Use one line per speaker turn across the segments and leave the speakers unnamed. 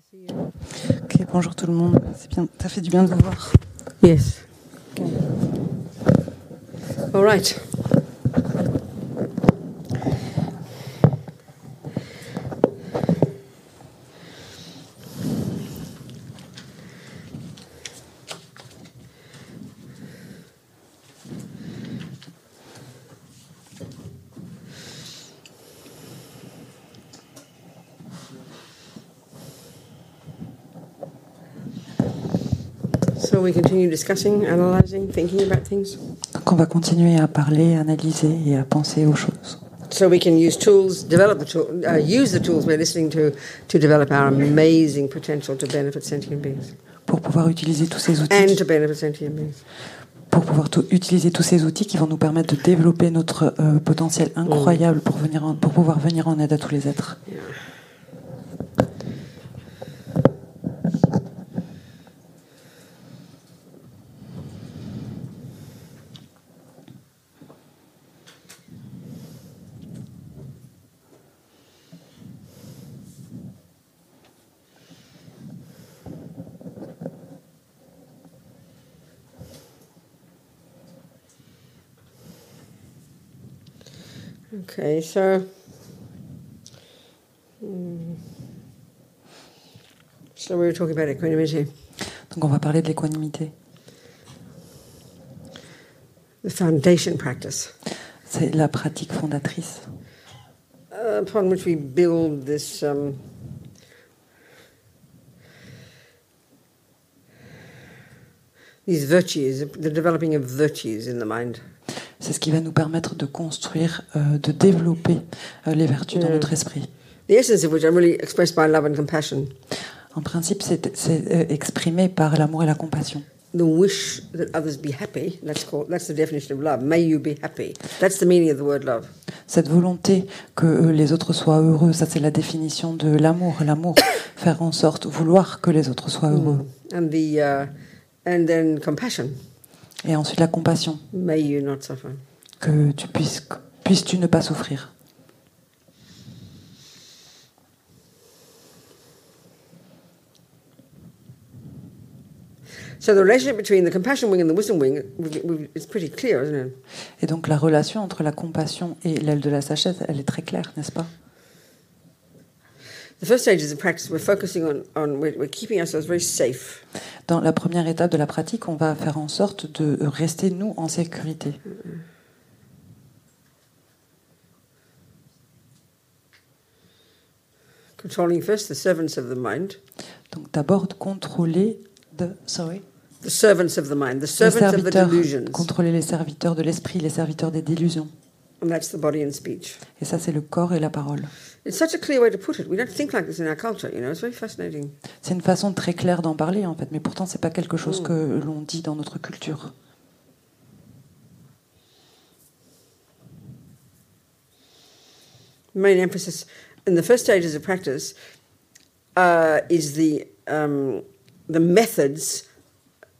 Ok, bonjour tout le monde. C'est bien. Ça fait du bien de vous voir.
Yes. All right. So we continue discussing, analyzing, thinking about things.
Donc on va continuer à parler, à analyser et à penser aux choses.
So we can use tools, develop the tool, uh, use the tools we're listening to to develop our amazing potential to benefit sentient beings
Pour pouvoir utiliser tous ces outils,
and
qui-
to benefit sentient beings.
pour pouvoir tout- utiliser tous ces outils qui vont nous permettre de développer notre euh, potentiel
Mm.
incroyable pour venir, en- pour pouvoir venir en aide à tous les êtres.
Okay, so. mm, So we were talking about equanimity,
Donc on va parler de l'équanimité.
the foundation practice
C'est la pratique fondatrice
uh, upon which we build this um, these virtues, the developing of virtues in the mind.
C'est ce qui va nous permettre de construire, euh, de développer euh, les vertus
Mm.
dans notre esprit.
The essence of which are really expressed by love and compassion.
En principe, c'est c'est, euh, exprimé par l'amour et la compassion.
The wish that others be happy, that's called that's the definition of love. May you be happy. That's the meaning of the word love.
Cette volonté que euh, les autres soient heureux, ça c'est la définition de l'amour. L'amour, faire en sorte, vouloir que les autres soient heureux.
And the uh, and then compassion.
Et ensuite la compassion,
May you not suffer.
que tu puisses, que- puisses-tu ne pas souffrir.
So the relationship between the compassion wing and the wisdom wing we've- we've- it's pretty clear, isn't it?
Et donc la relation entre la compassion et l'aile de la sachette, elle est très claire, n'est-ce pas
The first stage is the practice. We're focusing on on we're, we're keeping ourselves very safe.
Dans la première étape de la pratique, on va faire en sorte de rester, nous, en sécurité.
Controlling first the servants of the mind,
Donc d'abord, de contrôler de... Sorry
the servants of the mind, the
les
servants of the
serviteurs,
delusions,
contrôler les serviteurs de l'esprit, les serviteurs des délusions.
and that's the body and speech.
Et ça, c'est le corps et la parole.
It's such a clear way to put it. We don't think like this in our culture, you know. It's very fascinating.
C'est une façon très claire d'en parler, en fait, mais pourtant, c'est pas quelque
Mmh.
chose que l'on dit dans notre culture.
main emphasis in the first stages of practice uh, is the um, the methods.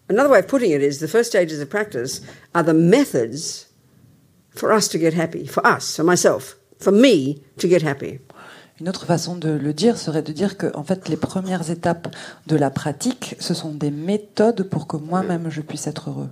Another way of putting it is the first stages of practice are the methods for us to get happy, for us, for myself, for me to get happy.
Une autre façon de le dire serait de dire que, en fait, les premières étapes de la pratique, ce sont des méthodes pour que moi-même je puisse être heureux.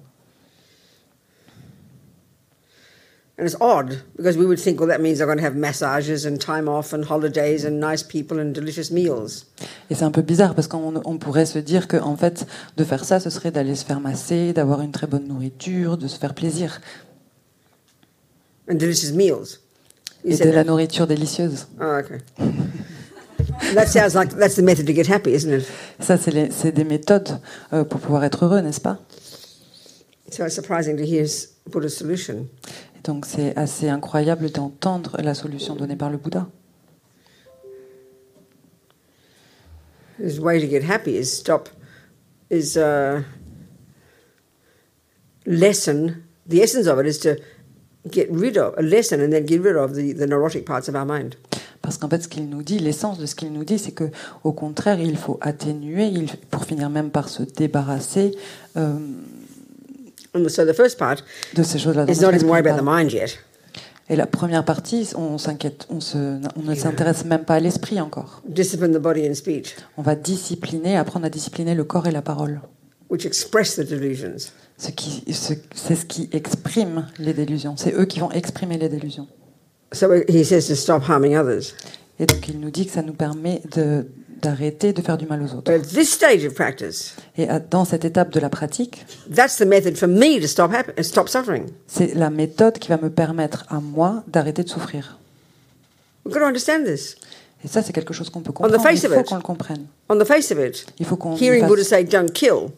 And it's odd because we would think, well, that means I'm going to have massages and time off and holidays and nice people and delicious meals.
Et c'est un peu bizarre parce qu'on on pourrait se dire que, en fait, de faire ça, ce serait d'aller se faire masser, d'avoir une très bonne nourriture, de se faire plaisir
And delicious meals.
et
You
de
said
la nourriture délicieuse.
Oh, okay. that sounds like that's the method to get happy, isn't it?
Ça, c'est les- c'est des méthodes euh, pour pouvoir être heureux, n'est-ce pas
So it's surprising to hear s- Buddha's solution.
Et Donc, c'est assez incroyable d'entendre la solution donnée par le Bouddha.
His way to get happy is stop, is uh, lessen. The essence of it is to get rid of, lessen, and then get rid of the, the neurotic parts of our mind.
Parce qu'en fait, ce qu'il nous dit, l'essence de ce qu'il nous dit, c'est que, au contraire, il faut atténuer, il- pour finir même par se débarrasser euh,
And so the first part
de ces choses-là. dans
is
notre
not even worry
esprit.
about the mind yet.
Et la première partie, on s'inquiète, on, se- on ne s'intéresse même pas à l'esprit encore.
discipline the body and speech,
On va discipliner, apprendre à discipliner le corps et la parole.
which express the delusions.
Ce qui, ce- c'est ce qui exprime les délusions. C'est eux qui vont exprimer les délusions.
So he says to stop harming others.
Et donc il nous dit que ça nous permet de- d'arrêter de faire du mal aux autres.
But at this stage of practice,
Et à- dans cette étape de la pratique,
that's the method for me to stop hap- stop suffering.
c'est la méthode qui va me permettre à moi d'arrêter de souffrir.
We've got to understand this.
Et ça, c'est quelque chose qu'on peut
the
comprendre. Il
face of
faut
it.
qu'on le comprenne.
On the face of it,
Il faut qu'on y
hearing Buddha
fasse,
say, "Don't kill,"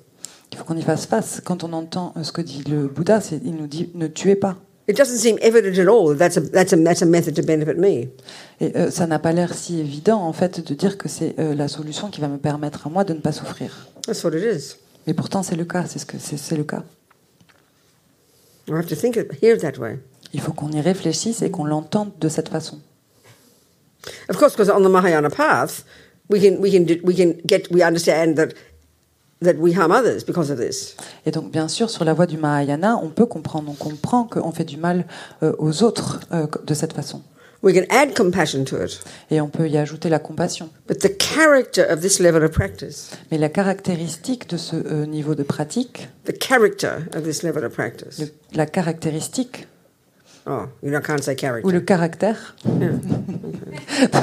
il faut qu'on y fasse face. Quand on entend euh, ce que dit le Bouddha, c'est, il nous dit ne tuez pas.
it doesn't seem evident at all that that's a that's a that's a method to benefit me.
Et euh, ça n'a pas l'air si évident, en fait, de dire que c'est euh, la solution qui va me permettre à moi de ne pas souffrir.
That's what it is.
Mais pourtant, c'est le cas. C'est, ce que, c'est, c'est le cas.
I have to think it, hear it that way.
Il faut qu'on y réfléchisse et qu'on l'entende de cette façon.
Of course, because on the Mahayana path, we can we can do- we can get we understand that that we harm others because of this.
Et donc, bien sûr, sur la voie du Mahayana, on peut comprendre, on comprend qu'on fait du mal euh, aux autres euh, de cette façon.
We can add compassion to it.
Et on peut y ajouter la compassion.
But the character of this level of practice,
Mais la caractéristique de ce euh, niveau de pratique,
the character of this level of practice.
le- la caractéristique
Oh, you know, I can't say character.
ou le caractère de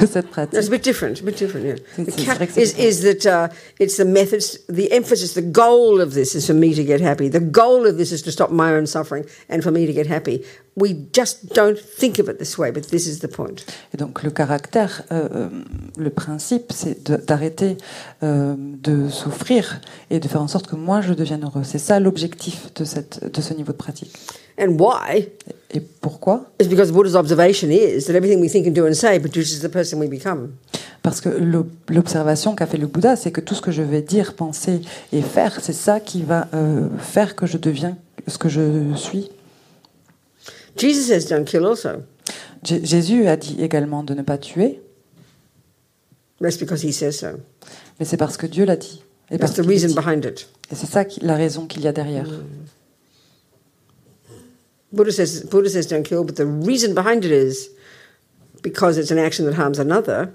cette
No, it's
pratique,
a bit different. A bit different. Yeah. The
It's- it's
ca-
very
is is that uh, it's the methods, the emphasis, the goal of this is for me to get happy. The goal of this is to stop my own suffering and for me to get happy. We just don't think of it this way, but this is the point.
et donc le caractère, euh, euh, le principe, c'est de- d'arrêter euh, de souffrir et de faire en sorte que moi je devienne heureux. C'est ça l'objectif de, cette- de ce niveau de pratique.
And why?
Et Eh, pourquoi
Is because Buddha's observation is that everything we think and do and say produces the person we become.
Parce que l'o- l'observation qu'a fait le Bouddha, c'est que tout ce que je vais dire, penser et faire, c'est ça qui va euh, faire que je deviens ce que je suis.
Jesus says, "Don't kill." Also,
J- Jésus a dit également de ne pas tuer,
that's because he says so.
mais c'est parce que Dieu l'a dit. Et
That's
parce
the
qu'il est
reason
dit.
behind it. Hmm.
Et c'est ça qui- la raison qu'il y a derrière.
Buddha says, Buddha says, "Don't kill," but the reason behind it is because it's an action that harms another.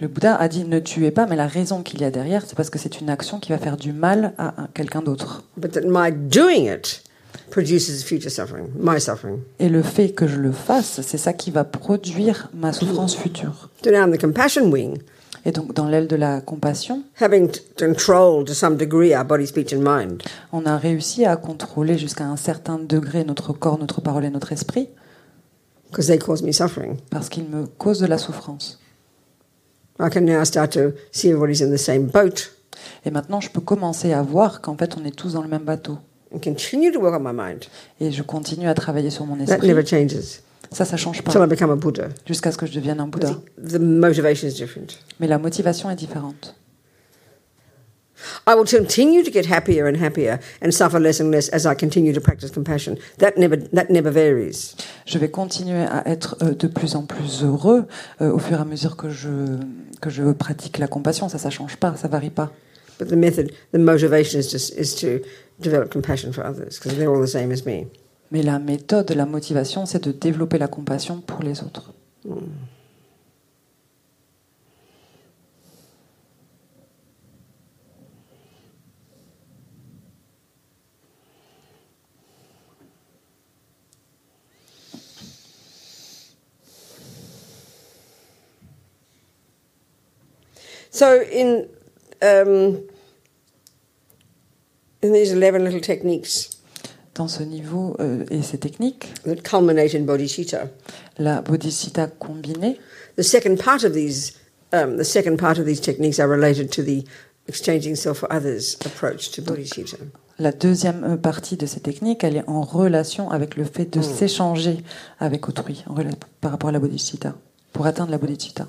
Le Bouddha a dit ne tuez pas, mais la raison qu'il y a derrière, c'est parce que c'est une action qui va faire du mal à un- quelqu'un d'autre.
but that my doing it produces future suffering, my suffering.
Et le fait que je le fasse, c'est ça qui va produire ma souffrance future.
So now, in the compassion wing,
Et donc dans l'aile de la compassion,
having t- control to some degree our body, speech, and mind,
On a réussi à contrôler jusqu'à un certain degré notre corps, notre parole et notre esprit
because they cause me suffering,
parce qu'ils me causent de la souffrance.
I can now start to see everybody's in the same boat
Et maintenant, je peux commencer à voir qu'en fait, on est tous dans le même bateau.
and continue to work on my mind.
Et je continue à travailler sur mon
That
esprit.
never changes
Ça, ça change
until I
pas
become a Buddha.
jusqu'à ce que je devienne un Bouddha.
The motivation is different.
Mais la motivation est différente.
I will continue to get happier and happier and suffer less and less as I continue to practice compassion. That never, that never varies.
Je vais continuer à être euh, de plus en plus heureux euh, au fur et à mesure que je, que je pratique la compassion. Ça, ça change pas, ça varie pas.
But the method, the motivation is just is to develop compassion for others because they're all the same as me.
Mais la méthode, la motivation, c'est de développer la compassion pour les autres.
Hmm. So in um, in these eleven little techniques
Dans ce niveau euh, et ces techniques,
that culminate in bodhicitta,
la bodhicitta combinée.
the second part of these um, the second part of these techniques are related to the exchanging self for others approach to bodhicitta.
La deuxième euh, partie de ces techniques, elle est en relation avec le fait de s'échanger avec autrui en rela- par rapport à la bodhicitta, pour atteindre la bodhicitta.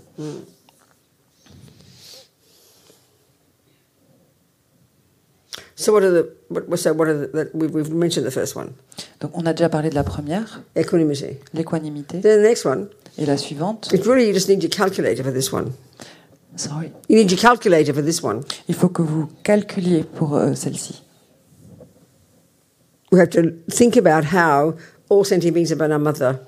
So what are the what, so what are the, that we've, we've mentioned the first one
Donc on a déjà parlé de la première,
equanimity.
l'équanimité,
Then the next one,
et la suivante,
it's really you just need your calculator for this one.
sorry,
You need your calculator for this one.
il faut que vous calculiez pour euh, celle-ci.
we have to think about how all sentient beings are but our mother.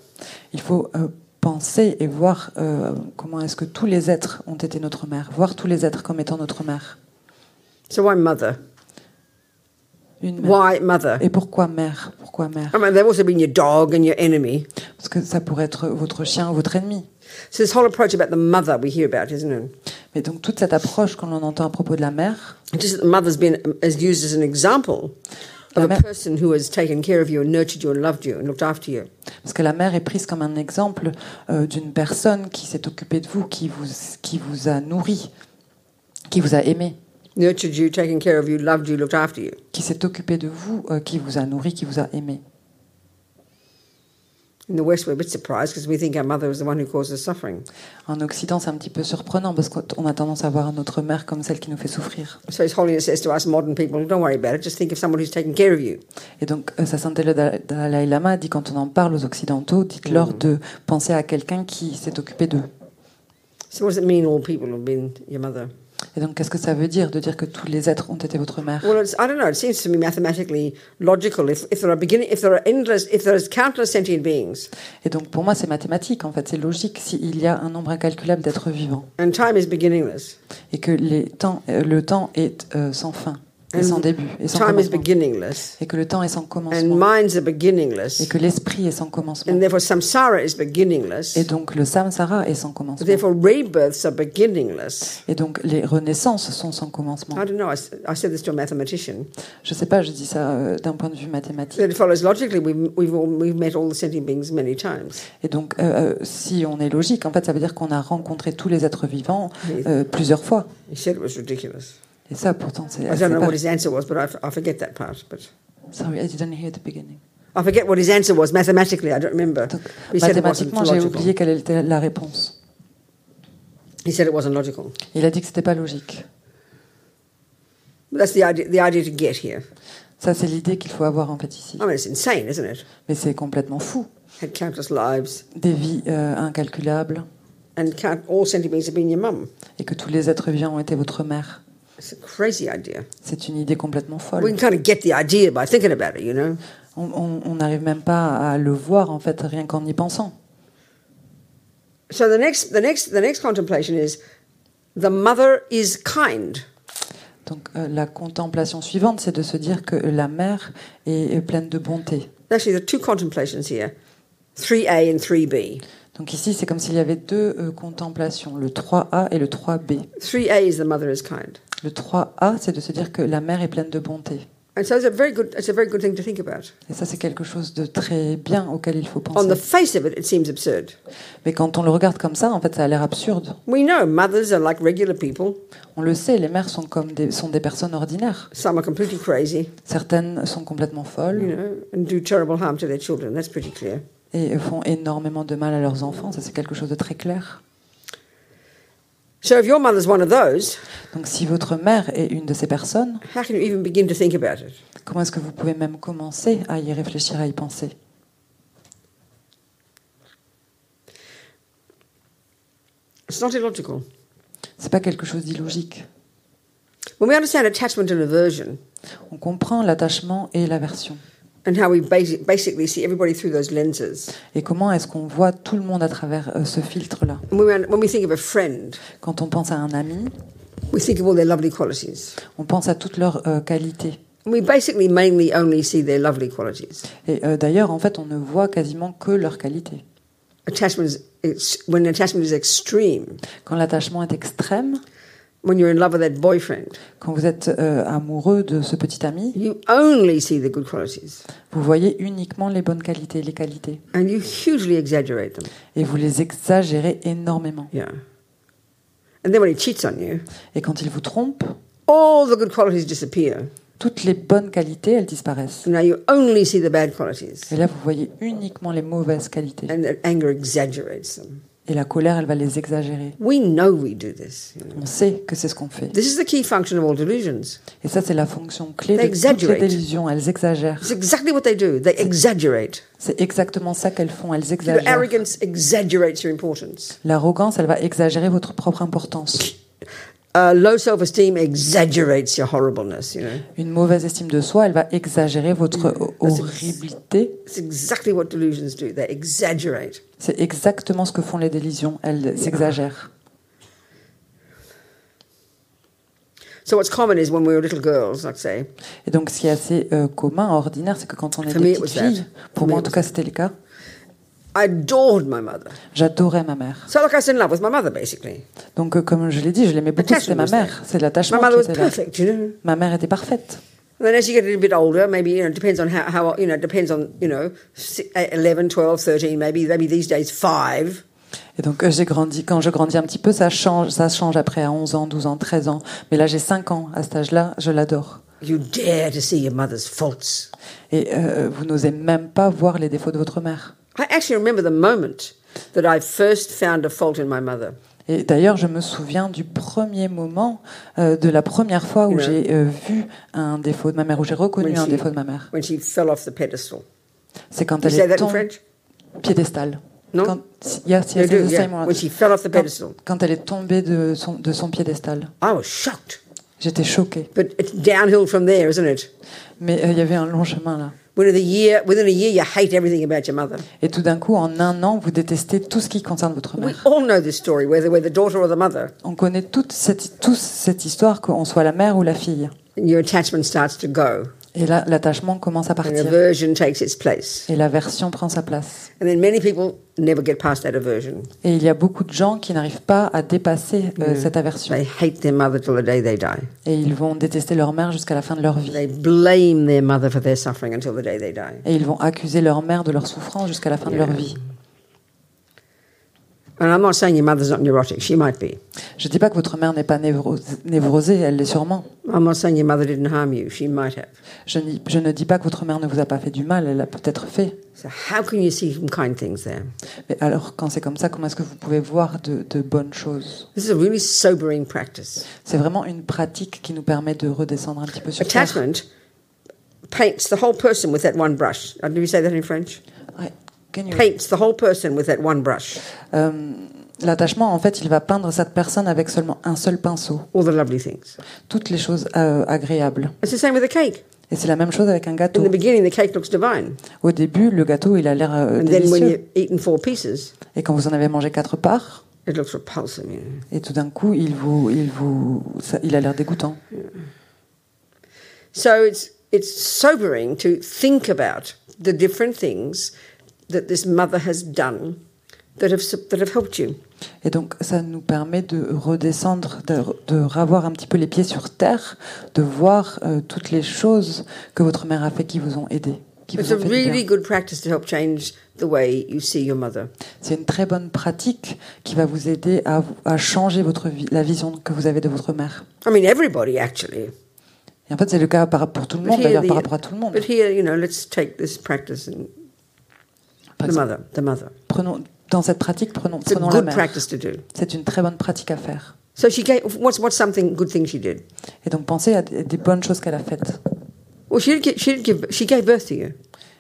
Il faut euh, penser et voir euh, comment est-ce que tous les êtres ont été notre mère, voir tous les êtres comme étant notre mère.
So why mother?
Une mère.
Why mother?
Et pourquoi mère Pourquoi mère
I mean, they've also been your dog and your enemy.
Parce que ça pourrait être votre chien ou votre ennemi.
So this whole approach about the mother we hear about, isn't it?
Mais donc toute cette approche quand on entend à propos de la mère,
Just that the mother's been is used as an example
La
of a
mère-
person who has taken care of you and nurtured you and loved you and looked after you.
parce que la mère est prise comme un exemple euh, d'une personne qui s'est occupée de vous, qui vous, qui vous a nourri, qui vous a aimé,
Nurtured you, taken care of you, loved you, looked after you.
qui s'est occupée de vous, euh, qui vous a nourri, qui vous a aimé.
In the West, we're a bit surprised because we think our mother is the one who causes suffering.
En Occident, c'est un petit peu surprenant parce qu'on a tendance à voir notre mère comme celle qui nous fait souffrir.
So His Holiness says to us modern people, don't worry about it, just think of someone who's taking care of you.
Et donc, euh, sa sainteté le Dal- Dalai Lama dit quand on en parle aux Occidentaux, dites-leur de penser à quelqu'un qui s'est occupé d'eux.
So what does it mean all people have been your mother?
Et donc, qu'est-ce que ça veut dire de dire que tous les êtres ont été votre mère
Well, it's, I don't know. It seems to me mathematically logical. If, if there are beginning, if there are endless, if there is countless sentient beings,
Et donc, pour moi, c'est mathématique, en fait, c'est logique s'il y a un nombre incalculable d'êtres vivants
and time is beginningless,
et que les temps, euh, le temps est euh, sans fin et
Mmh.
sans début et sans
time is
commencement.
beginningless,
Et que le temps est sans
and
commencement
minds are
et
beginningless,
que l'esprit est sans commencement.
and therefore samsara is beginningless,
Et donc, le samsara est sans commencement.
therefore rebirths are beginningless.
Et donc les renaissances sont sans commencement.
I don't know. I, s- I said this to a mathematician.
Je sais pas, je dis ça euh, d'un point de vue mathématique.
That it follows logically. We've we've, all, we've met all the sentient beings many times.
Et donc euh, euh, si on est logique, en fait ça veut dire qu'on a rencontré tous les êtres vivants euh, plusieurs fois.
He said it was ridiculous.
Et ça pourtant c'est...
I don't know
c'est pas-
what his answer was, but I, f- I forget that part. But
Sorry, I didn't hear the beginning.
I forget what his answer was mathematically. I don't remember.
Donc,
But he said it wasn't
mathématiquement j'ai
logical.
oublié quelle était la réponse.
He said it wasn't logical.
Il a dit que c'était pas logique.
But that's the idea, the idea to get here.
Ça c'est l'idée qu'il faut avoir en fait ici.
I mean, it's insane, isn't it?
Mais c'est complètement fou.
Had countless lives,
Des vies euh, incalculables
and count, all sentient beings have been your mum.
et que tous les êtres vivants ont été votre mère.
It's a crazy idea.
C'est une idée complètement
We
folle.
can kind of get the idea by thinking about it, you know?
On- On on n'arrive même pas à le voir en fait rien qu'en y pensant.
So the next, the next, the next contemplation is the mother is kind.
Donc euh, la contemplation suivante, c'est de se dire que la mère est est pleine de bonté.
Actually, there are two contemplations here 3A and 3B.
Donc ici, c'est comme s'il y avait deux euh, contemplations, le 3A et le 3B.
3A is the mother is kind.
Le 3A, c'est de se dire que la mère est pleine de bonté.
And so it's a very good, it's a very good thing to think about.
Et ça, c'est quelque chose de très bien auquel il faut
On
penser.
the face of it, it seems absurd.
Mais quand on le regarde comme ça, en fait, ça a l'air absurde.
We know mothers are like regular people.
On le sait, les mères sont comme des, sont des personnes ordinaires.
Some are completely crazy.
Certaines sont complètement
you
folles
know, and do terrible harm to their children. That's pretty clear.
et font énormément de mal à leurs enfants. Ça, c'est quelque chose de très clair.
So if your mother's one of those,
Donc si votre mère est une de ces personnes,
how can you even begin to think about it?
Comment est-ce que vous pouvez même commencer à y réfléchir, à y penser
It's not illogical.
C'est pas quelque chose d'illogique.
When we understand attachment and aversion
On comprend l'attachement et l'aversion.
and how we basi- basically see everybody through those lenses,
Et comment est-ce qu'on voit tout le monde à travers euh, ce filtre-là
and when we, when we think of a friend,
Quand on pense à un ami,
we think of all their lovely qualities.
on pense à toutes leurs euh, qualités.
And we basically mainly only see their lovely qualities.
Et euh, d'ailleurs, en fait, on ne voit quasiment que leurs qualités.
Attachment is, it's, when attachment is extreme,
Quand l'attachement est extrême,
when you're in love with that boyfriend,
quand vous êtes euh, amoureux de ce petit ami,
you only see the good qualities
vous voyez uniquement les bonnes qualités, les qualités.
and you hugely exaggerate them.
Et vous les exagérez énormément.
Yeah. And then when he cheats on you,
Et quand il vous trompe,
all the good qualities disappear.
toutes les bonnes qualités, elles disparaissent.
So now you only see the bad qualities,
Et là, vous voyez uniquement les mauvaises qualités.
and that anger exaggerates them.
Et la colère, elle va les exagérer.
We know we do this. you know.
On sait que c'est ce qu'on fait.
This is the key function of all delusions.
Et ça, c'est la fonction clé
They
de toutes les
exaggerate.
délusions. Elles exagèrent.
It's exactly what they do. They exaggerate.
C'est exactement ça qu'elles font. Elles
Your
exagèrent.
arrogance exaggerates your importance.
L'arrogance, elle va exagérer votre propre importance.
uh, low self esteem exaggerates your horribleness, you know.
Une mauvaise estime de soi, elle va exagérer votre ho-
That's ex-
horribilité.
It's exactly what delusions do, they exaggerate.
C'est exactement ce que font les délusions. Elles s'exagèrent.
So, what's common is when we were little girls, like say,
Et donc, ce qui est assez euh, commun, ordinaire, c'est que quand on est
For me,
des
it
petites
was that.
filles, pour
For me,
moi en
it
tout
was
cas, c'était le cas,
I adored my mother.
j'adorais ma mère.
So, like, I was in love with my mother, basically.
Donc, euh, comme je l'ai dit, je l'aimais beaucoup,
Attachment
c'était ma
was there.
mère. C'est
My
l'attachement
mother
qui
was
était là.
perfect, you know.
Ma mère était parfaite.
And then as you get a little bit older, maybe, you know, it depends on how, how you know, it depends on, you know, si- eh, 11, 12, 13, maybe, maybe these days five.
Et donc, euh, j'ai grandi, quand je grandis un petit peu, ça change, ça change après à 11 ans, 12 ans, 13 ans. Mais là, j'ai 5 ans. À cet âge-là, je l'adore.
You dare to see your mother's faults.
Et euh, vous n'osez même pas voir les défauts de votre mère.
I actually remember the moment that I first found a fault in my mother.
Et d'ailleurs, je me souviens du premier moment, euh, de la première fois où
Ouais.
j'ai euh, vu un défaut de ma mère, où j'ai reconnu
Oui,
un
si.
défaut de ma mère.
when she fell off the pedestal.
C'est quand
You
elle
say
est
that in
tombée
French?
piédestal.
Non
Quand, si- yes, yes,
They do,
it's the
yeah.
same one.
When she fell off the pedestal. Oh,
quand, quand elle est tombée de son, de son piédestal,
I was shocked.
j'étais choquée.
But it's downhill from there, isn't it?
Mais euh, il y avait un long chemin là.
Within a year, within a year, you hate everything about your mother.
Et tout d'un coup, en un an, vous détestez tout ce qui concerne votre
We
mère.
all know this story, whether we're the daughter or the mother.
On connaît toute cette, tous cette histoire, qu'on soit la mère ou la fille.
And your attachment starts to go,
Et là, l'attachement commence à
and
partir.
aversion takes its place.
Et l'aversion prend sa place.
And then many people never get past that aversion.
Et il y a beaucoup de gens qui n'arrivent pas à dépasser euh, cette aversion.
Mm. They hate their mother till the day they die.
Et ils vont détester leur mère jusqu'à la fin de leur vie.
They blame their mother for their suffering until the day they die.
Et ils vont accuser leur mère de leur souffrance jusqu'à la fin de leur vie.
And I'm not saying your mother's not neurotic. She might be.
Je dis pas que votre mère n'est pas névrose- névrosée, elle l'est sûrement.
I'm not saying your mother didn't harm you. She might have.
Je, n'y- je ne dis pas que votre mère ne vous a pas fait du mal, elle l'a peut-être fait.
So how can you see some kind things there?
Mais alors, quand c'est comme ça, comment est-ce que vous pouvez voir de, de bonnes choses
This is a really sobering practice.
C'est vraiment une pratique qui nous permet de redescendre un petit peu sur terre.
Attachment paints the whole person with that one brush. Uh, Do we say that in French?
Ouais. Can you-
Paints the whole person with that one brush.
Euh, L'attachement, en fait, il va peindre cette personne avec seulement un seul pinceau.
All the lovely things.
Toutes les choses euh, agréables.
It's the same with a cake.
Et c'est la même chose avec un
In
gâteau.
the beginning, the cake looks divine,
Au début, le gâteau, il a l'air euh,
and then when
délicieux.
you've eaten four pieces,
Et quand vous en avez mangé quatre parts,
it looks repulsive. You know.
et tout d'un coup, il vous, il vous, ça- il a l'air dégoûtant.
So it's it's sobering to think about the different things that this mother has done that have sup- that have helped you.
Et donc, ça nous permet de redescendre, de, de ravoir un petit peu les pieds sur terre, de voir euh, toutes les choses que votre mère a fait qui vous ont aidé, qui
It's
vous
a
ont fait du
really
bien.
good practice to help change the way you see your mother.
C'est une très bonne pratique qui va vous aider à, à changer votre vie, la vision que vous avez de votre mère.
I mean, everybody actually.
Et en fait, c'est le cas par- pour tout le monde, d'ailleurs,
the-
par rapport à tout le monde.
but here, you know, let's take this practice and
Par
the
exemple,
mother, the mother.
prenons, dans cette pratique, prenons,
It's a
prenons la
good
mère.
practice to do.
C'est une très bonne pratique à faire.
So she gave. What's what's something good thing she did?
Et donc, pensez à des des bonnes choses qu'elle a faites.
Well, she did. Get, she did give. She gave birth to you.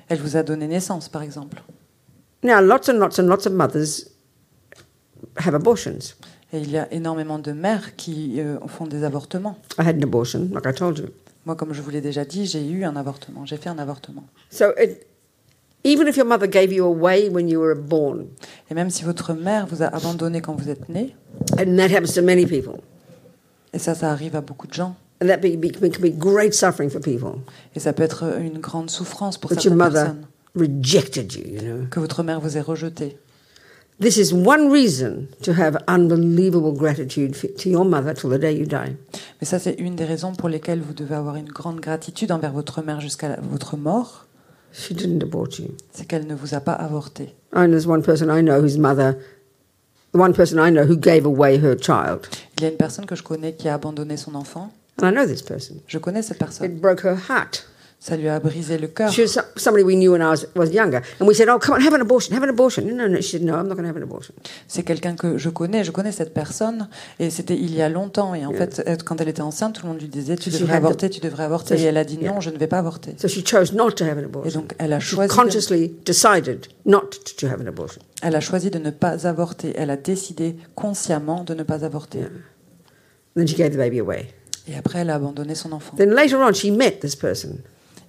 Elle vous a donné naissance, par exemple.
Now, lots and lots and lots of mothers have abortions.
Et il y a énormément de mères qui euh, font des avortements.
I had an abortion, like I told you.
Moi, comme je vous l'ai déjà dit, j'ai eu un avortement. J'ai fait un avortement.
So it, even if your mother gave you away when you were born,
Et même si votre mère vous a abandonné quand vous êtes né,
and that happens to many people,
et ça, ça arrive à beaucoup de gens,
and that be, be, can be great suffering for people.
et ça peut être une grande souffrance pour
But your
certaines
mother
personnes,
rejected you, you know.
que votre mère vous ait rejeté.
This is one reason to have unbelievable gratitude f- to your mother till the day you die.
Mais ça, c'est une des raisons pour lesquelles vous devez avoir une grande gratitude envers votre mère jusqu'à la- votre mort,
She didn't abort you.
c'est qu'elle ne vous a pas avorté.
I know there's one person I know whose mother, the one person I know who gave away her child,
Il y a une personne que je connais qui a abandonné son enfant.
and I know this person.
Je connais cette personne.
It broke her heart.
Ça lui a brisé le cœur.
She was so- somebody we knew when I was, was younger, and we said, "Oh, come on, have an abortion, have an abortion." No, no, no. She said, "No, I'm not going to have an abortion."
C'est quelqu'un que je connais, je connais cette personne, et c'était il y a longtemps. Et en fait, elle- quand elle était enceinte, tout le monde lui disait Tu
She
devrais
had the-
avorter, tu devrais avorter.
So
Et
she-
elle a dit
yeah.
Non, je ne vais pas avorter.
So she chose not to have an
Et
abortion.
donc, elle a
She
choisi, de,
consciously decided not t- to have an abortion.
elle a choisi de ne pas avorter. Elle a décidé consciemment de ne pas avorter.
then she gave the baby away.
Et après, elle a abandonné son enfant.
Then later on, she met this person.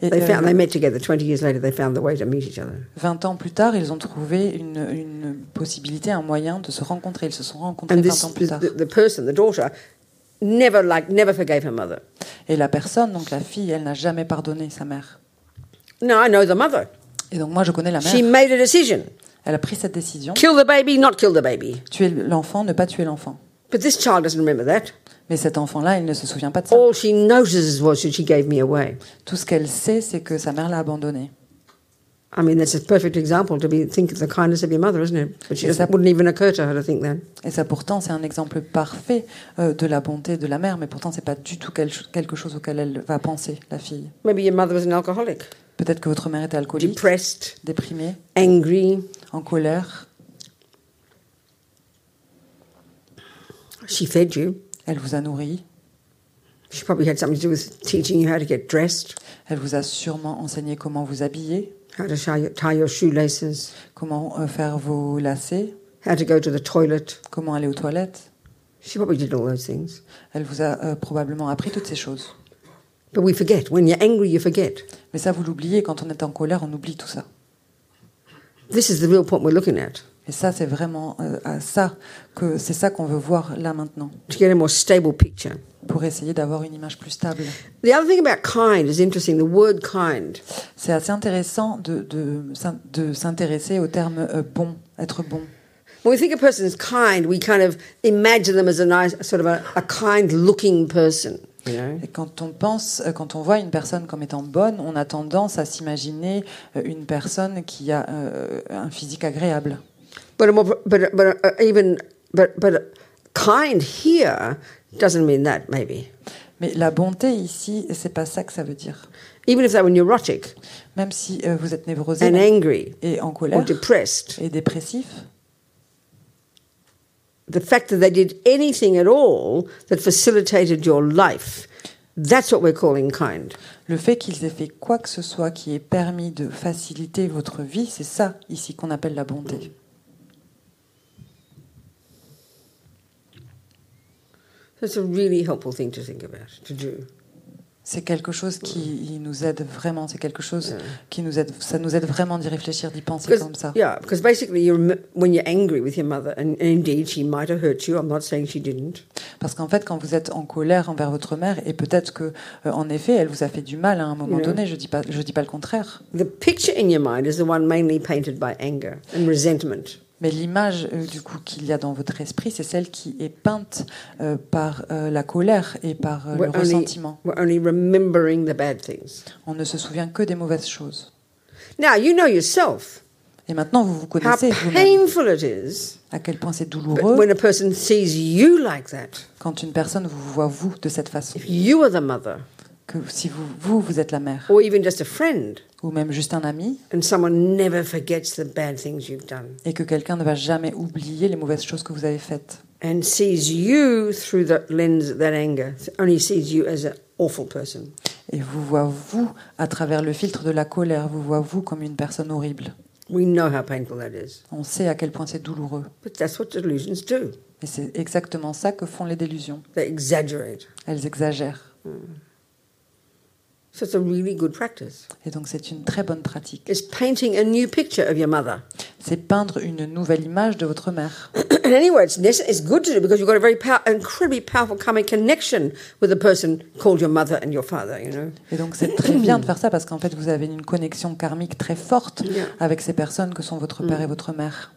Et,
They
euh,
found they met together. Twenty years later, they found the way to meet each other.
20 ans plus tard, ils ont trouvé une, une possibilité, un moyen de se rencontrer. Ils se sont rencontrés
And this,
20 ans plus
the,
tard.
the- the person, the daughter, never like never forgave her mother.
Et la personne, donc la fille, elle n'a jamais pardonné sa mère.
No, I know the mother.
Et donc moi, je connais la mère.
She made a decision:
Elle a pris cette décision.
kill the baby, not kill the baby.
Tuer l'enfant, ne pas tuer l'enfant.
But this child doesn't remember that.
Mais cet enfant-là, il ne se souvient pas de ça.
All she notices was that she gave me away.
Tout ce qu'elle sait, c'est que sa mère l'a abandonné.
I mean, that's a perfect example to be think of the kindness of your mother, isn't it? But she
Yes,
doesn't,
ab-
wouldn't even occur to her to think that.
Et ça, pourtant, c'est un exemple parfait euh, de la bonté de la mère, mais pourtant, c'est pas du tout quel- quelque chose auquel elle va penser, la fille.
Maybe your mother was an alcoholic,
Peut-être que votre mère était alcoolique,
depressed,
déprimée,
angry.
en colère.
She fed you.
Elle vous a nourri.
She probably had something to do with teaching you how to get dressed,
Elle vous a sûrement enseigné comment vous habiller,
how to tie your, tie your shoelaces,
comment euh, faire vos lacets,
how to go to the toilet.
comment aller aux toilettes.
She probably did all those things.
Elle vous a euh, probablement appris toutes ces choses.
But we forget. When you're angry, you forget.
Mais ça, vous l'oubliez. Quand on est en colère, on oublie tout ça.
This is the real point we're looking at.
Et ça, c'est vraiment euh, à ça que c'est ça qu'on veut voir là maintenant,
to get a more stable picture.
pour essayer d'avoir une image plus stable.
The other thing about kind is interesting. The word kind.
C'est assez intéressant de, de, s'in- de s'intéresser au terme euh, bon, être bon.
When we think a person is kind, we kind of imagine them as a nice, sort of a, a kind-looking person. You know,
Et quand on pense, euh, quand on voit une personne comme étant bonne, on a tendance à s'imaginer euh, une personne qui a euh, un physique agréable.
but a more, but but uh, even but but kind here doesn't mean that. Maybe
Mais la bonté ici, c'est pas ça que ça veut dire.
even if they were neurotic
Même si euh, vous êtes névrosé
and angry
et en
or
colère
depressed,
et dépressif,
the fact that they did anything at all that facilitated your life, that's what we're calling kind.
le fait qu'ils aient fait quoi que ce soit qui ait permis de faciliter votre vie, c'est ça ici qu'on appelle la bonté.
That's a really helpful thing to think about to do.
C'est quelque chose qui nous aide vraiment, c'est quelque chose qui nous aide, ça nous aide vraiment d'y réfléchir, d'y penser comme ça.
Yeah, because basically, you rem- when you're angry with your mother, and, and indeed she might have hurt you. I'm not saying she didn't,
Parce qu'en fait, quand vous êtes en colère envers votre mère, et peut-être que, euh, en effet, elle vous a fait du mal à un moment
Yeah.
donné, je dis pas, je dis pas le contraire,
the picture in your mind is the one mainly painted by anger and resentment.
mais l'image euh, du coup qu'il y a dans votre esprit, c'est celle qui est peinte euh, par euh, la colère et par euh, le ressentiment.
we're only remembering the bad things.
On ne se souvient que des mauvaises choses.
Now you know yourself
Et maintenant, vous vous
how
connaissez vous-même,
painful it is
à quel point c'est
but
douloureux
when a person sees you like that.
quand une personne vous voit vous de cette façon.
If you are the mother,
Que si vous, vous, vous êtes la mère,
or even just a friend,
ou même juste un ami,
and someone never forgets the bad things you've done,
et que quelqu'un ne va jamais oublier les mauvaises choses que vous avez faites.
and sees you through the lens of that anger, only sees you as an awful person.
et vous voit vous à travers le filtre de la colère, vous voit vous comme une personne horrible.
We know how painful that is.
On sait à quel point c'est douloureux.
But that's what delusions do.
Et c'est exactement ça que font les délusions.
They exaggerate.
Elles exagèrent.
So it's a really good practice.
Et donc c'est une très bonne pratique.
It's painting a new picture of your mother.
C'est peindre une nouvelle image de votre mère.
and anyway, it's, nece- it's good to do because you've got a very pow- incredibly powerful common connection with the person called your mother and your father, you know.
Et donc c'est très bien de faire ça parce qu'en fait vous avez une connexion karmique très forte
Yeah.
avec ces personnes que sont votre père et
Mm.
votre mère.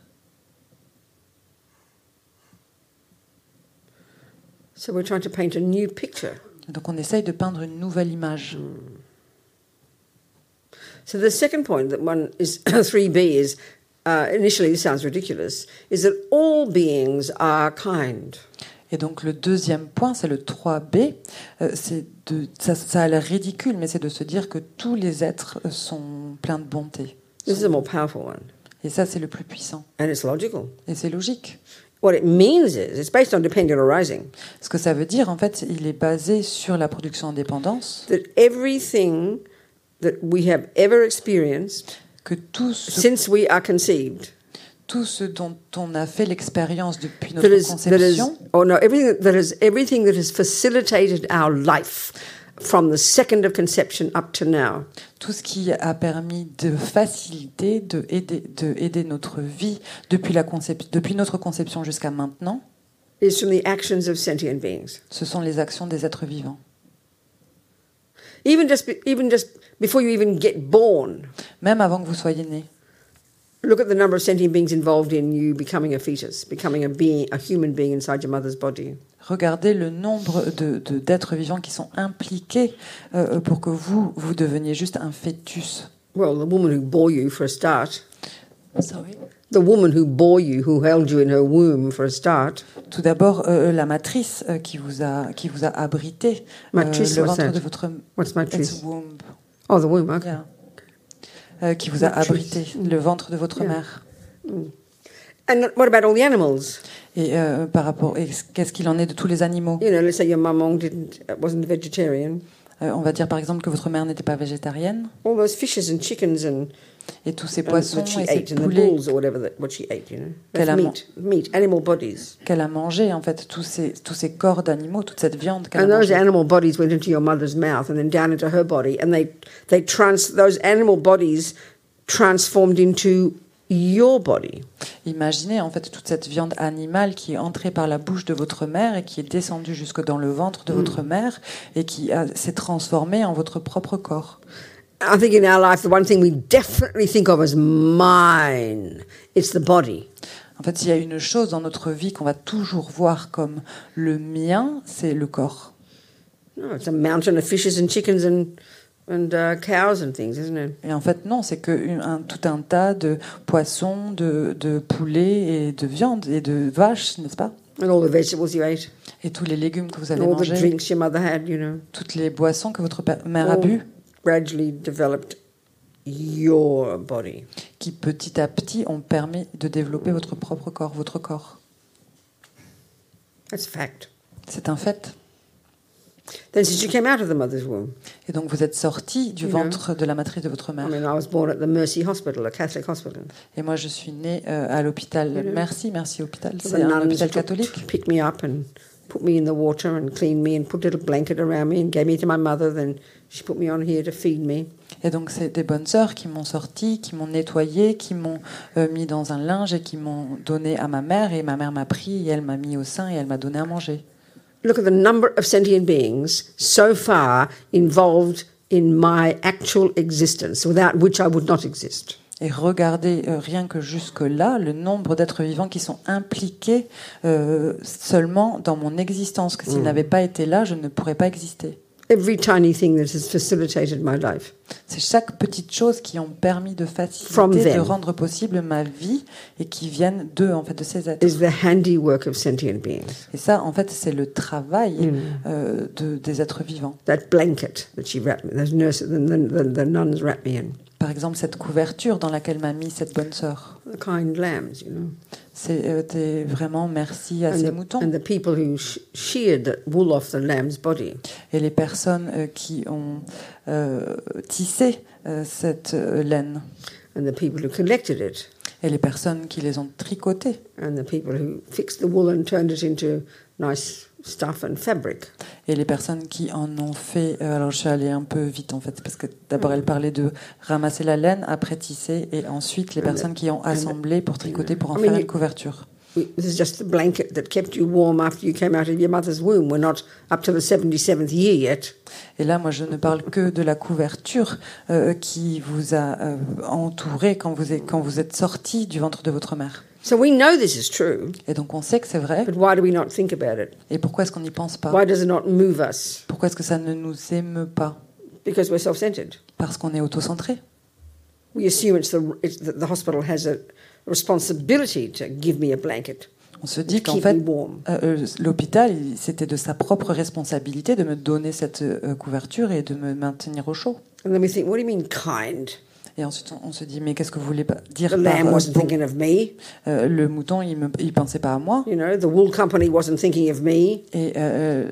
So we're trying to paint a new picture. Mm.
Et donc on essaye de peindre une nouvelle image.
So the second point that one is 3b is uh, initially this sounds ridiculous is that all beings are kind.
Et donc le deuxième point, c'est le 3B. Euh, c'est de, ça, ça a l'air ridicule, mais c'est de se dire que tous les êtres euh, sont pleins de bonté.
This is a more powerful one,
Et ça, c'est le plus puissant.
and it's logical.
Et c'est logique.
What it means is it's based on dependent arising.
Ce que ça veut dire, en fait, il est basé sur la production en dépendance,
that everything that we have ever experienced
que tout ce,
since we are conceived
tout tout ce dont on a fait l'expérience depuis
that
notre
is that is
conception,
oh no everything that- that is everything that has facilitated our life from the second of conception up to now
tout ce qui a permis de faciliter, de aider, de aider notre vie depuis, la concep- depuis notre conception jusqu'à maintenant,
is from the actions of sentient beings.
ce sont les actions des êtres vivants.
Even just be- even just before you even get born,
Même avant que vous soyez né.
look at the number of sentient beings involved in you becoming a fetus, becoming a being, a human being inside your mother's body.
Regardez le nombre de- de- d'êtres vivants qui sont impliqués euh, pour que vous, vous deveniez juste un fœtus.
Well, the woman who bore you for a start,
Sorry.
the woman who bore you, who held you in her womb for a start,
Tout d'abord, euh, la matrice euh, qui vous a, qui vous a abrité euh,
Matrice,
le
what's
ventre
that?
de votre
What's matrice?
It's womb,
oh, the womb, okay.
yeah. Euh, qui vous a
Matrice.
abrité le ventre de votre
Yeah.
mère.
And what about all the animals?
Et euh, par rapport, et qu'est-ce qu'il en est de tous les animaux
You know, let's say your maman didn't, wasn't a vegetarian.
Euh, On va dire par exemple que votre mère n'était pas végétarienne
All those fishes and chickens and,
et tous ces
and
poissons
that she
et ces
ate and the
poulets
bulls or whatever that what she ate, you know,
Qu'elle a
that's meat, meat, animal bodies.
qu'elle a mangé en fait, tous ces, tous ces corps d'animaux, toute cette viande qu'elle a
And those
mangée.
animal bodies went into your mother's mouth and then down into her body, and they they trans those animal bodies transformed into your body.
Imaginez en fait toute cette viande animale qui est entrée par la bouche de votre mère et qui est descendue jusque dans le ventre
Mm.
de votre mère et qui a- s'est transformée en votre propre corps.
I think in our life, the one thing we definitely think of as mine, it's the body.
En fait, il y a une chose dans notre vie qu'on va toujours voir comme le mien, c'est le corps.
No, Ah, it's a mountain of fishes and chickens and and uh, cows and things, isn't it?
Et en fait, non, c'est que une- un- tout un tas de poissons, de, de poulets et de viande et de vaches, n'est-ce pas
And all the vegetables you ate,
Et tous les légumes que vous
and
avez
all the
mangés,
drinks your mother had, you know,
toutes les boissons que votre pa- mère a
all
bu,
gradually developed your body.
qui petit à petit ont permis de développer votre propre corps, votre corps.
That's a fact.
C'est un fait.
Then since you came out of the mother's womb.
Et donc vous êtes sorti du
Non.
ventre de la matrice de votre
I
mère.
mean, I was born at the Mercy Hospital, a Catholic hospital.
Et moi je suis née euh, à l'hôpital.
Non.
Merci, merci hôpital.
So
C'est un hôpital
took-
catholique.
picked me up and put me in the water and cleaned me and put a little blanket around me and gave me to my mother. Then she put me on here to feed me.
Et donc c'est des bonnes sœurs qui m'ont sorti, qui m'ont nettoyée, qui m'ont euh, mis dans un linge et qui m'ont donné à ma mère. Et ma mère m'a pris et elle m'a mis au sein et elle m'a donné à manger.
Look at the number of sentient beings so far involved in my actual existence, without which I would not exist.
Et regardez euh, rien que jusque-là le nombre d'êtres vivants qui sont impliqués euh, seulement dans mon existence. Que s'ils n'avaient pas été là, je ne pourrais pas exister.
Mm. Every tiny thing that has facilitated my life.
C'est chaque petite chose qui ont permis de
From
faciliter,
them.
de rendre possible ma vie et qui viennent d'eux, en fait, de ces êtres.
Is the handiwork of sentient beings. Mm.
Et ça, en fait, c'est le travail euh, de, des êtres vivants.
That blanket that she wrapped me, those nurses, the, the, the, the nuns wrapped me in.
Par exemple, cette couverture dans laquelle m'a mis cette bonne sœur.
The kind lambs, you know.
C'est euh, t'es vraiment merci à
and,
ces
the,
moutons.
and the people who sh- sheared the wool off the lamb's body.
Et les personnes euh, qui ont euh, tissé euh, cette euh, laine.
and the people who collected it,
Et les personnes qui les ont tricotées.
and the people who fixed the wool and turned it into nice stuff and fabric.
Et les personnes qui en ont fait. euh, alors, je suis allée un peu vite en fait, parce que
Mm.
d'abord elle parlait de ramasser la laine, après tisser, et ensuite les personnes qui ont assemblé pour tricoter pour en
I mean,
faire une
you-
couverture.
We, this is just the blanket that kept you warm after you came out of your mother's womb. We're not up to the 77th year yet.
Et là, moi, je ne parle que de la couverture euh, qui vous a euh, entouré quand vous êtes, quand vous êtes sorti du ventre de votre mère.
So we know this is true,
Et donc, on sait que c'est vrai.
but why do we not think about it?
Et pourquoi est-ce qu'on n'y pense pas
Why does it not move us?
Pourquoi est-ce que ça ne nous émeut pas
Because we're self centered.
Parce qu'on est autocentré.
We assume it's the, it's the, the hospital has a responsibility to give me a blanket.
On se dit qu'en
Keep
fait,
me warm.
euh, euh, l'hôpital, il- c'était de sa propre responsabilité de me donner cette euh, couverture et de me maintenir au chaud.
And then we think, what do you mean kind?
Et ensuite, on, on se dit, mais qu'est-ce que vous voulez pas dire par,
The lamb
euh,
wasn't
bon
thinking of me.
Euh, Le mouton, il ne pensait pas à moi. euh,
You know, the wool company wasn't thinking of me.
Et euh,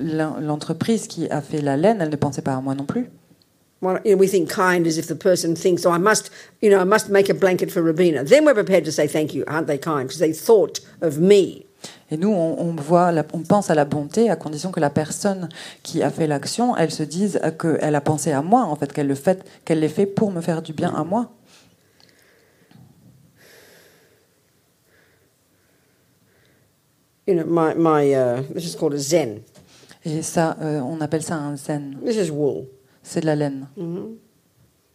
l'en- l'entreprise qui a fait la laine, elle ne pensait pas à moi non plus.
Well, you know, we think kind is if the person thinks, "Oh, I must, you know, I must make a blanket for Rabina." Then we're prepared to say thank you, aren't they kind? Because they thought of me.
Et nous, on, on voit, la- on pense à la bonté à condition que la personne qui a fait l'action, elle se dise euh, qu'elle a pensé à moi, en fait, qu'elle le fait, qu'elle l'ait fait pour me faire du bien à moi.
You know, my my uh, this is called a Zen.
Et ça, euh, on appelle ça un zen.
This is wool. Mm.
C'est de la laine.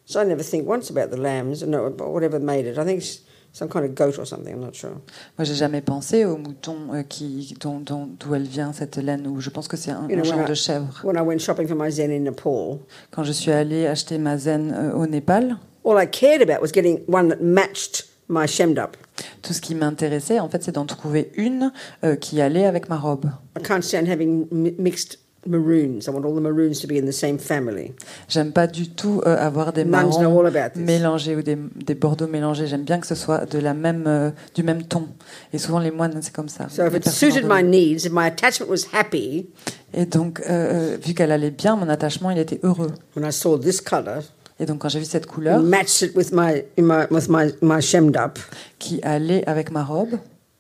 So I never think once about the lambs, no, but whatever made it. I think it's some kind of goat or something. I'm not sure.
Moi, j'ai jamais pensé au mouton euh, qui, dont, dont- d'où elle vient cette laine. Ou je pense que c'est un,
You
un
know,
genre
when
de
I,
chèvre.
when I went shopping for my Zen in Nepal,
Quand je suis allée acheter ma zen euh, au Népal,
all I cared about was getting one that matched my shemdup.
tout ce qui m'intéressait, en fait, c'est d'en trouver une euh, qui allait avec ma robe.
I can't stand having mi- mixed maroons. I want all the maroons to be in the same family.
J'aime pas du tout euh, avoir des
Nuns know
marrons
all about this.
mélangés ou des, des bordeaux mélangés. J'aime bien que ce soit de la même, euh, du même ton. Et souvent, les moines, c'est comme ça.
So if
Les
it
personnes
suited my
ordonnées.
needs, if my attachment was happy,
Et donc, euh, euh, vu qu'elle allait bien, mon attachement, il était heureux.
when I saw this colour,
Et donc, quand j'ai vu cette couleur
and matched it with my, in my with my my shemdup,
qui allait avec ma robe,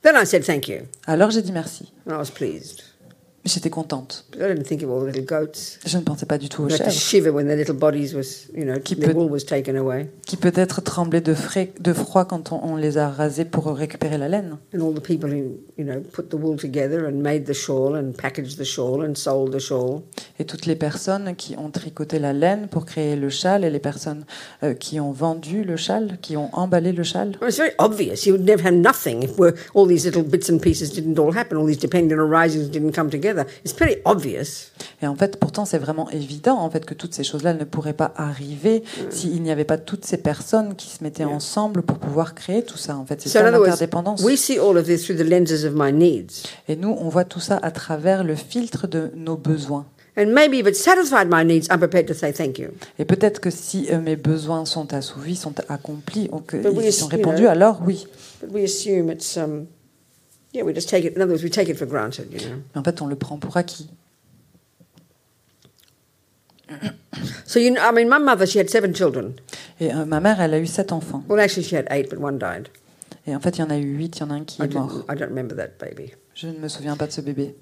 then I said thank you,
alors j'ai dit merci.
and I was pleased.
J'étais contente.
But I didn't think of all the little goats.
Je ne pensais pas du tout aux
They had to
chèvres,
shiver when their little bodies was, you know,
Qui
their
peut-
wool was taken away,
qui peut-être tremblaient de, frais- de froid quand on, on les a rasés pour récupérer la laine.
and all the people who, you know, put the wool together and made the shawl and packaged the shawl and sold the shawl.
Et toutes les personnes qui ont tricoté la laine pour créer le châle et les personnes euh, qui ont vendu le châle, qui ont emballé le châle.
Well, it's very obvious. You would never have nothing if we're, all these little bits and pieces didn't all happen, all these dependent arisings didn't come together. It's pretty obvious.
Et en fait, pourtant, c'est vraiment évident en fait que toutes ces choses-là ne pourraient pas arriver
Euh.
s'il n'y avait pas toutes ces personnes qui se mettaient ensemble pour pouvoir créer tout ça. En fait, c'est
So, in
ça
other words,
l'interdépendance.
we see all of this through the lenses of my needs.
Et nous, on voit tout ça à travers le filtre de nos besoins.
And maybe if it satisfied my needs, I'm prepared to say thank you.
Et peut-être que si euh, mes besoins sont assouvis, sont accomplis, ou
But we
qu'ils sont
assume-
répondus, alors oui.
But we assume it's, um, yeah, we just take it, in other words, we take it for granted, you know.
Mais en fait, on le prend pour acquis.
So, you know, I mean, my mother, she had seven children.
Et euh, ma mère, elle a eu sept enfants.
Well, actually, she had eight, but one died.
Et en fait, il y en a eu huit, il y en a un qui
I,
est mort.
didn't, I don't remember that baby.
Je ne me souviens pas de ce bébé.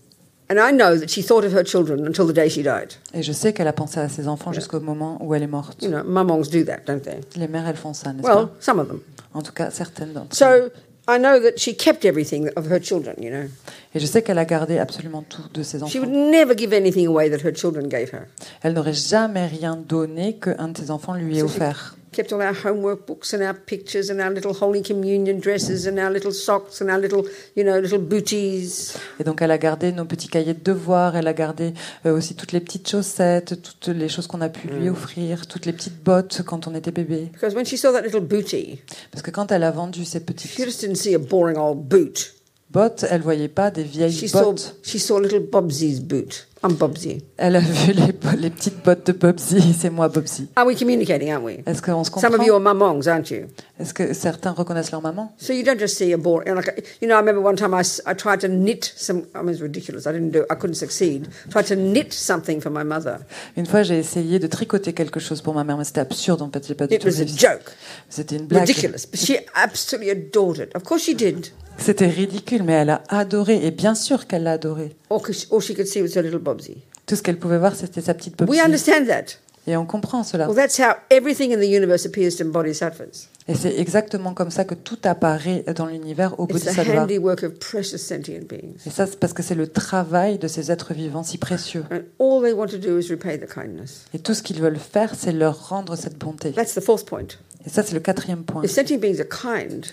And I know that she thought of her children until the day she died.
Et je sais qu'elle a pensé à ses enfants jusqu'au moment où elle est morte.
You know, mamongs do that, don't they?
Les mères, elles font ça, n'est-ce
Well, some of them.
pas En tout cas, certaines d'entre elles.
So I know that she kept everything of her children, you know.
Et je sais qu'elle a gardé absolument tout de ses
She
enfants.
would never give anything away that her children gave her.
Elle n'aurait jamais rien donné qu'un de ses enfants lui ait
So she
offert.
kept all our homework books and our pictures and our little Holy Communion dresses and our little socks and our little, you know, little booties.
Et donc, elle a gardé nos petits cahiers de devoirs, elle a gardé euh, aussi toutes les petites chaussettes, toutes les choses qu'on a pu lui
Mm.
offrir, toutes les petites bottes quand on était bébé.
Because when she saw that little booty,
Parce que quand elle a vendu ses
she
petites
just didn't see a boring old boot.
bottes, elle voyait pas des
She
vieilles
saw,
bottes.
she saw little Bobsy's boot. I'm Bobsy.
Elle a vu les, bo- les petites bottes de Bobsy, c'est moi Bobsy.
Are we Ah, communicating, aren't we?
Est-ce qu'on se
Some of you
comprend
are mamongs, aren't you?
Est-ce que certains reconnaissent leur maman
So you don't just see a board. You know, like, you know, I remember one time I, s- I tried to knit some. I mean, it's ridiculous. I didn't do. I couldn't succeed. Tried to knit something for my mother.
Une fois, j'ai essayé de tricoter quelque chose pour ma mère, mais c'était absurde en fait, j'ai pas du
It
tout
was a
réussi.
joke,
C'était une blague.
ridiculous. But she absolutely adored it. Of course she did.
C'était ridicule, mais elle a adoré, et bien sûr qu'elle l'a adoré.
All, 'cause she, all she could see was her little Bobsy.
Tout ce qu'elle pouvait voir, c'était sa petite
We
Bobsy.
understand that.
Et on comprend cela.
Well, that's how everything in the universe appears to bodhisattvas.
Et c'est exactement comme ça que tout apparaît dans l'univers au
It's the
Bodhisattva.
handiwork of precious sentient beings,
Et ça, c'est parce que c'est le travail de ces êtres vivants si précieux.
and all they want to do is repay the kindness.
Et tout ce qu'ils veulent faire, c'est leur rendre cette bonté.
That's the fourth point.
Et ça, c'est le quatrième point.
If sentient beings are kind,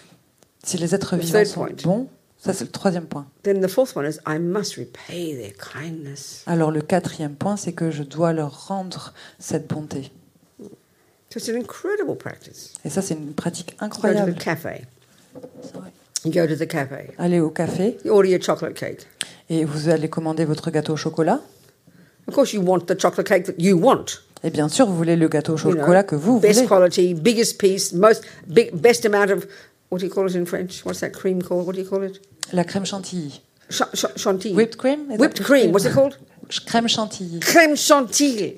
Si les êtres
The
vivants
third
sont
point.
bons, ça c'est le troisième point.
then the fourth one is I must repay their kindness.
Alors le quatrième point, c'est que je dois leur rendre cette bonté.
So it's an incredible practice.
Et ça, c'est une pratique
Go to the
incroyable.
cafe. You go to the cafe.
Allez au café
You order your chocolate cake.
et vous allez commander votre gâteau au chocolat.
Of course, you want the chocolate cake that you want.
Et bien sûr, vous voulez le gâteau au
You know,
chocolat que vous
best
voulez.
quality, biggest piece, most big, best amount of what do you call it in French? What's that cream called? What do you call it?
La crème chantilly.
Ch- ch- chantilly.
Whipped cream is that
Whipped
whipped
cream.
cream?
What's it called?
crème chantilly.
Crème chantilly.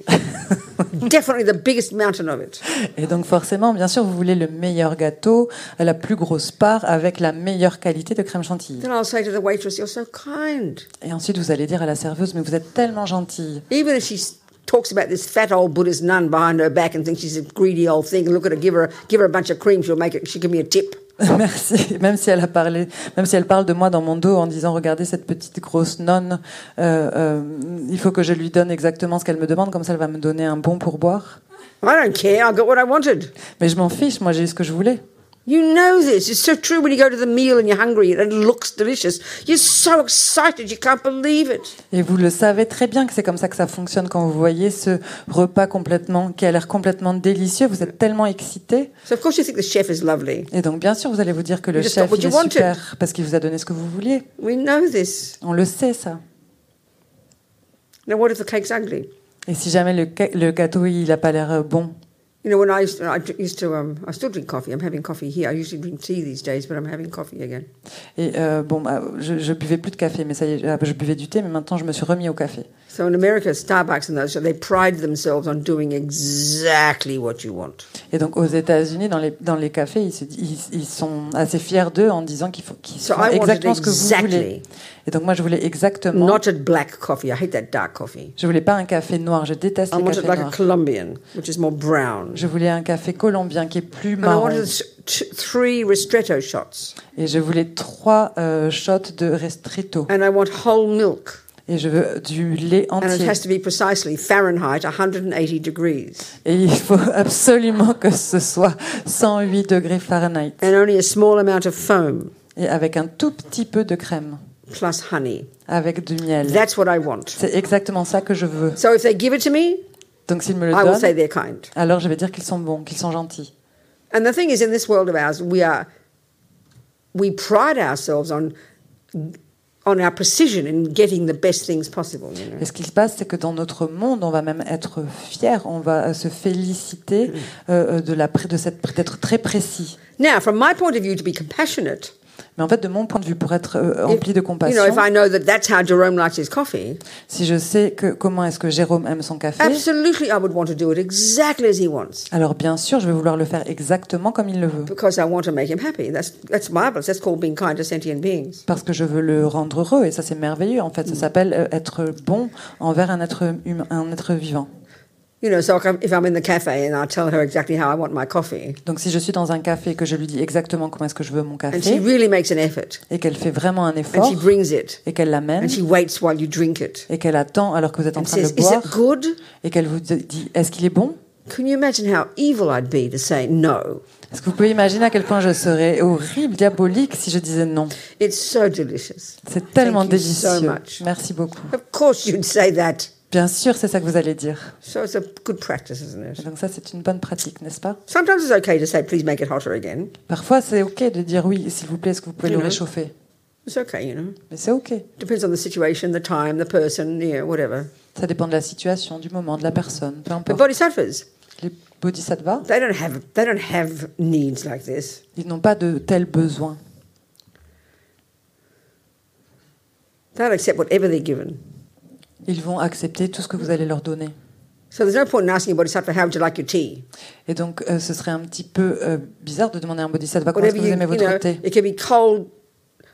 Definitely the biggest mountain of it.
Et donc forcément, bien sûr, vous voulez le meilleur gâteau, à la plus grosse part, avec la meilleure qualité de crème chantilly.
Then I'll say to the waitress, You're so kind.
Et ensuite, vous allez dire à la serveuse, mais vous êtes tellement gentille.
Even if she s- talks about this fat old Buddhist nun behind her back and thinks she's a greedy old thing, look at her, give her, give her a bunch of cream, she'll make it, she'll give me a tip.
Merci. Même si elle a parlé, même si elle parle de moi dans mon dos en disant, regardez cette petite grosse nonne, euh, euh, il faut que je lui donne exactement ce qu'elle me demande, comme ça elle va me donner un bon pourboire.
I don't care, I got what I wanted.
Mais je m'en fiche, moi j'ai eu ce que je voulais.
You know this. It's so true when you go to the meal and you're hungry and it looks delicious. You're so excited, you can't believe it.
Et vous le savez très bien que c'est comme ça que ça fonctionne quand vous voyez ce repas complètement, qui a l'air complètement délicieux. Vous êtes tellement excité.
So, of course, you think the chef is lovely.
Et donc, bien sûr, vous allez vous dire que le
You just got
chef
what
il
you
est
wanted.
super parce qu'il vous a donné ce que vous vouliez.
We know this.
On le sait, ça.
Now, what if the cake's ugly?
Et si jamais le, ca- le gâteau, il a pas l'air euh, bon
You know, when I used to, I dr- used to um, I still drink coffee. I'm having coffee here. I usually drink tea these days, but I'm having coffee again.
Et euh, bon, bah, je, je buvais plus de café, mais ça y est, euh, je buvais du thé, mais maintenant je me suis remis au café.
So in America, Starbucks and those, so they pride themselves on doing exactly what you want.
Et donc aux États-Unis, dans les, dans les cafés, ils, se disent- ils- ils sont assez fiers d'eux en disant qu'ils font, qu'ils
So
font
I wanted
exactement ce que vous
exactly.
voulez. Et donc moi, je voulais exactement.
Not a black coffee. I hate that dark coffee.
Je voulais pas un café noir, je déteste
I
le
wanted
café
like
noir.
a Colombian, which is more brown.
Je voulais un café colombien qui est plus
And I
marron.
wanted s- t- three ristretto shots.
Et je voulais trois euh, shots de restrito.
And I want whole milk.
Et je veux du lait
And it
entier.
has to be precisely Fahrenheit 180 degrees.
Et il faut absolument que ce soit 108 degrés Fahrenheit.
And only a small amount of foam
Et avec un tout petit peu de crème.
plus honey.
Avec du miel.
That's what I want.
C'est exactement ça que je veux.
So if they give it to me,
Donc s'ils me le
I will say
donnent,
they're kind.
alors je vais dire qu'ils sont bons, qu'ils sont gentils.
And the thing is, in this world of ours, we are we pride ourselves on on our precision in getting the best things possible. You know,
Et ce qui se passe, c'est que dans notre monde, on va même être fier, on va se
Mm.
féliciter euh, euh, de la pré- de cette pré- d'être très précis.
now from my point of view, to be compassionate.
Mais en fait, de mon point de vue, pour être euh, rempli de
You
compassion,
know, if I know that that's how Jerome likes his coffee,
si je sais que comment est-ce que Jérôme aime son café,
absolutely I would want to do it exactly as he wants
alors bien sûr, je vais vouloir le faire exactement comme il le veut,
because I want to make him happy. That's that's marvelous. That's called being kind to sentient beings.
parce que je veux le rendre heureux. Et ça, c'est merveilleux. En fait,
Mm.
ça s'appelle euh, être bon envers un être humain, un être vivant.
You know, so if I'm- if I'm in the cafe and I tell her exactly how I want my coffee,
Donc, si je suis dans un café et que je lui dis exactement comment est-ce que je veux mon
and she
café,
really makes an effort
et qu'elle fait vraiment un
and
effort,
she brings it
et qu'elle l'amène,
and she waits while you drink it
et qu'elle attend alors que vous êtes en
and
train de
says,
le
"Is
boire,
it good?"
et qu'elle vous dit est-ce qu'il est bon
Can you imagine how evil I'd be to say no?
Est-ce que vous pouvez imaginer à quel point je serais horrible, diabolique si je disais non
It's so delicious.
C'est tellement
Thank you so
délicieux.
much.
Merci beaucoup.
Of course, you'd say that.
Bien sûr, c'est ça que vous allez dire.
So it's a good practice, isn't
Et
it?
donc ça, c'est une bonne pratique, n'est-ce pas
Sometimes it's okay to say, please make it hotter again.
Parfois, c'est OK de dire oui, s'il vous plaît, est-ce que vous pouvez le
Mhm.
réchauffer
It's okay, you know.
Mais c'est OK.
Depends on the situation, the time, the person, you know, whatever.
Ça dépend de la situation, du moment, de la personne, peu
But
importe.
bodhisattvas,
Les bodhisattvas,
they don't have they don't have needs like this.
ils n'ont pas de tels besoins.
They'll accept whatever they're given.
Ils vont accepter tout ce que vous allez leur donner.
So there's no point in asking a bodhisattva, how would you like your tea?
Et donc, euh, ce serait un petit peu euh, bizarre de demander à un bodhisattva comment est-ce
Whatever
que vous
you,
aimez
you
votre
know,
thé.
it can be cold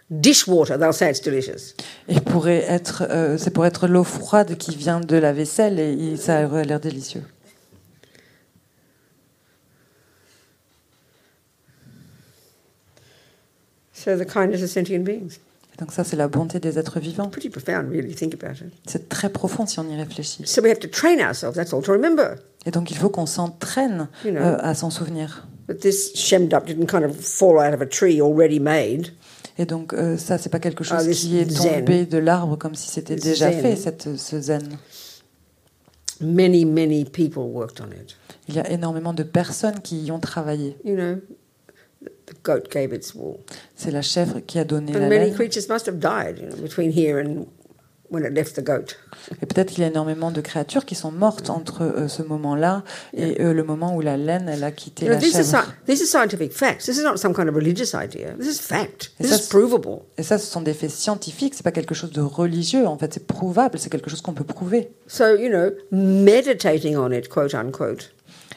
dishwater. They'll say it's delicious.
Il pourrait être, euh, c'est pour être l'eau froide qui vient de la vaisselle et il- ça aurait l'air délicieux.
So the kindness of sentient beings.
Et donc ça, c'est la bonté des êtres vivants.
Pretty profound, really, think about it.
C'est très profond si on y réfléchit.
So we have to train ourselves, that's all, to remember
Et donc il faut qu'on s'entraîne
You know.
euh, à s'en souvenir.
that this Shemdup didn't kind of fall out of a tree already made.
Et donc euh, ça, c'est pas quelque
Ah,
chose
this
qui est
zen.
tombé de l'arbre comme si c'était
This
déjà
zen.
fait, cette, ce zen.
Many, many people worked on it.
Il y a énormément de personnes qui y ont travaillé.
You know, the goat gave its wool.
C'est la chèvre qui a donné la
And many
laine.
creatures must have died you know, between here and when it left the goat.
Et peut-être qu'il y a énormément de créatures qui sont mortes entre euh, ce moment-là et euh, le moment où la laine elle a quitté
You know,
la
these are,
chèvre.
sci- these are scientific facts. This is not some kind of religious idea. This is fact.
Et
This
ça,
is
c'est-
provable.
Et ça, ce sont des faits scientifiques. C'est pas quelque chose de religieux. En fait, c'est prouvable. C'est quelque chose qu'on peut prouver.
So, you know, meditating on it, quote unquote,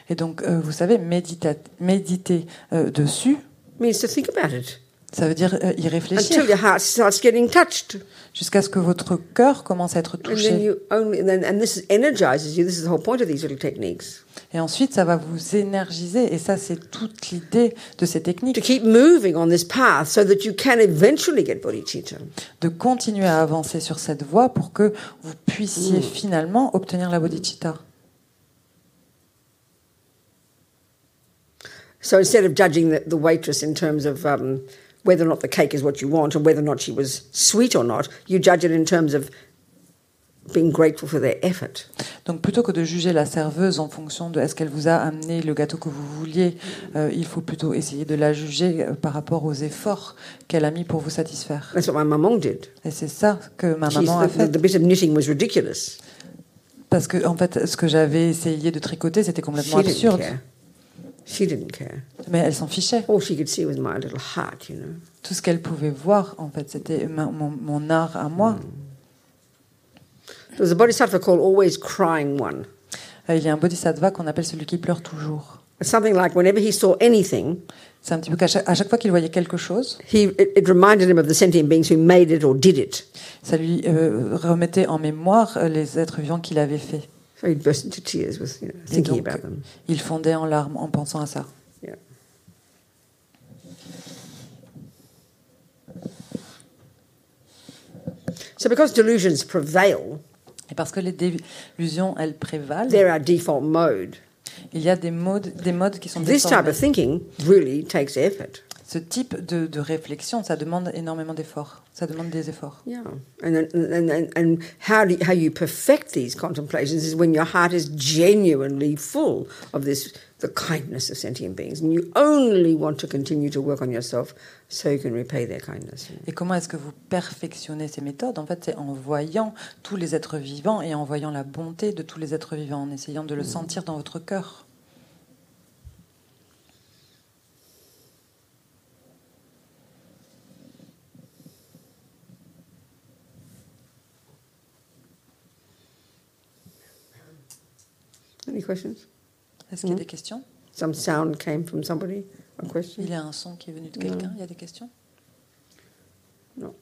Et donc, euh, vous savez, médita- méditer euh, dessus,
means to think about it
ça veut dire euh, y réfléchir
until your heart starts getting touched.
jusqu'à ce que votre cœur commence à être
And then
touché.
you only, and, then, and this energizes you. This is the whole point of these little techniques
Et ensuite, ça va vous énergiser. Et ça, c'est toute l'idée de ces
to
techniques,
keep moving on this path so that you can eventually get bodhicitta.
de continuer à avancer sur cette voie pour que vous puissiez
Mm.
finalement obtenir la bodhicitta.
So instead of judging the, the waitress in terms of um, whether or not the cake is what you want and whether or not she was sweet or not, you judge it in terms of being grateful for their effort.
Donc plutôt que de juger la serveuse en fonction de est-ce qu'elle vous a amené le gâteau que vous vouliez, euh, il faut plutôt essayer de la juger euh, par rapport aux efforts qu'elle a mis pour vous satisfaire.
That's what my maman did.
Et c'est ça que ma
She's-
maman a
the, the,
fait.
the bit of knitting was ridiculous.
Parce que en fait, ce que j'avais essayé de tricoter, c'était
She
complètement
didn't
absurde.
care. She didn't care.
Mais elle s'en fichait.
All she could see was my little heart, you know.
Tout ce qu'elle pouvait voir, en fait, c'était ma- mon, mon art à moi.
Mm. There was a bodhisattva called Always Crying One.
Euh, Il y a un bodhisattva qu'on appelle celui qui pleure toujours.
It's something like whenever he saw anything,
C'est un petit peu qu'à chaque, à chaque fois qu'il voyait quelque chose,
he, it, it reminded him of the sentient beings who made it or did it.
ça lui euh, remettait en mémoire euh, les êtres vivants qu'il avait faits.
So he'd burst into tears with you know,
Et
thinking
donc,
about them.
il fondait en larmes en pensant à ça.
Yeah. So, because delusions prevail,
Et parce que les délusions, elles prévalent,
they're our default mode.
il y a des modes, des modes qui sont
This type
déformés.
of thinking really takes effort.
Ce type de, de réflexion, ça demande énormément d'efforts. Ça demande des efforts.
Yeah. And, then- and, and, and how, do, how you perfect these contemplations is when your heart is genuinely full of this, the kindness of sentient beings. And you only want to continue to work on yourself so you can repay their kindness.
Et comment est-ce que vous perfectionnez ces méthodes En fait, c'est en voyant tous les êtres vivants et en voyant la bonté de tous les êtres vivants, en essayant
Mm.
de le sentir dans votre cœur.
Any questions?
Est-ce qu'il y a des questions
Some sound came from somebody? A question?
Il y a un son qui est venu de
Non.
quelqu'un Il y a des questions
No.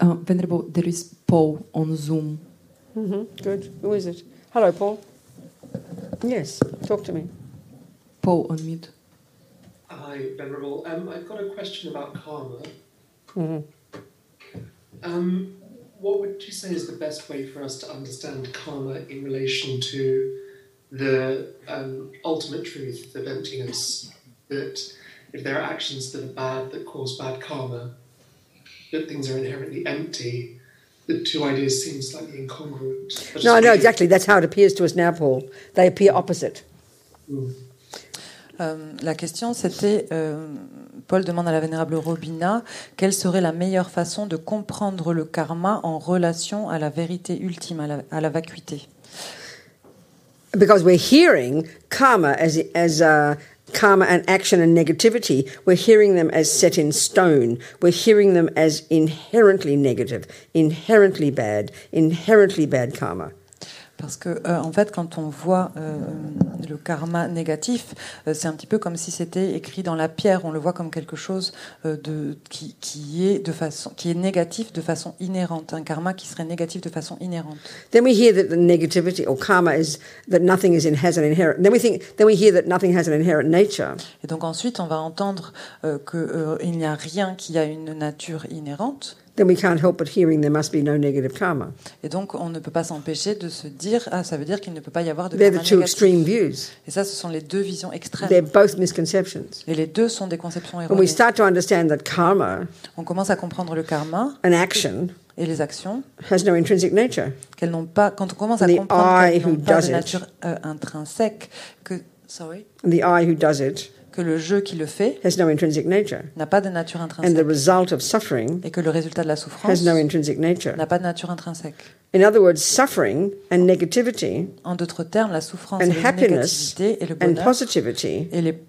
Uh, Venerable, there is Paul on Zoom.
Mm-hmm. Good. Who is it? Hello, Paul. Yes, talk to me.
Paul on mute.
Hi, Venerable. Um, I've got a question about karma.
Mhm.
Um, what would you say is the best way for us to understand karma in relation to the um, ultimate truth of emptiness? That if there are actions that are bad that cause bad karma, that things are inherently empty, the two ideas seem slightly incongruent. I
No,
just
no,
wondered-
exactly. That's how it appears to us now, Paul. They appear opposite.
Euh, la question, c'était, euh, Paul demande à la vénérable Robina, quelle serait la meilleure façon de comprendre le karma en relation à la vérité ultime, à la, à la vacuité
Because we're hearing karma as, as uh, karma and action and negativity, we're hearing them as set in stone. We're hearing them as inherently negative, inherently bad, inherently bad karma.
parce que, euh, en fait, quand on voit euh, le karma négatif, euh, c'est un petit peu comme si c'était écrit dans la pierre. On le voit comme quelque chose euh, de, qui, qui est de façon, qui est négatif de façon inhérente. Un karma qui serait négatif de façon inhérente.
Then we hear that the negativity or karma is that nothing is in, has an inherent. Then we think. Then we hear that nothing has an inherent nature.
Et donc ensuite, on va entendre euh, qu'il n'y a rien qui a une nature inhérente.
Then we can't help but hearing there must be no negative karma.
Et donc, on ne peut pas s'empêcher de se dire ah, ça veut dire qu'il ne peut pas y avoir de
They're
karma
the two
négatif.
extreme views.
Et ça, ce sont les deux visions extrêmes.
They're both misconceptions.
Et les deux sont des conceptions
When we
erronées.
start to understand that karma,
On commence à comprendre le karma
an action,
et les actions
has no intrinsic nature.
qu'elles n'ont pas. Quand on commence à
The
comprendre
I
qu'elles
who
n'ont pas de
does it.
nature euh, intrinsèque, que sorry,
And the I who does it
que le jeu qui le fait
has no intrinsic nature,
n'a pas de nature
and
intrinsèque
the result of suffering
et que le résultat de la souffrance
has no intrinsic nature.
n'a pas de nature intrinsèque.
In other words, suffering and negativity
En d'autres termes, la souffrance
And
et la
happiness
négativité et le
and
bonheur
positivity
et les,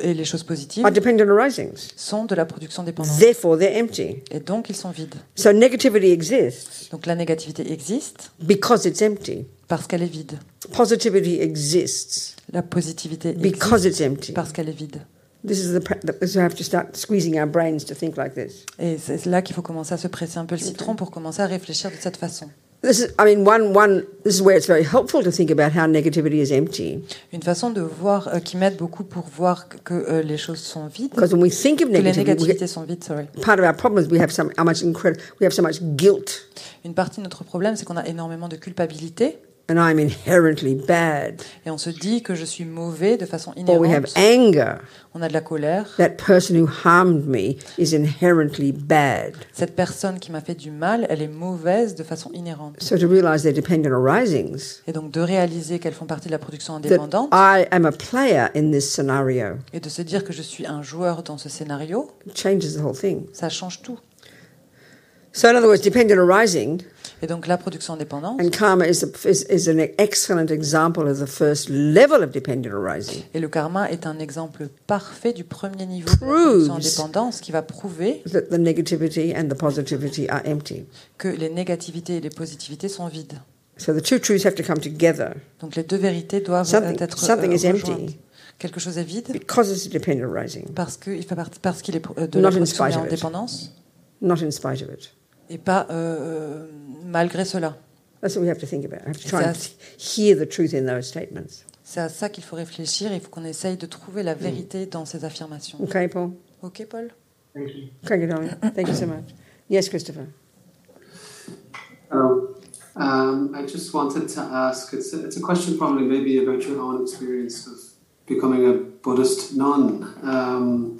et les choses positives
are dependent arisings.
sont de la production dépendante.
Therefore, they're empty.
Et donc, ils sont vides.
So negativity exists
Donc, la négativité existe
because it's empty.
parce qu'elle est vide.
Positivity exists
La positivité existe
because it's empty.
parce qu'elle est vide.
This is the. pra- This is why we have to start squeezing our brains to think like this.
Et c'est là qu'il faut commencer à se presser un peu le citron pour commencer à réfléchir de cette façon.
This is. I mean, one. One. This is where it's very helpful to think about how negativity is empty.
Une façon de voir euh, qui m'aide beaucoup pour voir que, que, euh, les choses sont vides,
Because when we think of
que les
negativity, we get-
négativités sont vides. Sorry.
part of our problem is we have some. How much incredible. We have so much guilt,
Une partie de notre problème, c'est qu'on a énormément de culpabilité
and I'm inherently bad.
et on se dit que je suis mauvais de façon
Or we have
inhérente.
anger.
On a de la colère.
That person who harmed me is inherently bad.
Cette personne qui m'a fait du mal, elle est mauvaise de façon inhérente.
So to realize they're dependent arisings.
Et donc de réaliser qu'elles font partie de la production
That
indépendante
I am a player in this scenario
et de se dire que je suis un joueur dans ce scénario,
changes the whole thing.
ça change tout.
So, in other words, dependent arising
Et donc la production indépendante
and karma is, a, is, is an excellent example of the first level of dependent arising.
et le karma est un exemple parfait du premier niveau de la
Proves.
production indépendance qui va prouver
That the negativity and the positivity are empty.
que les négativités et les positivités sont vides.
So the two truths have to come together
Donc les deux vérités doivent
Something-
euh, être euh,
something is empty.
rejointes. Quelque chose est vide
because it's a dependent arising,
parce qu'il fait partie parce qu'il est pro- euh, de la
Not in
production
spite of it.
indépendance
not in spite of it.
et pas euh, malgré cela.
That's what we have to think about. We have to try
Exact.
and hear the truth in those statements.
C'est à ça qu'il faut réfléchir. Il faut qu'on essaye de trouver la vérité dans ces affirmations.
Mm. Okay, Paul?
Ok, Paul
Thank you.
Craig and Ollie, Thank you so much. Yes, Christopher.
Oh, um, I just wanted to ask it's a, it's a question, probably maybe about your own experience of becoming a Buddhist nun. Um,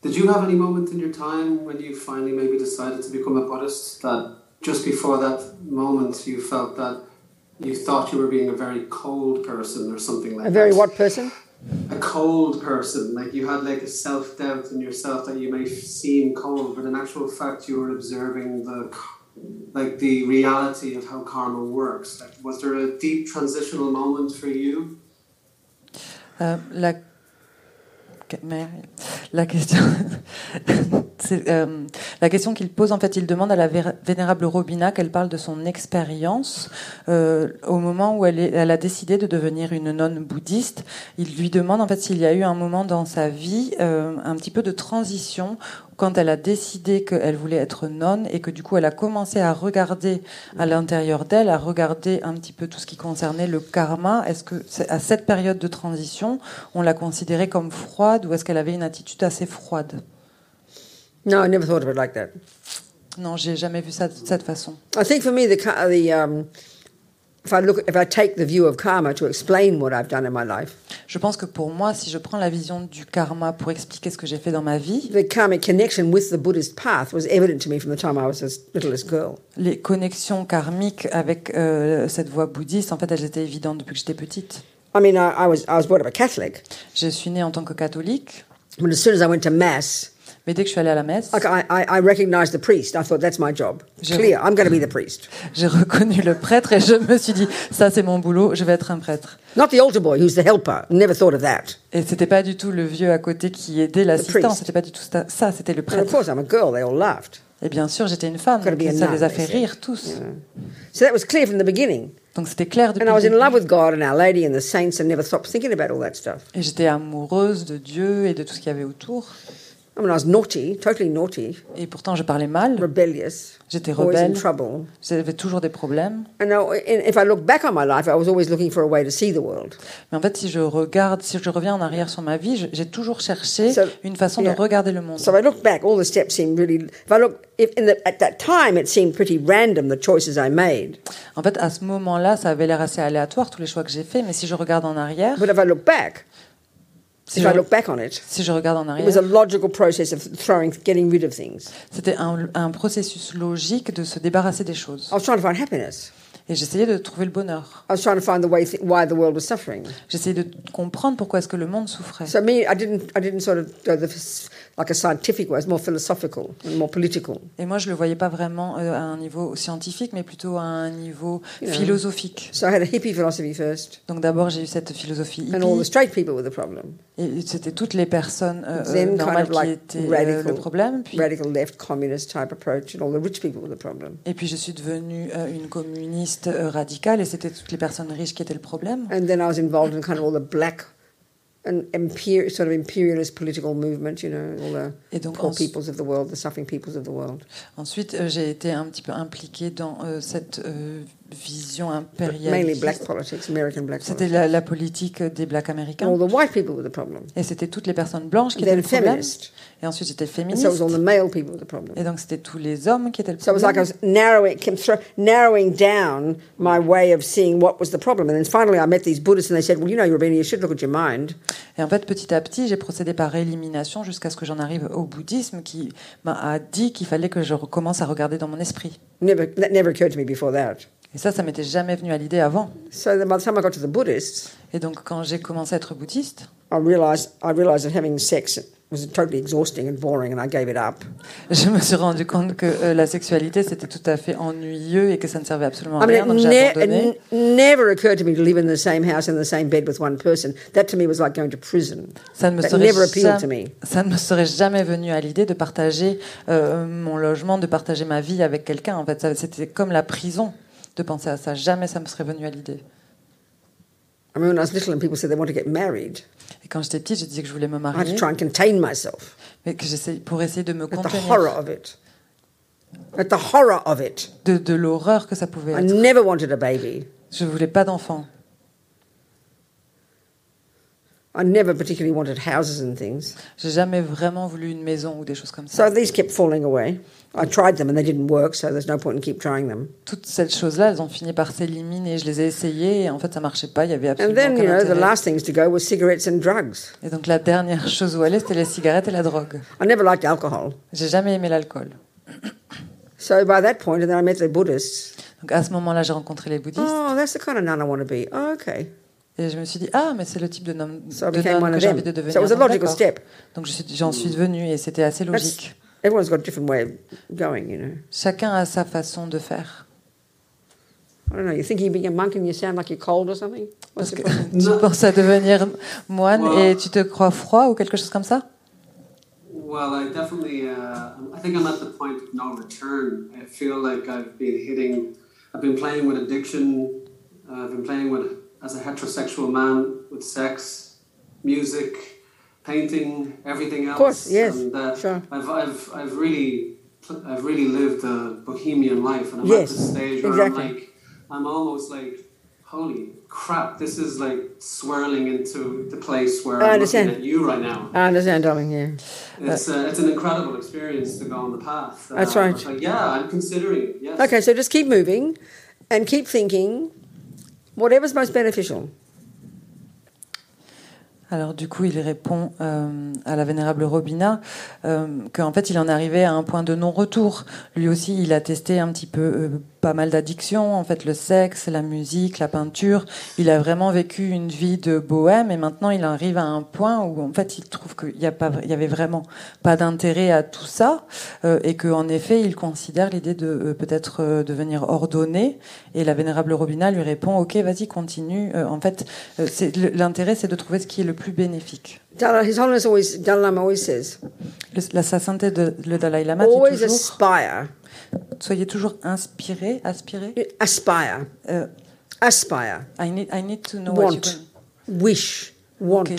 did you have any moment in your time when you finally maybe decided to become a Buddhist that just before that moment you felt that you thought you were being a very cold person or something like
A very
that?
what person?
a cold person. Like you had like a self doubt in yourself that you may f- seem cold, but in actual fact, you were observing the k- like the reality of how karma works. Like, was there a deep transitional moment for you?
Euh, la... que- mais- la question, c'est, euh, la question qu'il pose, en fait, il demande à la vé- vénérable Robina qu'elle parle de son expérience euh, au moment où elle, est- elle a décidé de devenir une nonne bouddhiste. Il lui demande, en fait, s'il y a eu un moment dans sa vie, euh, un petit peu de transition quand elle a décidé qu'elle voulait être nonne et que du coup elle a commencé à regarder à l'intérieur d'elle, à regarder un petit peu tout ce qui concernait le karma. Est-ce que c'est- à cette période de transition, on l'a considérée comme froide ou est-ce qu'elle avait une attitude assez froide
No, I never thought of it like that.
Non, j'ai jamais vu ça de cette façon.
I think for me, the ka- the um, if I look, if I take the view of karma to explain what I've done in my life,
Je pense que pour moi, si je prends la vision du karma pour expliquer ce que j'ai fait dans ma vie,
the karmic connection with the Buddhist path was evident to me from the time I was as little as girl.
les connexions karmiques avec euh, cette voie bouddhiste, en fait, elles étaient évidentes depuis que j'étais petite.
I mean, I, I was I was brought up a Catholic,
Je suis née en tant que catholique,
but as soon as I went to mass,
mais dès que je suis allée à la messe,
like I, I, I recognized the priest. I thought that's my job.
Je-
Clear, I'm going to be the priest,
J'ai reconnu le prêtre et je me suis dit, ça c'est mon boulot, je vais être un prêtre.
not the altar boy who's the helper. Never thought of that.
Et c'était pas du tout le vieux à côté qui aidait l'assistant,
priest.
c'était pas du tout ça, ça, c'était le
And of
prêtre.
course, I'm a girl. They all laughed.
Et bien sûr, j'étais une femme,
Gotta
donc
be a
ça
nun,
les a fait
they say.
rire tous.
So that was clear from the beginning.
Donc c'était clair depuis
And I
le
was in
début.
love with God and Our Lady and the saints and never stopped thinking about all that stuff.
Et j'étais amoureuse de Dieu et de tout ce qu'il y avait autour.
Oh, I mean, I was naughty, totally naughty,
Et pourtant, je parlais mal,
rebellious,
j'étais
always in
rebelle,
trouble.
j'avais toujours des problèmes.
And now, and if I look back on my life, I was always looking for a way to see the world.
Mais en fait, si je regarde, si je reviens en arrière sur ma vie, je- j'ai toujours cherché
So-
une façon
yeah.
de regarder le monde.
So if I look back, all the steps seem really. If I look, if in the, at that time, it seemed pretty random the choices I made.
En fait, à ce moment-là, ça avait l'air assez aléatoire, tous les choix que j'ai faits, mais si je regarde en arrière,
But if I look back,
si
if
je,
I look back on it,
si je regarde en
it was a
arrière,
logical process of throwing, getting rid of things.
c'était un, un processus logique de se débarrasser des choses.
I was trying to find happiness.
Et j'essayais de trouver le bonheur.
I was trying to find the way th- why the world was suffering.
J'essayais de comprendre pourquoi est-ce que le monde souffrait.
So me, I didn't, I didn't sort of go the, f- like a scientific way. It's more philosophical and more political.
Et moi, je le voyais pas vraiment euh, à un niveau scientifique, mais plutôt à un niveau
Yeah.
philosophique.
So I had a hippie philosophy first,
Donc d'abord, j'ai eu cette philosophie
and all the
hippie,
straight people were the problem.
et c'était toutes les personnes euh,
Then kind
euh,
of
normales qui
like
étaient euh,
radical-
le problème. Puis,
Radical left, communist type approach, and all the rich people were the problem.
et puis, je suis devenue euh, une communiste euh, radicale, et c'était toutes les personnes riches qui étaient le problème.
And then I was involved in kind of all the black and imper- sort of imperialist political movement, you know, all the
Et donc,
poor
ensuite-
peoples of the world, the suffering peoples of the world.
Ensuite, euh, j'ai été un petit peu impliquée dans euh, cette euh, vision
But mainly black
impérialiste.
politics, American black
C'était
politics.
la, la politique des blacks
And all
américains.
the white people were the problem.
Et c'était toutes les personnes blanches qui étaient
Then
le problème.
feminist.
Et ensuite, j'étais
And
féministe.
so it was all the male people were the problem.
Et donc, c'était tous les hommes qui étaient le
So it was like I
problème.
was narrowing, kept thro- narrowing down my way of seeing what was the problem. And then finally I met these Buddhists and they said, well, you know, Rabina, you should look at your mind.
Et en fait, petit à petit, j'ai procédé par élimination jusqu'à ce que j'en arrive au bouddhisme qui m'a dit qu'il fallait que je recommence à regarder dans mon esprit.
Never, that never occurred to me before that.
Et ça, ça m'était jamais venu à l'idée avant.
So then by the time I got to the Buddhists,
Et donc, quand j'ai commencé à être bouddhiste,
I realised I realised that having sex was totally exhausting and boring, and I gave it up.
je me suis rendu compte que euh, la sexualité, c'était tout à fait ennuyeux et que ça ne servait absolument à
I mean,
rien.
it,
Donc,
ne-
j'ai abandonné.
it n- never occurred to me to live in the same house in the same bed with one person. That to me was like going to prison.
Ça ne, me
That
serait
never appealed to
jamais,
me.
ça ne me serait jamais venu à l'idée de partager euh, mon logement, de partager ma vie avec quelqu'un. En fait, Ça- c'était comme la prison de penser à ça. Jamais ça me serait venu à l'idée.
I mean, when I was little and people said they want to get married,
Et quand j'étais petite, je disais que je voulais me
I had
marier,
to try and contain myself
mais que j'essaye pour essayer de me
at the horror
contenir
of it. At the horror of it.
de, de l'horreur que ça pouvait
I
être.
never wanted a baby.
Je voulais pas d'enfant.
I never particularly wanted houses and things.
J'ai jamais vraiment voulu une maison ou des choses comme
So
ça. Mm.
these kept falling away. I tried them and they didn't work, so there's no point in keep trying them.
Toutes ces choses-là, elles ont fini par s'éliminer. Je les ai essayées et en fait, ça marchait pas. Il y avait
And
absolument
then, you
aucun
know, the
intérêt.
last things to go were cigarettes and drugs.
Et donc la dernière chose où aller, c'était les cigarettes et la drogue.
I never liked alcohol.
J'ai jamais aimé l'alcool.
So by that point, and then I met the Buddhists.
Donc à ce moment-là, j'ai rencontré les bouddhistes
Oh, that's the kind of nun I want to be. Oh, okay.
et je me suis dit ah mais c'est le type de nom
So I
de
became
nonne
one
que
of
j'ai
them.
envie de devenir.
So it was a
Donc,
logical
d'accord.
step.
Donc je suis- j'en suis devenue et c'était assez
That's,
logique.
everyone's got a different way of going, you know.
Chacun a sa façon de faire.
I don't know. You think you're being a monk and you sound like you're cold or something?
Parce
What's the
que
problem?
tu penses à devenir moine
Wow.
et tu te crois froid ou quelque chose comme ça
Well, I definitely, uh, I think I'm at the point of no return. I feel like I've been hitting, I've been playing with addiction, uh, I've been playing with, as a heterosexual man, with sex, music, painting, everything else.
course, yes,
And, uh,
sure.
I've, I've, I've really, pl- I've really lived a bohemian life, and I'm
Yes,
at the stage where
exactly.
I'm like, I'm almost like, holy crap, this is like swirling into the place where
I
I'm
understand.
looking at you right now.
I understand, darling, yeah.
It's, uh, it's an incredible experience to go on the path. Uh,
That's right.
it's like, yeah, I'm considering it. Yes.
Okay, so just keep moving and keep thinking whatever's most beneficial.
Alors du coup, il répond euh, à la vénérable Robina euh, qu'en fait, il en arrivait à un point de non-retour. Lui aussi, il a testé un petit peu euh, pas mal d'addictions, en fait, le sexe, la musique, la peinture. Il a vraiment vécu une vie de bohème et maintenant, il arrive à un point où en fait, il trouve qu'il n'y a pas, il y avait vraiment pas d'intérêt à tout ça euh, et que en effet, il considère l'idée de euh, peut-être euh, devenir ordonné. Et la vénérable Robina lui répond "Ok, vas-y, continue. Euh, en fait, euh, c'est- le- l'intérêt, c'est de trouver ce qui est le plus bénéfique.
Dalai, His Holiness always, Dalai Lama always says,
Le- la, sa sainteté de le Dalai Lama dit
always
toujours
aspire,
soyez toujours inspiré, aspiré.
aspire,
Euh,
aspire,
I need, I need to know what you
want,
can-
wish, want.
Ok.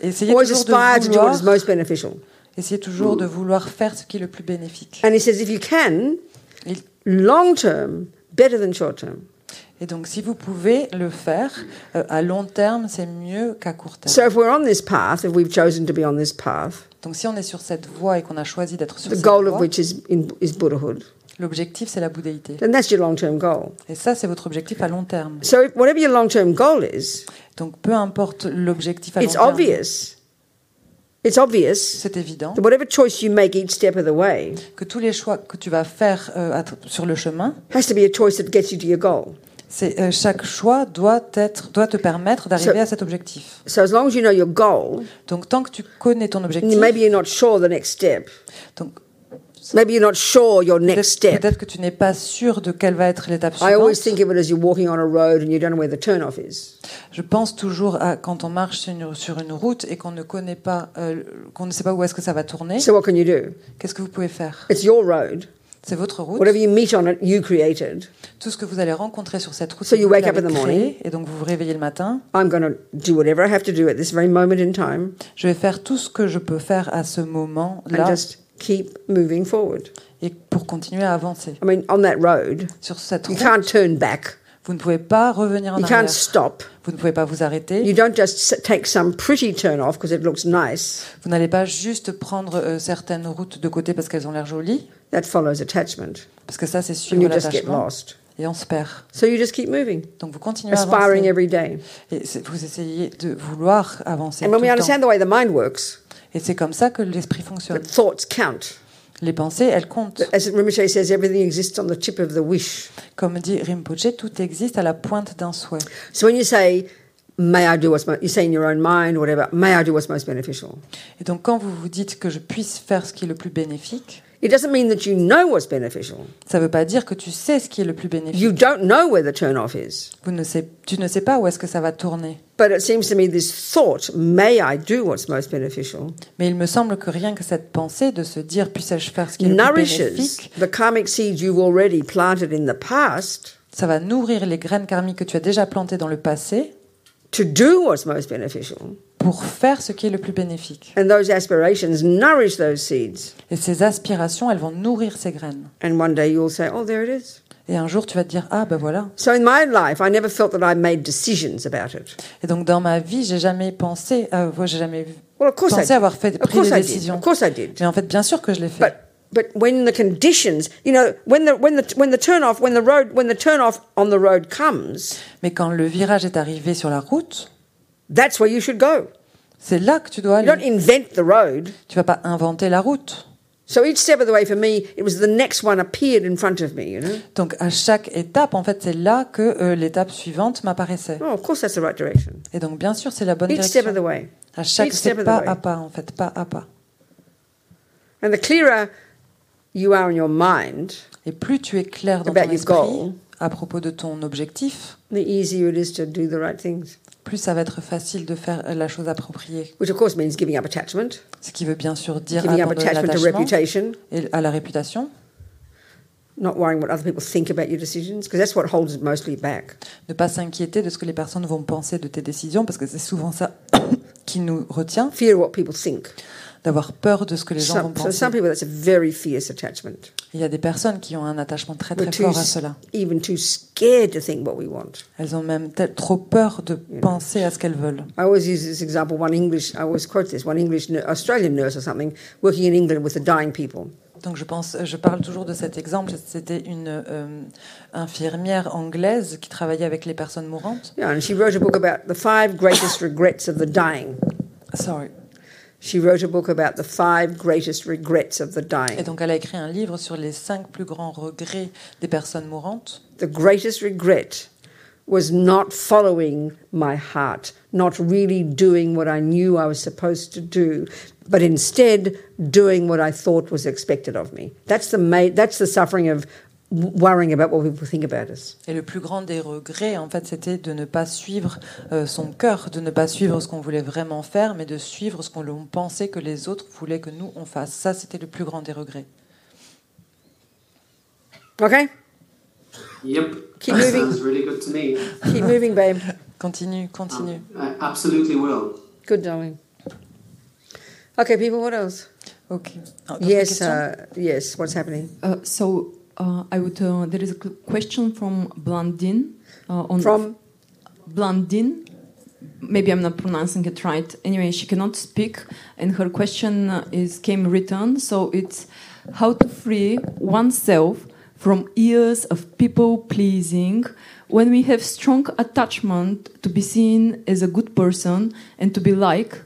Essayez
Always
toujours,
aspire
de
to do what
vouloir,
is most beneficial.
essayez toujours de vouloir faire ce qui est le plus bénéfique.
And he says, if you can,
Il-
long term, better than short term.
Et donc, si vous pouvez le faire euh, à long terme, c'est mieux qu'à court terme.
So if we're on this path, if we've chosen to be on this path,
Donc, si on est sur cette voie et qu'on a choisi d'être sur
the
cette
goal of
voie,
which is in, is Buddhahood,
l'objectif c'est la bouddhéité.
then that's your long term goal.
Et ça, c'est votre objectif à long terme.
So if, whatever your long term goal is,
Donc, peu importe l'objectif à long
it's
terme,
obvious. It's obvious
c'est évident.
that whatever choice you make each step of the way
que tous les choix que tu vas faire euh, à tr- sur le chemin,
has to be a choice that gets you to your goal.
C'est euh, chaque choix doit être doit te permettre d'arriver
So-
à cet objectif.
So as long as you know your goal,
Donc tant que tu connais ton
and
objectif,
maybe you're not sure the next step.
donc
Maybe you're not sure your next
peut-être
step.
peut-être que tu n'es pas sûr de quelle va être l'étape
I always
suivante.
think of it as you're walking on a road and you don't know where the turnoff is.
Je pense toujours à quand on marche sur une, sur une route et qu'on ne connaît pas euh, qu'on ne sait pas où est-ce que ça va tourner.
So what can you do?
Qu'est-ce que vous pouvez faire
It's your road.
C'est votre route.
Whatever you meet on it, you created.
Tout ce que vous allez rencontrer sur cette route, c'est
So you
vous qui
wake up
l'avez
in the
créé,
morning.
et donc vous vous réveillez le matin.
I'm going to do whatever I have to do at this very moment in time
Je vais faire tout ce que je peux faire à ce
and
moment-là
just keep moving forward.
et pour continuer à avancer.
I mean, on that road,
Sur cette
you
route,
can't turn back.
vous ne pouvez pas revenir en
You can't
arrière.
stop.
Vous ne pouvez pas vous
You
arrêter.
don't just s- take some pretty turn off because it looks nice.
Vous n'allez pas juste prendre euh, certaines routes de côté parce qu'elles ont l'air jolies,
That follows attachment.
parce que ça, c'est
And
suivre
you just get
l'attachement
lost.
et on se perd.
So you just keep moving,
Donc vous continuez à avancer
aspiring every day.
et c'est- vous essayez de vouloir avancer
And
tout
when we
le temps.
understand the way the mind works,
Et c'est comme ça que l'esprit fonctionne.
that thoughts count.
Les pensées, elles comptent.
As Rinpoche says, everything exists on the tip of the wish.
Comme dit Rinpoche, tout existe à la pointe d'un souhait.
So when you say, may I do what's most, you say in your own mind, whatever, may I do what's most beneficial.
Et donc quand vous vous dites que je puisse faire ce qui est le plus bénéfique,
It doesn't mean that you know what's beneficial.
ça ne veut pas dire que tu sais ce qui est le plus bénéfique.
You don't know where the turn off is.
Vous ne sais, tu ne sais pas où est-ce que ça va tourner.
But it seems to me this thought, may I do what's most beneficial,
Mais il me semble que rien que cette pensée de se dire puissais-je faire ce qui est le plus
nourishes
bénéfique,
the karmic seeds you've already planted in the past
ça va nourrir les graines karmiques que tu as déjà plantées dans le passé
to do what's most beneficial.
pour faire ce qui est le plus bénéfique.
And those aspirations nourish those seeds.
Et ces aspirations, elles vont nourrir ces graines.
And one day you'll say, oh, there it is.
Et un jour, tu vas te dire ah ben voilà.
So in my life, I never felt that I made decisions about it.
Et donc dans ma vie, j'ai jamais pensé, euh, ouais, j'ai jamais
Well, of course I
pensé
did.
avoir fait
Of
pris
course
des
I did.
décisions.
Of course I did.
Mais en fait, bien sûr que je l'ai fait.
But but when the conditions, you know, when the when the when the turn off, when the road, when the turn off on the road comes,
Mais quand le virage est arrivé sur la route,
that's where you should go.
c'est là que tu dois
You don't
aller.
invent the road.
Tu vas pas inventer la route.
So each step of the way for me, it was the next one appeared in front of me. You know,
Donc à chaque étape, en fait, c'est là que euh, l'étape suivante m'apparaissait.
oh, of course that's the right direction.
Et donc bien sûr, c'est la bonne
Each step of the
direction.
way,
À chaque
each step
c'est
of the
pas
way.
à pas, en fait, pas à pas.
and the clearer you are in your mind,
Et plus tu es clair dans
About
ton
your
esprit
goal.
à propos de ton objectif,
the easier it is to do the right things.
plus ça va être facile de faire euh, la chose appropriée.
Which of course means giving up attachment,
Ce qui veut bien sûr dire
giving up
abandonner
attachment to
l'attachement
reputation,
et à la réputation,
not worrying what other people think about your decisions, because that's what holds mostly back.
ne pas s'inquiéter de ce que les personnes vont penser de tes décisions, parce que c'est souvent ça qui nous retient,
Fear of what people think.
d'avoir peur de ce que les gens vont
Some, so
penser.
some people, that's a very fierce attachment.
Il y a des personnes qui ont un attachement très
We're
très
too
fort à
s-
cela.
even too scared to think what we want.
Elles ont même tel- trop peur de penser à ce qu'elles veulent.
I always use this example. One English, I always quote this. One English nu- Australian nurse or something working in England with the dying people.
Donc je pense, je parle toujours de cet exemple. C'était une euh, infirmière anglaise qui travaillait avec les personnes mourantes.
Yeah, and she wrote a book about the five greatest regrets of the dying.
Sorry.
She wrote a book about the five greatest regrets of the
Et
dying.
donc elle a écrit un livre sur les cinq plus grands regrets des personnes mourantes.
The greatest regret was not following my heart, not really doing what I knew I was supposed to do, but instead doing what I thought was expected of me. That's the ma- that's the suffering of w- worrying about what people think about us.
Et le plus grand des regrets, en fait, c'était de ne pas suivre euh, son cœur, de ne pas suivre ce qu'on voulait vraiment faire, mais de suivre ce qu'on l'on pensait que les autres voulaient que nous on fasse. Ça, c'était le plus grand des regrets.
Okay,
Yep.
Keep
that
moving.
sounds really good to me. Um,
keep moving, babe.
Continue, continue.
I absolutely will.
Good, darling. Okay, people. What else?
Ok. Ah, d'autres
Yes,
questions
uh, yes. What's happening
Uh, so uh, I would. Uh, there is a q- question from Blandin. Uh, on
from?
Blandin. Maybe I'm not pronouncing it right. Anyway, she cannot speak, and her question uh, is came written. So it's how to free oneself from years of people pleasing when we have strong attachment to be seen as a good person and to be like,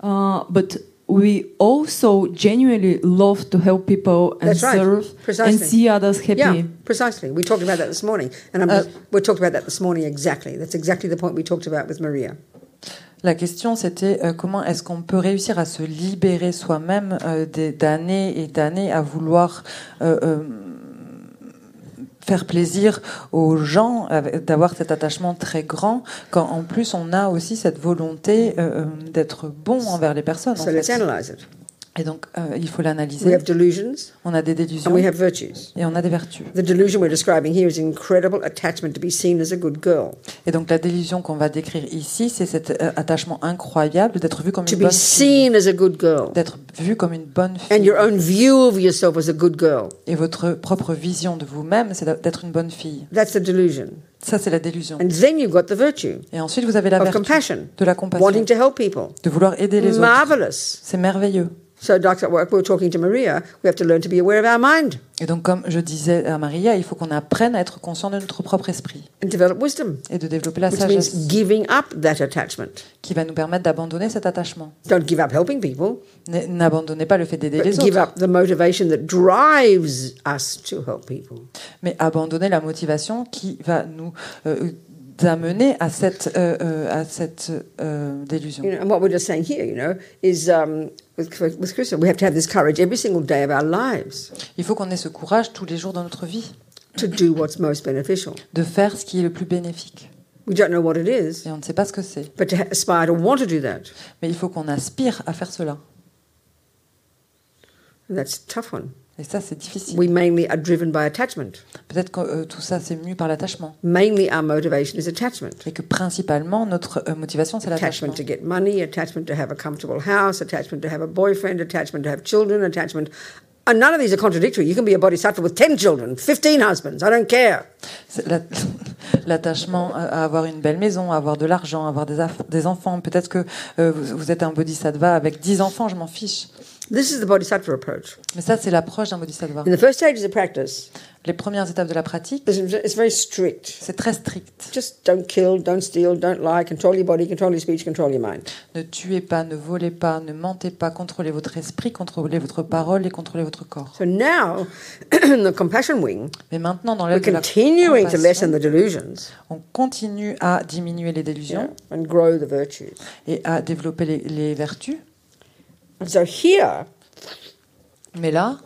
uh, but we also genuinely love to help people and
That's right.
serve
Precisely.
and see others happy.
Yeah, precisely. We talked about that this morning, and
Uh,
I'm just, we talked about that this morning exactly. That's exactly the point we talked about with Maria.
La question, c'était euh, comment est-ce qu'on peut réussir à se libérer soi-même euh, des- d'années et d'années à vouloir euh, euh, faire plaisir aux gens, avec- d'avoir cet attachement très grand, quand en plus on a aussi cette volonté euh, euh, d'être bon envers les personnes. en
So
fait.
let's analyze it.
Et donc, euh, il faut
We
l'analyser.
have delusions
On a des délusions
and we have virtues.
et on a des vertus.
The delusion we're describing here is incredible attachment to be seen as a good girl,
Et donc, la délusion qu'on va décrire ici, c'est cet euh, attachement incroyable d'être vu comme
to
une
be
bonne fille.
seen as a good girl,
D'être vu comme une bonne fille.
and your own view of yourself as a good girl.
Et votre propre vision de vous-même, c'est d'être une bonne fille.
That's a delusion.
Ça, c'est la délusion.
And then you've got the virtue
Et ensuite, vous avez la
of
vertu
compassion,
de la compassion,
wanting to help people.
de vouloir aider les autres.
Marvelous.
C'est merveilleux.
So, Dr. Work, we were talking to Maria. We have to learn to be aware of our mind
Et donc, comme je disais à Maria, il faut qu'on apprenne à être conscient de notre propre esprit
and develop wisdom,
et de développer la
which means
sagesse
giving up that attachment.
qui va nous permettre d'abandonner cet attachement.
Don't give up helping people,
N- N'abandonnez pas le fait d'aider
but
les
give
autres,
up the motivation that drives us to help people.
mais abandonnez la motivation qui va nous euh, amener à cette, euh, euh, à cette euh, délusion.
You know, and what we're just saying here, you know, is um, with, with Christian, we have to have this courage every single day of our lives
Il faut qu'on ait ce courage tous les jours dans notre vie
to do what's most beneficial.
de faire ce qui est le plus bénéfique.
We don't know what it is,
Et on ne sait pas ce que c'est.
but to ha- aspire to want to do that.
Mais il faut qu'on aspire à faire cela.
And that's a tough one.
Et ça, c'est difficile.
We mainly are driven by attachment.
Peut-être que euh, tout ça, c'est mû par l'attachement.
Mainly our motivation is attachment.
Et que principalement, notre euh, motivation, c'est l'attachement.
Attachment to get money, attachment to have a comfortable house, attachment to have a boyfriend, attachment to have children, attachment. And none of these are contradictory. You can be a bodhisattva with 10 children, 15 husbands, I don't care.
C'est la- L'attachement à à avoir une belle maison, à avoir de l'argent, à avoir des, aff- des enfants. Peut-être que euh, vous vous êtes un bodhisattva avec 10 enfants, je m'en fiche.
This is the bodhisattva approach.
Mais ça, c'est l'approche d'un bodhisattva.
In the first stages of practice,
Les premières étapes de la pratique,
it's it's very strict.
c'est très strict.
Just don't kill, don't steal, don't lie, control your body, control your speech, control your mind.
Ne tuez pas, ne volez pas, ne mentez pas, contrôlez votre esprit, contrôlez votre parole et contrôlez votre corps.
So now, in the compassion wing,
Mais maintenant, dans
we're
l'aide de la
continuing to
compassion,
lessen the delusions
On continue à diminuer les délusions
and grow the virtues.
et à développer les, les vertus.
And so here,
Mais là,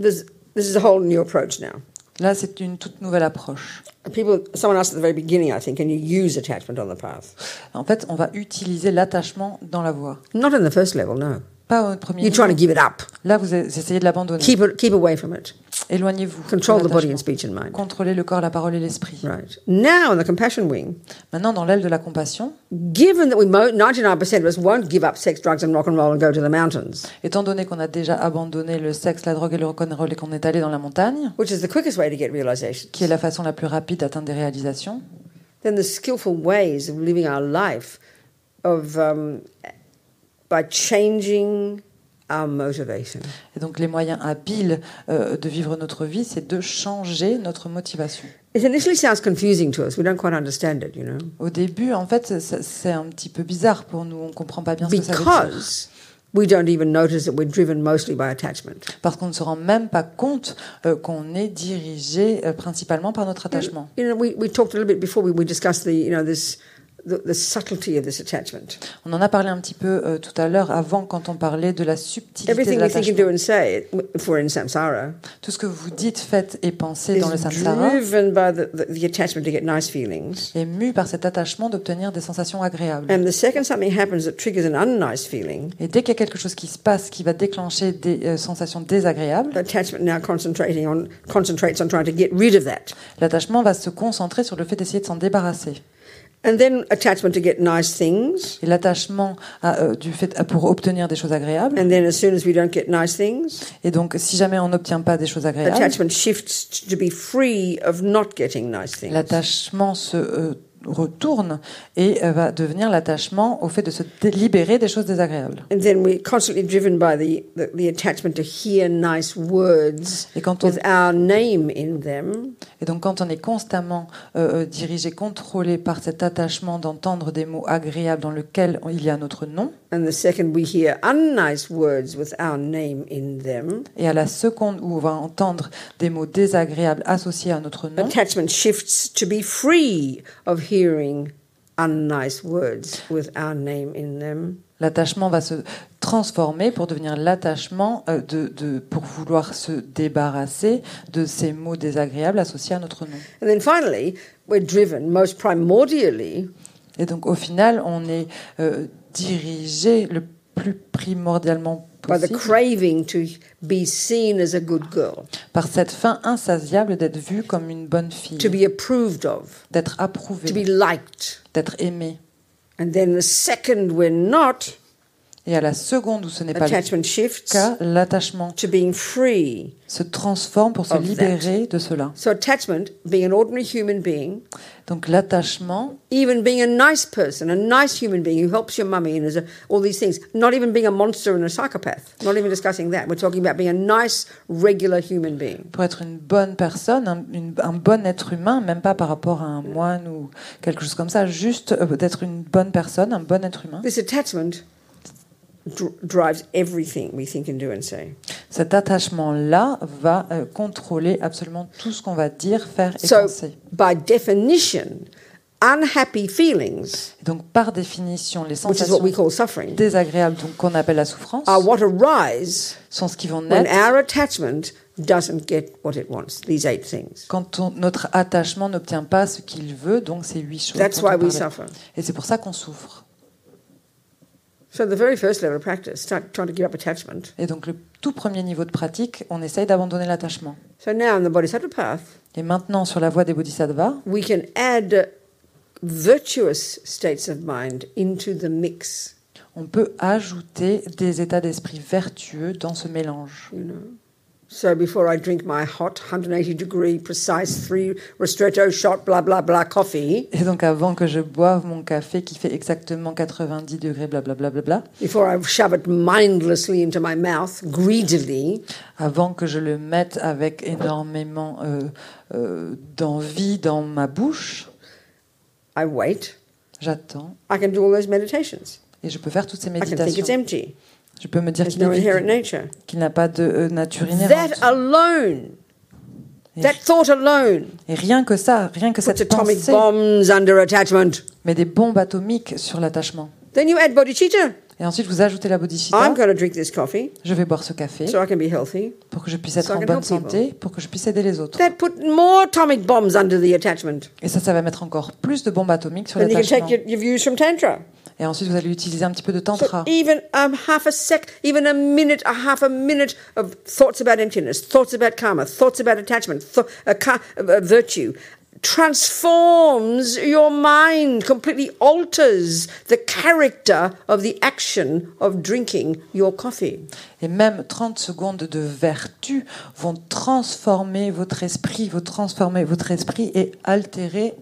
there's, this is a whole new approach now.
là, c'est une toute nouvelle approche.
People, someone asked at the very beginning, I think, can you use attachment on the path?
En fait, on va utiliser l'attachement dans la voie.
Not in the first level, no.
Pas au premier
You're trying to
niveau.
give it up.
Là, vous essayez de l'abandonner.
Keep it, keep away from it.
Éloignez-vous.
Control
de
the body and
l'attachement.
speech and mind.
Contrôlez le corps, la parole et l'esprit.
Right. Now, in the compassion wing,
Maintenant, dans l'aile de la compassion,
given that we mo- 99% of us won't give up sex, drugs, and rock and roll and go to the mountains,
étant donné qu'on a déjà abandonné le sexe, la drogue et le rock'n'roll et qu'on est allé dans la montagne,
which is the quickest way to get realization,
qui est la façon la plus rapide d'atteindre des réalisations,
then the skillful ways of living our life of um, by changing our motivation.
et donc les moyens habiles euh, de vivre notre vie, c'est de changer notre motivation.
It initially sounds confusing to us. We don't quite understand it, you know.
Au début, en fait, ça- c'est un petit peu bizarre pour nous. On comprend pas bien ce que ça veut dire.
because we don't even notice that we're driven mostly by attachment.
Parce qu'on ne se rend même pas compte euh, qu'on est dirigé euh, principalement par notre attachement.
You know, we, we talked a little bit before we, we discussed the you know this the, the subtlety of this attachment.
On en a parlé un petit peu euh, tout à l'heure avant quand on parlait de la subtilité de
Everything we think and
l'attachement.
do and say, if we're in samsara,
Tout ce que vous dites, faites et pensez dans le
is
samsara
driven by the, the, the attachment to get nice feelings.
est mu par cet attachement d'obtenir des sensations agréables.
And the second something happens that triggers an unnice feeling,
Et dès qu'il y a quelque chose qui se passe qui va déclencher des euh, sensations désagréables,
the attachment now concentrating on concentrates on trying to get rid of that.
l'attachement va se concentrer sur le fait d'essayer de s'en débarrasser.
And then attachment to get nice things.
Et l'attachement à, euh, du fait à- pour obtenir des choses agréables
And then as soon as we don't get nice things,
Et donc, si jamais on n'obtient pas des choses agréables,
attachment shifts t- to be free of not getting nice things.
l'attachement se euh, retourne et euh, va devenir l'attachement au fait de se dé- libérer des choses désagréables.
and then we're constantly driven by the, the, the attachment to hear nice words
Et quand on-
with our name in them.
Et donc, quand on est constamment euh, euh, dirigé, contrôlé par cet attachement d'entendre des mots agréables dans lesquels il y a notre nom,
And the second, we hear unnice words with our name in them.
Et à la seconde où on va entendre des mots désagréables associés à notre nom,
Attachment shifts to be free of hearing unnice words with our name in them.
l'attachement va se transformer pour devenir l'attachement euh, de, de- pour vouloir se débarrasser de ces mots désagréables associés à notre nom.
And then finally, we're driven most primordially
Et donc au final, on est euh, dirigé le plus primordialement
by the
possible
craving to be seen as a good girl,
par cette faim insatiable d'être vue comme une bonne fille,
to be approved of,
d'être
to be
approuvée,
liked.
d'être aimée.
And then the second, we're not,
Et à la seconde où ce n'est pas le
attachment shifts
cas, l'attachement
to being free.
se transforme pour se
Of that.
libérer de cela.
So, attachment, being an ordinary human being,
Donc l'attachement,
even being a nice person, a nice human being who helps your mummy and is a, all these things, not even being a monster and a psychopath, not even discussing that. We're talking about being a nice, regular human being.
pour être une bonne personne, un, une- un bon être humain, même pas par rapport à un moine ou quelque chose comme ça, juste euh, d'être une bonne personne, un bon être humain.
This attachment dr- drives everything we think and do and say.
Cet attachement-là va euh, contrôler absolument tout ce qu'on va dire, faire et
So,
penser.
by definition, unhappy feelings,
Et donc par définition, les
which is what
sensations
we call suffering,
désagréables, donc qu'on appelle la souffrance,
are what arise
sont ce qui vont
when
naître
our attachment doesn't get what it wants. These eight things.
quand on- notre attachement n'obtient pas ce qu'il veut, donc ces huit choses.
That's
dont on
why we
parlait.
suffer.
Et c'est pour ça qu'on souffre.
So, the very first level of practice, start trying to give up attachment.
Et donc le tout premier niveau de pratique, on essaye d'abandonner l'attachement.
So now in the Bodhisattva path,
Et maintenant, sur la voie des bodhisattvas,
we can add virtuous states of mind into the mix,
on peut ajouter des états d'esprit vertueux dans ce mélange.
you know. So before I drink my hot 180 degree precise three ristretto shot blah blah blah coffee,
Et donc, avant que je boive mon café qui fait exactement 90 degrés, blablabla, bla, bla, bla,
before I shove it mindlessly into my mouth greedily,
avant que je le mette avec énormément euh, euh, d'envie dans ma bouche,
I wait.
j'attends
I can do all those meditations.
et je peux faire toutes ces
I can think it's
méditations.
empty.
Je peux me dire
There's
qu'il est
no inherent
vide,
nature.
qu'il n'a pas de euh, nature
That
inhérente.
alone,
Et-
that thought alone,
Et rien que ça, rien que
puts
cette
atomic
pensée
bombs under attachment.
met des bombes atomiques sur l'attachement.
Then you add bodhicitta.
Et ensuite, vous ajoutez la
I'm
bodhisattva.
going to drink this coffee
Je vais boire ce café
so I can be healthy.
pour que je puisse être
So I
en
can
bonne
help people.
santé, pour que je puisse aider les autres.
That put more atomic bombs under the attachment.
Et ça, ça va mettre encore plus de bombes atomiques sur
Then you can take
l'attachement.
your, your views from Tantra.
Et ensuite, vous allez utiliser un petit peu de
So
tantra.
even um, half a sec, even a minute, a half a minute of thoughts about emptiness, thoughts about karma, thoughts about attachment, th- uh, ka- uh, uh, virtue, transforms your mind, completely alters the character of the action of drinking your coffee.
Et même 30 secondes de vertu vont transformer votre esprit, vont transformer votre esprit et altérer.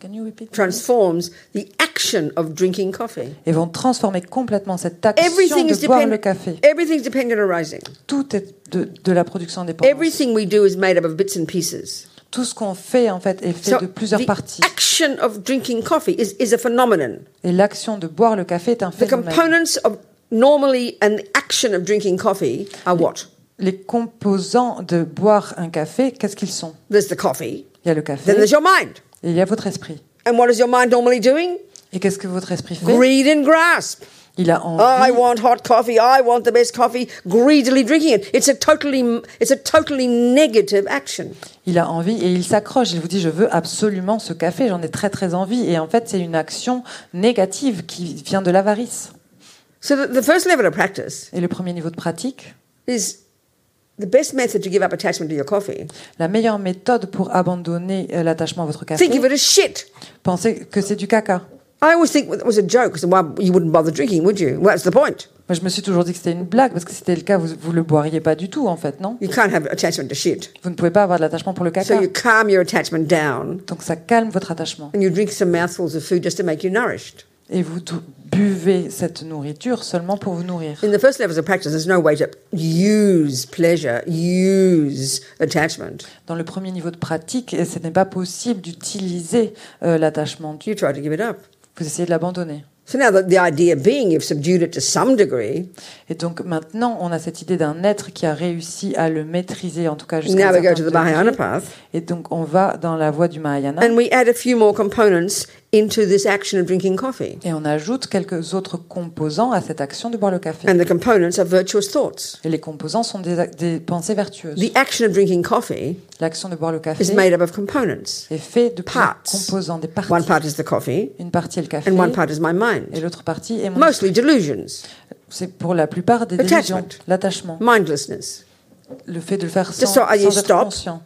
Can you repeat please
Transforms the action of drinking coffee.
Et vont transformer complètement cette action
Everything is
de boire le
dependent.
café.
Everything's dependent on arising.
Tout est de, de la production indépendante.
Everything we do is made up of bits and pieces.
Tout ce qu'on fait, en fait, est fait de plusieurs
the
parties.
action of drinking coffee is, is a phenomenon.
Et l'action de boire le café est un
The
phénomène.
components of normally and the action of drinking coffee are what?
Les composants de boire un café, qu'est-ce qu'ils sont
There's the coffee,
Il y a le
then
café,
there's your mind.
Et il y a votre esprit.
And what is your mind normally doing?
Et qu'est-ce que votre esprit fait
Greed and grasp.
Il a envie.
I want hot coffee. I want the best coffee. Greedily drinking it. It's a totally, it's a totally negative action.
Il a envie et il s'accroche. Il vous dit je veux absolument ce café. J'en ai très très envie. Et en fait c'est une action négative qui vient de l'avarice.
So the, the first level of practice
Et le premier niveau de pratique,
is the best method to give up attachment to your coffee.
la meilleure méthode pour abandonner euh, l'attachement à votre café,
Think of it as shit.
pensez que c'est du caca.
I always think it was a joke. So why you wouldn't bother drinking, would you? Well, that's the point.
Moi je me suis toujours dit que c'était une blague parce que si c'était le cas vous, vous le boiriez pas du tout en fait non.
You can't have attachment to shit.
Vous ne pouvez pas avoir de l'attachement pour le caca.
So you calm your attachment down
Donc ça calme votre attachement
and you drink some mouthfuls of food just to make you nourished.
et vous tou- buvez cette nourriture seulement pour vous nourrir.
In the first levels of practice, there's no way to use pleasure, use attachment.
Dans le premier niveau de pratique, et ce n'est pas possible d'utiliser euh, l'attachement.
You try to give it up.
Vous essayez de l'abandonner.
So now the, the idea being you've subdued it to some degree.
Et donc maintenant, on a cette idée d'un être qui a réussi à le maîtriser, en tout cas jusqu'à
Now
un
we go to
certain
the Mahayana
degré.
path
Et donc on va dans la voie du Mahayana
and we add a few more components into this action of drinking coffee.
et on ajoute quelques autres composants à cette action de boire le café.
And the components are virtuous thoughts.
Et les composants sont des, ac- des pensées vertueuses.
The action of drinking coffee
L'action de boire le café
is made up of components.
est faite de plusieurs
Parts.
composants, des parties.
One part is the coffee
Une partie est le café
and one part is my
et
mind.
l'autre partie est mon...
Mostly delusions,
C'est pour la plupart des décisions,
Attachment.
l'attachement,
mindlessness.
le fait de le faire sans,
Just so I- you
sans être
stop.
conscient.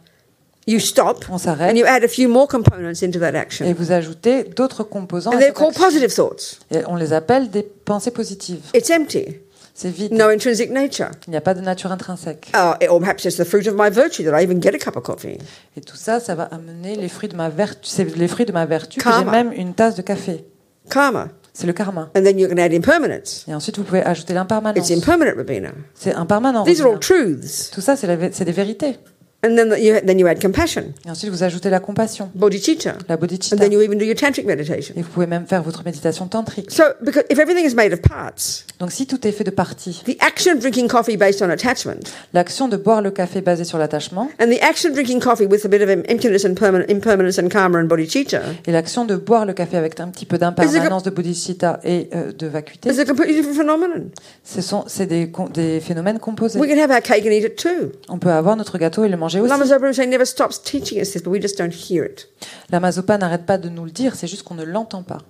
You stop
On
and
s'arrête
you add a few more components into that
et
action.
vous ajoutez d'autres composants. à
And they're
cette
called
action.
positive thoughts.
Et on les appelle des pensées positives.
It's empty,
C'est vide.
no intrinsic nature.
Il n'y a pas de nature intrinsèque.
Uh, or perhaps it's the fruit of my virtue that I even get a cup of coffee.
Et tout ça, ça va amener les fruits de ma vertu. C'est les fruits de ma vertu que j'ai
Karma.
même une tasse de café.
Karma.
C'est le karma.
And then you can add impermanence.
Et ensuite, vous pouvez ajouter l'impermanence.
It's impermanent, Rabina.
C'est impermanent.
These are all
Robina.
truths.
Tout ça, c'est la vé- c'est des vérités.
And then you, then you add compassion,
Et ensuite, vous ajoutez la compassion,
bodhicitta.
la
And
bodhicitta.
then you even do your tantric meditation.
Et vous pouvez même faire votre méditation tantrique.
So, because if everything is made of parts,
Donc, si tout est fait de parties,
the action of drinking coffee based on attachment,
l'action de boire le café basé sur l'attachement
and the action of drinking coffee with a bit of em- emptiness and permanent, impermanence and karma and bodhicitta
et l'action de boire le café avec un petit peu d'impermanence, de bodhicitta et euh, de vacuité,
is a completely different phenomenon.
ce sont c'est des, con- des phénomènes composés.
We can have our cake and eat it too.
On peut avoir notre gâteau et le manger aussi.
Lama Zobruse never stops teaching us this, but we just don't hear it.
La mazopa n'arrête pas de nous le dire, c'est juste qu'on ne l'entend pas.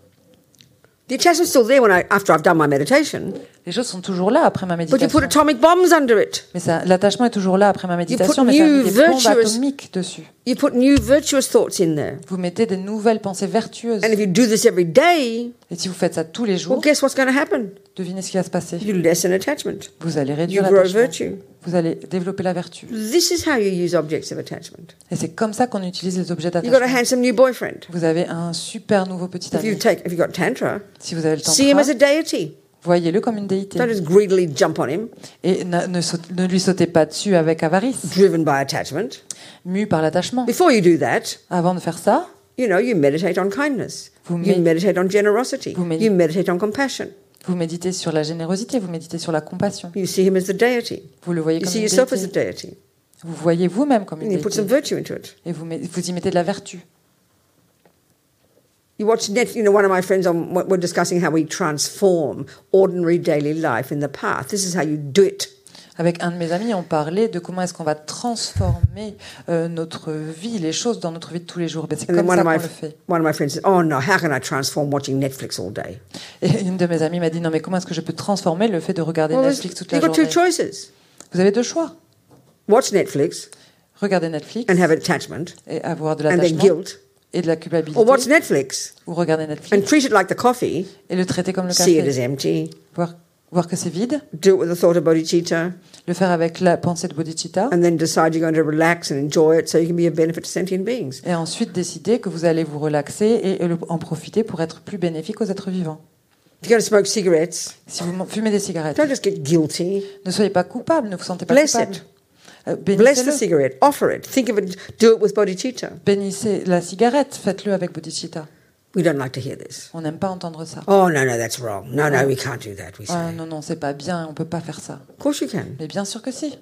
The attachment's still there when I, after I've done my meditation,
Les choses sont toujours là après ma
but you
méditation.
put atomic bombs under it.
Mais ça- l'attachement est toujours là après ma méditation,
put
mais ça
new
met des bombes
virtuous-
atomiques dessus.
You put new virtuous thoughts in there.
Vous mettez des nouvelles pensées vertueuses.
And if you do this every day,
Et si vous faites ça tous les
well,
jours,
guess what's going to happen?
devinez ce qui va se passer.
You lessen attachment.
Vous allez
You
réduire
grow
l'attachement.
virtue.
Vous allez développer la vertu.
This is how you use objects of attachment.
Et c'est comme ça qu'on utilise les objets
You've got a
d'attachement.
handsome new boyfriend.
Vous avez un super nouveau petit
If you
ami.
take, if you've got tantra,
Si vous avez le
see him as a
tantra,
deity.
voyez-le comme une déité.
Don't just greedily jump on him,
Et na- ne, saute- ne lui sautez pas dessus avec avarice,
driven by attachment.
mu par l'attachement.
Before you do that,
Avant de faire ça,
you know, you meditate on kindness.
Vous
you
med-
meditate on generosity.
Vous med-
you meditate on compassion.
Vous méditez sur la générosité, vous méditez sur la compassion.
You see him as the deity.
Vous le voyez
You
comme
see
une
yourself as a
déité.
deity.
Vous voyez vous-même comme une
And you put some
déité.
virtue into it.
Et vous, met- vous y mettez de la vertu.
You watch net, you know, one of my friends on we're discussing how we transform ordinary daily life in the path. This is how you do it.
Avec un de mes amis, on parlait de comment est-ce qu'on va transformer euh, notre vie, les choses dans notre vie de tous les jours. Ben, c'est
And then
comme
one
ça
of
qu'on
my
le fait.
one of my friends says, "Oh no, how can I transform watching Netflix all day?"
Et une de mes amies m'a dit, non mais comment est-ce que je peux transformer le fait de regarder
Well,
Netflix
there's-
toute la
you've got two
journée
choices:
Vous avez deux choix.
watch Netflix
Regarder Netflix
and have attachment,
et avoir de
and then
l'attachement
guilt,
et de la culpabilité.
or watch Netflix
Ou regarder Netflix
and treat it like the coffee,
et le traiter comme le
see it as
café.
empty,
Voir, voir que c'est vide,
do it with the thought of bodhicitta,
le faire avec la pensée de bodhicitta.
and then decide you're going to relax and enjoy it, so you can be a benefit to sentient beings.
et ensuite décider que vous allez vous relaxer et le- en profiter pour être plus bénéfique aux êtres vivants.
If you're going to smoke cigarettes,
Si vous fumez des cigarettes,
don't just get guilty.
ne soyez pas coupable, ne vous sentez pas
Bless
coupable.
it.
Euh,
Bless the
Bénissez-le.
cigarette, offer it, think of it, do it with bodhicitta.
Bénissez la cigarette, faites-le avec bodhicitta.
We don't like to hear this.
On n'aime pas entendre ça.
Oh, no, no, that's wrong. No,
Uh,
no, we can't do that, we say.
Ah, non, non, c'est pas bien, on peut pas faire ça.
Of course you can.
Mais bien sûr que si.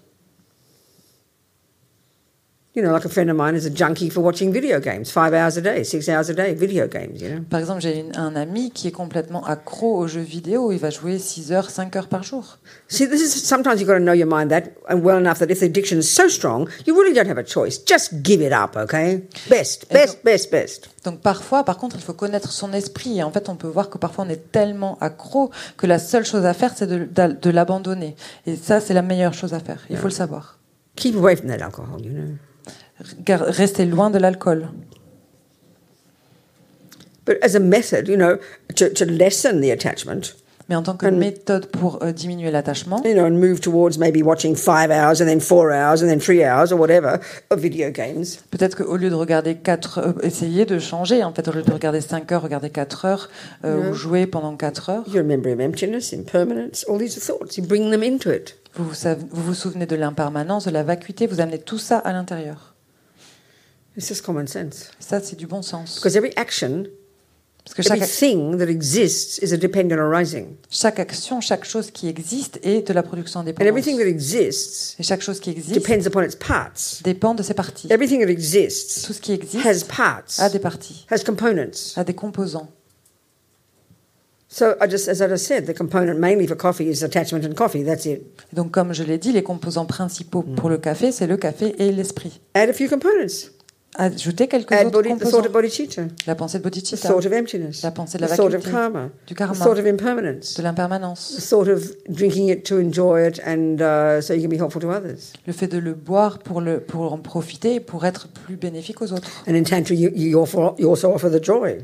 You know, like a friend of mine is a junkie for watching video games, five hours a day, six hours a day, video games, you know.
Par exemple, j'ai une- un ami qui est complètement accro aux jeux vidéo, il va jouer 6 heures, 5 heures par jour.
See, this is sometimes you've got to know your mind that and well enough that if the addiction is so strong, you really don't have a choice. Just give it up, okay? Best, best, best, best.
Donc parfois, par contre, il faut connaître son esprit. Et en fait, on peut voir que parfois on est tellement accro que la seule chose à faire, c'est de, d'a- de l'abandonner. Et ça, c'est la meilleure chose à faire. Il faut le savoir.
Keep away from that alcohol, you know.
Gar- Rester loin de l'alcool.
But as a method, you know, to, to lessen the attachment,
Mais en tant que
Mm.
méthode pour euh, diminuer l'attachement,
you know, and move towards maybe watching five hours and then four hours and then three hours or whatever of video games.
peut-être qu'au lieu de regarder 4 euh, essayer de changer. En fait, au lieu de regarder 5 heures, regarder 4 heures euh,
Mm.
ou jouer pendant 4 heures.
You remember emptiness, impermanence, all these thoughts. You bring them into it.
Vous vous, sav- vous vous souvenez de l'impermanence, de la vacuité. Vous amenez tout ça à l'intérieur.
It's just common sense.
Ça, c'est du bon sens.
Because every action
Parce que chaque,
Every
ac-
thing that exists is a dependent arising.
chaque action, chaque chose qui existe est de la production
And everything that
indépendante.
exists
Et chaque chose qui existe
depends upon its parts.
dépend de ses parties.
Everything that exists
Tout ce qui
has
existe
parts,
a des parties,
has components.
a des composants.
So I just, as I just said, the component mainly for coffee is attachment and coffee. That's it.
Et donc, comme je l'ai dit, les composants principaux pour le café, c'est le café et l'esprit.
Add Mm. a few components.
Ajouter quelques
Add
autres
body, the thought
composants.
of bodhicitta,
La pensée de
the
bodhicitta,
thought of emptiness,
la pensée de
the
la
thought of
vacuité,
karma,
du
the
karma,
thought of impermanence,
de
the
l'impermanence,
thought of drinking it to enjoy it and uh, so you can be helpful to others.
le fait de le boire pour, le, pour en profiter et pour être plus bénéfique aux autres.
And in Tantra, you, you, offer, you also offer the joy.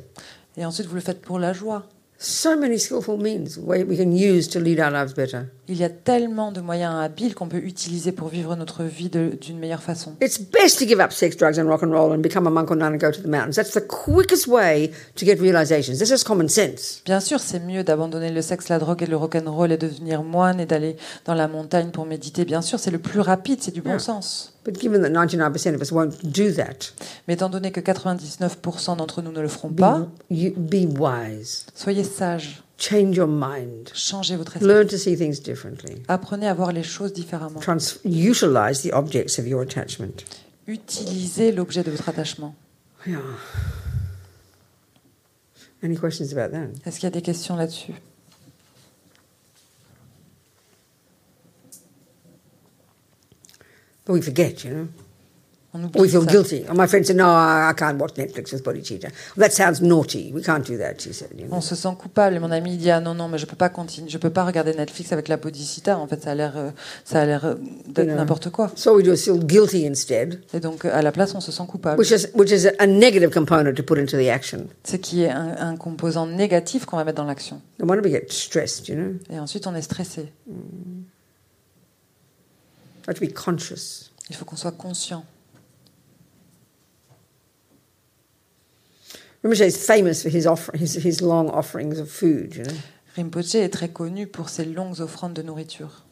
Et ensuite, vous le faites pour la joie.
So many skillful means way we can use to lead our lives better.
Il y a tellement de moyens habiles qu'on peut utiliser pour vivre notre vie de- d'une meilleure façon.
It's best to give up sex, drugs, and rock and roll and become a monk or nun and go to the mountains. That's the quickest way to get realizations. This is common sense.
Bien sûr, c'est mieux d'abandonner le sexe, la drogue et le rock'n'roll et de devenir moine et d'aller dans la montagne pour méditer. Bien sûr, c'est le plus rapide, c'est du bon
Ouais.
sens.
But given that 99% of us won't do that,
Mais étant donné que 99% d'entre nous ne le feront
be,
pas,
you, be wise.
soyez sages,
Change your mind.
changez votre esprit,
Learn to see things differently. Uh,
apprenez à voir les choses différemment,
Trans- utilize the objects of your attachment.
utilisez l'objet de votre attachement.
Yeah. Any questions about that?
Est-ce qu'il y a des questions là-dessus
But we forget, you know.
On oublie
We feel
ça.
guilty. And my friend said, No, I, I can't watch Netflix with bodhicitta. that sounds naughty. We can't do that, she said. You know.
On se sent coupable. Et mon ami il dit ah non non mais je peux pas continuer, je peux pas regarder Netflix avec la bodhicitta. En fait, ça a l'air euh, ça a l'air euh, d'être
Ouais.
n'importe quoi.
So we do is feel guilty instead,
Et donc euh, à la place, on se sent coupable.
which is, which is a, a negative component to put into the action.
ce qui est un, un composant négatif qu'on va mettre dans l'action.
No wonder we get stressed, you know. Mm.
Et ensuite, on est stressé.
We have to be conscious.
Il faut qu'on soit conscient.
Rinpoche is famous for his, offer, his, his long offerings of food, you know.
Rinpoche est très connu pour ses longues offrandes de nourriture.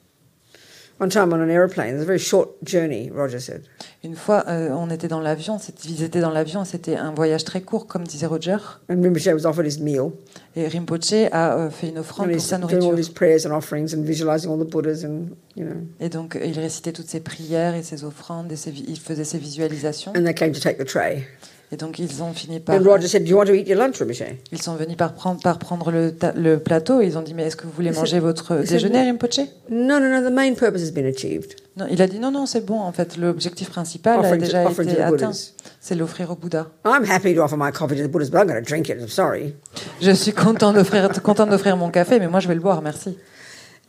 One time on an aeroplane, it was a very short journey, Roger said.
Une fois, euh, on était dans l'avion, c'est- ils étaient dans l'avion, c'était un voyage très court, comme disait Roger.
And Rinpoche was offered his meal.
Et Rinpoche a euh, fait une offrande
And
pour
he's
sa
doing all
nourriture.
his prayers and offerings and visualizing all the Buddhas and, you know.
Et donc, euh, il récitait toutes ses prières et ses offrandes, et ses vi- il faisait ses visualisations.
And they came to take the tray.
Et donc, ils ont fini par.
And Roger said, Do you want to eat your lunch, Rinpoche?
Ils sont venus par prendre, par prendre le, ta- le plateau et ils ont dit Mais est-ce que vous voulez
Mais c'est-
manger votre
mais c'est-
déjeuner, Rinpoche
No, no, no, the main purpose has been achieved.
Non, il a dit non, non, c'est bon. En fait, l'objectif principal a
Offering to-
déjà
offering to
été
the
atteint.
Buddhas.
C'est l'offrir au Bouddha.
I'm happy to offer my coffee to the Buddhas, but I'm going to drink it. I'm sorry.
Je suis content d'offrir, content d'offrir mon café, mais moi je vais le boire, merci.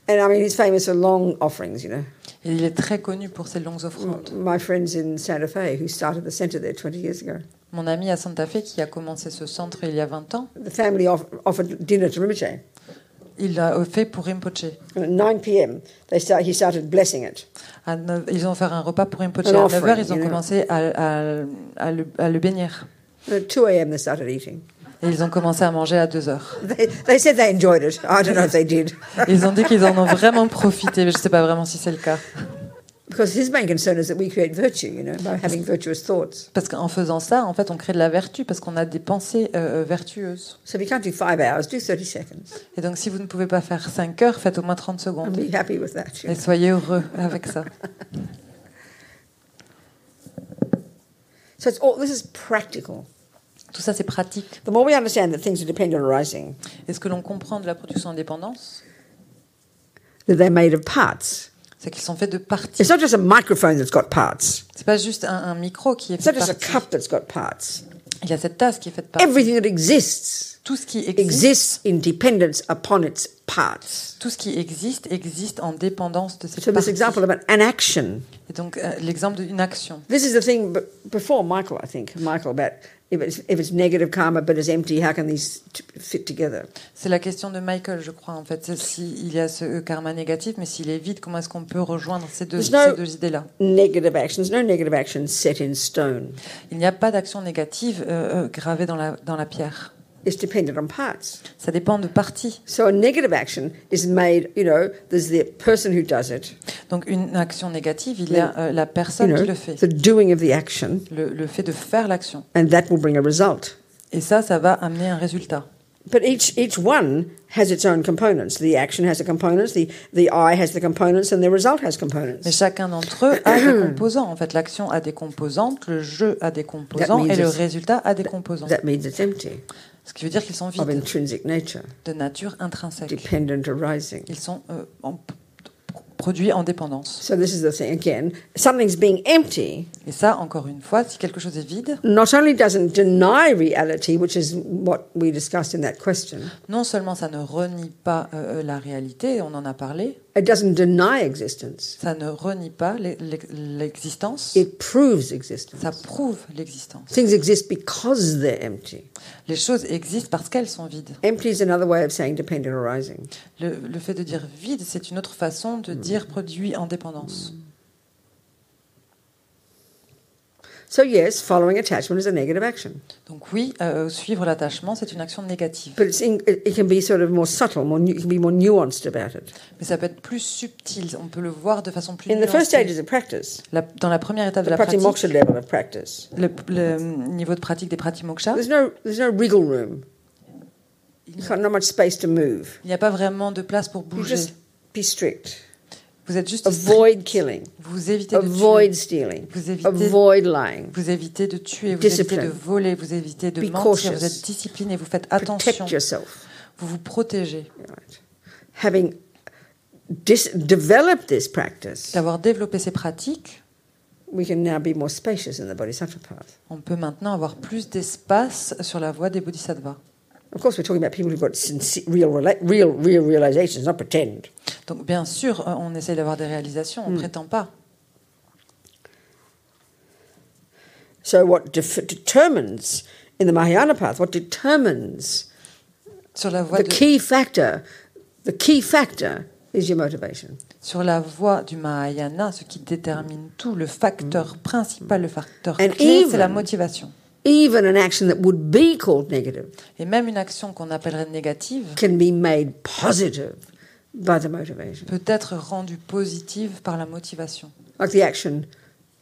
And I mean, he's famous for long offerings, you know.
Et il est très connu pour ses longues offrandes.
My friends in Santa Fe, who started the centre there 20 years ago,
Mon ami à Santa Fe, qui a commencé ce centre il y a 20 ans,
the family off- offered dinner to Rinpoche.
il l'a fait pour Rimpoché.
And at 9 p.m., they start, he started blessing it.
À neuf- ils ont offert un repas pour Rimpoché.
An
À
offering,
9h, ils ont
you know.
commencé à, à- à le, à le bénir.
And at 2 a.m., they started eating.
Et ils ont commencé à manger à 2h.
They, they said they enjoyed it. I don't know if they did.
Ils ont dit qu'ils en ont vraiment profité, mais je ne sais pas vraiment si c'est le cas.
Because his main concern is that we create virtue, you know, by having virtuous thoughts.
Parce qu'en faisant ça, en fait, on crée de la vertu, parce qu'on a des pensées euh, vertueuses.
So if you can't do five hours, do 30 seconds
Et donc, si vous ne pouvez pas faire 5 heures, faites au moins 30
and
secondes.
be happy with that. you
Et
know.
soyez heureux avec ça.
So it's all, this is practical.
Tout ça, c'est pratique.
The more we understand that things are dependent on arising,
Et ce que l'on comprend de la production en dépendance,
that they're made of parts.
c'est qu'ils sont faits de parties.
It's not just a microphone that's got parts.
C'est pas juste un, un micro qui est
It's
fait de
not just a
parties.
cup that's got parts.
Il y a cette tasse qui est faite par
Everything that exists
tout ce qui existe.
exists in dependence upon its parts.
Tout ce qui existe existe en dépendance de
So
cette
this
partie.
example about an action.
Et donc euh, l'exemple d'une action.
This is the thing b- before Michael, I think, Michael, about if it's, if it's negative karma but is empty, how can these t- fit together?
C'est la question de Michael, je crois en fait. C'est S'il y a ce euh, karma négatif, mais s'il est vide, comment est-ce qu'on peut rejoindre ces deux,
There's no-
ces deux idées-là
Negative actions, no negative actions set in stone.
Il n'y a pas d'action négative euh, euh, gravée dans la, dans la pierre.
It's dependent on parts.
Ça dépend de parties.
So a negative action is made, you know, there's the person who does it,
Donc une action négative, il y a euh, la
you
personne
know,
qui le fait,
the doing of the action,
le, le fait de faire l'action,
and that will bring a result.
Et ça, ça va amener un résultat.
But each, each one has its own components. The action has the components, the, the I has the components, and the result has
Mais
components.
chacun d'entre eux a des composants. En fait, l'action a des composantes, le jeu a des composants
means
et le
it's-
résultat a des
Bah,
composants.
That means it's empty,
Ce qui veut dire qu'ils sont
of
vides,
intrinsic nature,
de nature intrinsèque.
dependent arising.
Ils sont euh, en- produits en dépendance.
So this is the thing again. Something's being empty
Et ça, encore une fois, si quelque chose est vide,
not only doesn't deny reality, which is what we discussed in that question,
non seulement ça ne renie pas euh, euh, la réalité, on en a parlé,
it doesn't deny existence.
ça ne renie pas l'e- l'e- l'existence,
It proves existence.
ça prouve l'existence.
Things exist because they're empty.
Les choses existent parce qu'elles sont vides.
Empty is another way of saying dependent arising.
Le, le fait de dire vide, c'est une autre façon
Mm.
de dire produit en dépendance.
So yes, following attachment is a negative action,
Donc oui, euh, suivre l'attachement, c'est une action négative.
but it's in, it it can be sort of more subtle, more nu- it can be more nuanced about it.
Mais ça peut être plus subtil, on peut le voir de façon plus
In the first
nuancée.
stages of practice,
La- dans la première étape de
the
la pratique,
pratimoksha level of practice,
le, le mm, niveau de pratique des pratimoksha,
there's no there's no wriggle room. You can't, not much space to move.
il n'y a pas vraiment de place pour
You
bouger.
just be strict.
Vous êtes juste
Avoid killing.
vous évitez de tuer,
Avoid stealing.
vous évitez
Avoid lying.
vous évitez de tuer, vous
Discipline.
évitez de voler, vous évitez de
Be
mentir,
cautious.
vous êtes discipliné, vous faites attention,
Protect yourself.
vous vous protégez.
Right. Having dis- developed this practice,
D'avoir développé ces pratiques,
we can now be more spacious in the bodhisattva path.
on peut maintenant avoir plus d'espace sur la voie des bodhisattvas.
Of course, we're talking about people who've got sincere, real, rela- real, real realizations, not pretend.
Donc bien sûr, euh, on essaie d'avoir des réalisations,
Mm.
on prétend pas.
So, what def- determines in the Mahayana path, what determines
Sur la voie
the
de-
key factor, the key factor is your motivation.
sur la voie du Mahayana, ce qui détermine tout, le facteur principal, le facteur
Mm. And
clé, c'est
even-
la motivation.
Even an action that would be called negative
Et même une action qu'on appellerait négative
can be made positive by the motivation.
peut être rendue positive par la motivation.
Like the action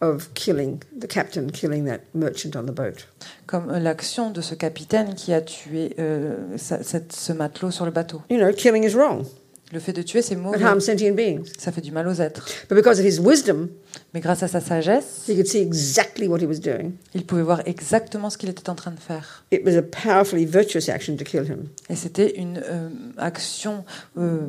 of killing the captain, killing that merchant on the boat.
Comme euh, l'action de ce capitaine qui a tué euh, sa- cette- ce matelot sur le bateau.
You know, killing is wrong.
Le fait de tuer, c'est
It
mauvais.
harms sentient beings.
Ça fait du mal aux êtres.
But because of his wisdom,
Mais grâce à sa sagesse,
he could see exactly what he was doing.
il pouvait voir exactement ce qu'il était en train de faire.
It was a powerfully virtuous action to kill him.
Et c'était une euh, action euh,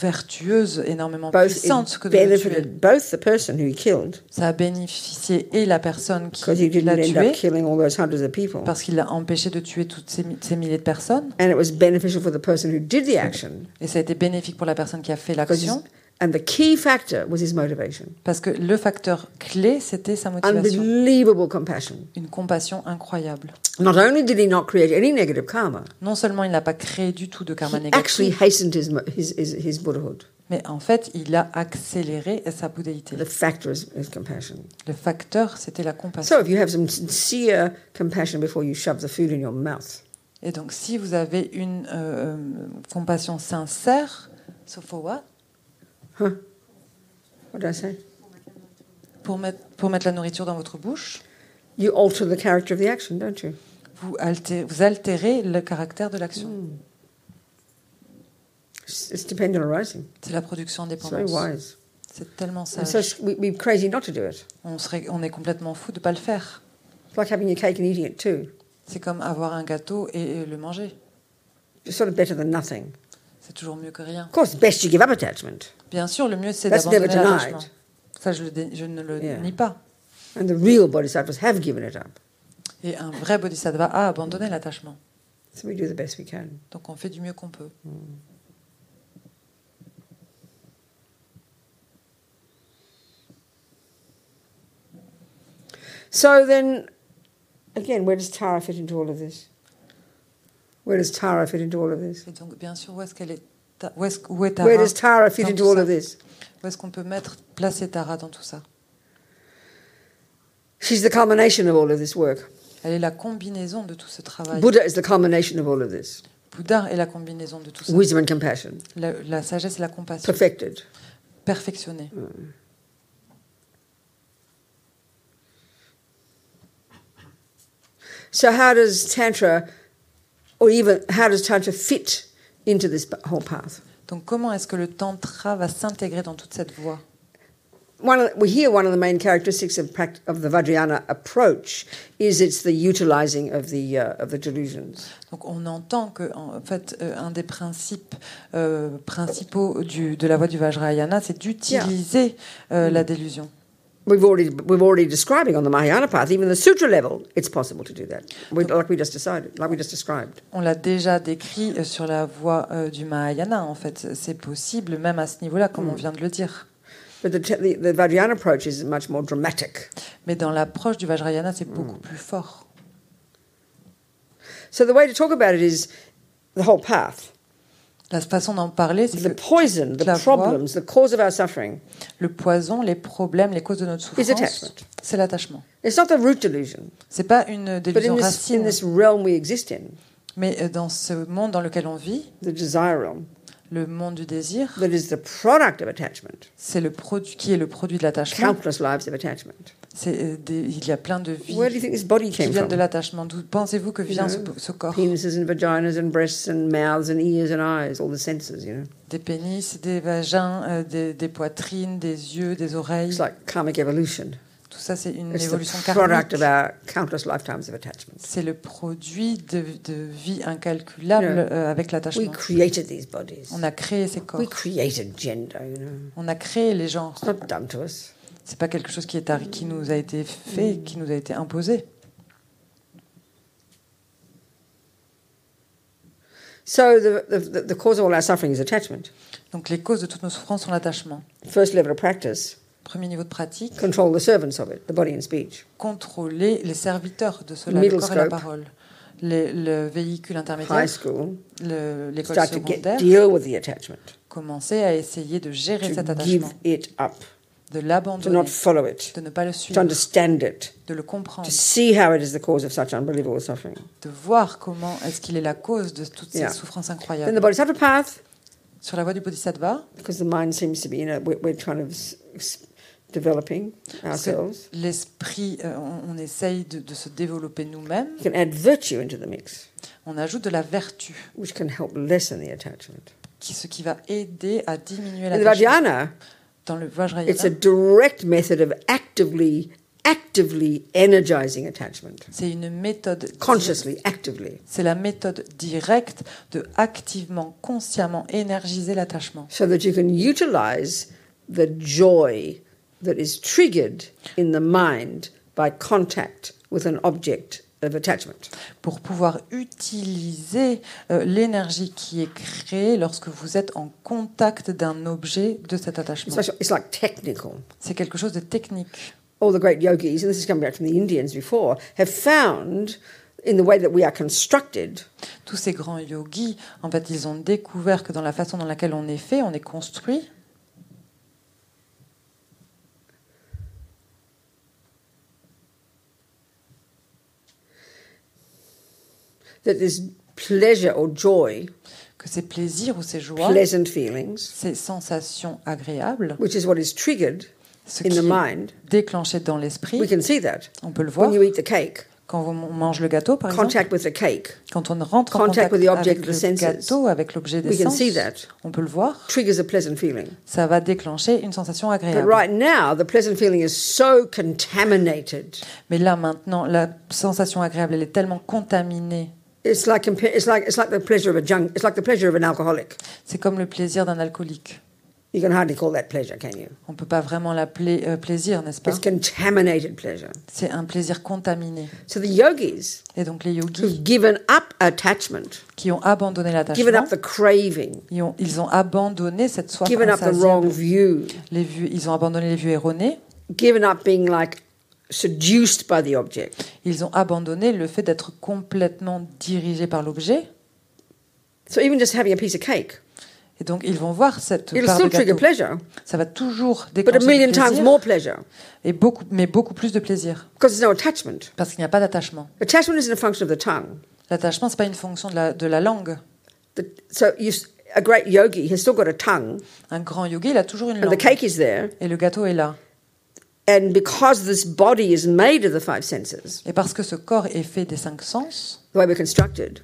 vertueuse, énormément
Both
puissante
it
que de le tuer.
benefited both the person who he killed,
Ça a bénéficié et la personne qui
because he
l'a
didn't end
tué,
up killing all those hundreds of people,
parce qu'il l'a empêché de tuer toutes ces, mi- ces milliers de personnes,
and it was beneficial for the person who did the action.
et ça a été bénéfique pour la personne qui a fait
'cause his-
l'action,
and the key factor was his motivation.
parce que le facteur clé, c'était sa motivation.
Unbelievable compassion.
Une compassion incroyable.
Not only did he not create any negative karma,
Non seulement il n'a pas créé du tout de karma
he actually
négatif,
hastened his, mo- his, his, his Buddhahood.
mais en fait, il a accéléré sa bouddhéité.
The factor is, is compassion.
Le facteur, c'était la compassion.
So if you have some sincere compassion before you shove the food in your mouth,
Et donc, si vous avez une euh, euh, compassion sincère, sauf au what
what did I say?
pour mettre, pour mettre la nourriture dans votre bouche,
You alter the character of the action, don't you?
vous, alté- vous altérez le caractère de l'action.
Hmm. It's, it's dependent arising.
C'est la production
It's very
indépendante.
wise.
C'est tellement
And so
sage.
it's- we, we're crazy not to do it.
On, serait, on est complètement fou de ne pas le faire.
It's like having your cake and eating it too.
C'est comme avoir un gâteau et et le manger.
It's sort of better than nothing.
C'est toujours mieux que rien.
Of course, best you give up attachment.
Bien sûr, le mieux, c'est
That's
d'abandonner
never denied.
l'attachement. Ça, je, le dé- je ne le
Yeah.
nie pas.
And the real bodhisattvas have given it up.
Et un vrai bodhisattva a abandonné l'attachement.
So we do the best we can. Hmm.
Donc, on fait du mieux qu'on peut.
So then, again, where does Tara fit into all of this? Where does Tara fit into all of this?
Et donc, bien sûr, où est-ce qu'elle est ta- Où est-ce où est Tara
Where does Tara fit
dans
into
tout
all
ça
of this?
Où est-ce qu'on peut mettre, placer Tara dans tout ça
She's the culmination of all of this work.
Elle est la combinaison de tout ce travail.
Buddha is the culmination of all of this.
Bouddha est la combinaison de tout ça.
Wisdom and compassion,
La, la sagesse et la compassion
perfected.
perfectionnée.
So how does Tantra, or even how does Tantra fit into this whole path?
Donc comment est-ce que le tantra va s'intégrer dans toute cette voie
One of the, we hear one of the main characteristics of, pract- of the Vajrayana approach is it's the utilizing of the uh, of the delusions.
Donc on entend que en fait euh, un des principes euh, principaux du, de la voie du Vajrayana, c'est d'utiliser euh, la délusion.
Mm. We've already we've already describing on the Mahayana path, even the sutra level, it's possible to do that. We, like we just decided, like we just described.
On l'a déjà décrit euh, sur la voie euh, du Mahayana. En fait, c'est possible même à ce niveau-là, comme on vient de le dire.
Hmm. But the, te- the, the Vajrayana approach is much more dramatic. Hmm.
Mais dans l'approche du Vajrayana, c'est beaucoup plus fort.
So the way to talk about it is the whole path,
La façon d'en parler, c'est
the
que
poison, the
la voie-
problems, the cause of our suffering.
le poison, les problèmes, les causes de notre
Is
souffrance,
attachment.
c'est l'attachement.
It's not the root delusion,
C'est pas une
but in
délusion
this, in
racine,
this realm we exist in,
mais euh, dans ce monde dans lequel on vit,
the desire realm,
le monde du désir,
that is the product of attachment,
c'est le produit qui est le produit de l'attachement.
countless lives of attachment.
C'est, euh, des- il y a plein de vies
Where do you think this body
qui
came
viennent de
from?
l'attachement. D'où pensez-vous que vient ce, ce corps
Penises and vaginas and breasts and mouths and ears and eyes, all the senses, you know.
Des pénis, des vagins, euh, des, des poitrines, des yeux, des oreilles.
It's like karmic evolution.
Tout ça, c'est une
It's
évolution
the product
karmique.
of our countless lifetimes of attachment.
C'est le produit de, de vies incalculables
Yeah.
euh, avec
We
l'attachement.
created these bodies.
On a créé ces corps.
We created gender, you know.
On a créé les genres.
It's not done to us. Mm.
C'est pas quelque chose qui, est arri- qui nous a été fait, qui nous a été imposé.
So the, the, the, the cause of all our suffering is attachment.
Donc les causes de toutes nos souffrances sont l'attachement.
First level of practice,
Premier niveau de pratique,
control the servants of it, the body and speech.
contrôler les serviteurs de cela,
Middle
le corps et la
scope.
parole. Le, le véhicule
High
intermédiaire,
school,
le- l'école
start to get
secondaire,
deal with the attachment,
commencer à essayer de gérer cet
to
attachement,
give it up,
de
to
l'abandonner,
not follow it,
de ne pas le
to
suivre,
understand it,
de le comprendre,
to see how it is the cause of such unbelievable suffering.
de voir comment est-ce qu'il est la cause de toutes
Yeah.
ces souffrances
Then the
incroyables.
bodhisattva path,
Sur la voie du Bodhisattva,
because the mind seems to be, you know, we're, we're kind of s- s- developing
parce que
ourselves.
l'esprit, euh, on, on essaye de- de se développer nous-mêmes,
You can add virtue into the mix,
on ajoute de la vertu.
which can help lessen the attachment.
qui, ce qui va aider à diminuer
In the
la
Vajrayana,
dans le Vajrayana.
It's a direct method of actively, actively energizing attachment.
C'est une méthode. di-
Consciously, actively.
C'est la méthode directe de activement, consciemment énergiser l'attachement
So that you can utilize the joy that is triggered in the mind by contact with an object of attachment.
pour pouvoir utiliser euh, l'énergie qui est créée lorsque vous êtes en contact d'un objet de cet
It's
attachement.
like, it's like technical.
C'est quelque chose de technique.
All the great yogis, and this is coming back from the Indians before, have found in the way that we are constructed,
Tous ces grands yogis, en fait, ils ont découvert que dans la façon dans laquelle on est fait, on est construit,
that this pleasure or joy,
que ces plaisirs ou ces joies,
pleasant feelings,
ces sensations agréables,
which is what is triggered
ce
in
qui
the
est
mind,
déclenché dans l'esprit.
we can see that.
On peut le voir
When you eat the cake,
quand on mange le gâteau, par exemple.
contact with the cake
Quand on rentre en
contact
contact
with the object
avec
of
le
the senses.
gâteau, avec l'objet des
We can
sens,
see that.
on peut le voir.
triggers a pleasant feeling.
Ça va déclencher une sensation
But
agréable.
right now, the pleasant feeling is so contaminated.
Mais là, maintenant, la sensation agréable, elle est tellement contaminée.
It's like compa- it's like it's like the pleasure of a junk. It's like the pleasure of an alcoholic.
C'est comme le plaisir d'un alcoolique.
You can hardly call that pleasure, can you?
On peut pas vraiment l'appeler euh, plaisir, n'est-ce pas
It's contaminated pleasure.
C'est un plaisir contaminé.
So the yogis
Et donc les yogis
who've given up attachment,
qui ont abandonné
given
l'attachement,
up the craving,
ils ont, ils ont abandonné cette soif
given up the
insatiable.
wrong view,
Les vues, ils ont abandonné les vues erronées.
given up being like seduced by the object.
Ils ont abandonné le fait d'être complètement dirigés par l'objet.
So even just having a piece of cake,
Et donc, ils vont voir cette
it'll
part de
still trigger
gâteau.
pleasure,
Ça va toujours
but a
déclencher
million
du
times
plaisir,
more pleasure
et beaucoup, mais beaucoup plus de plaisir,
because there's no attachment.
parce qu'il n'y a pas d'attachement.
Attachment isn't a function of the tongue.
L'attachement, c'est pas une fonction de la, de la langue.
The, so you, s- a great yogi has still got a tongue,
Un grand yogi, il a toujours une
and the
langue.
cake is there,
Et le gâteau est là.
And because this body is made of the five senses,
Et parce que ce corps est fait des cinq sens
the way we're constructed,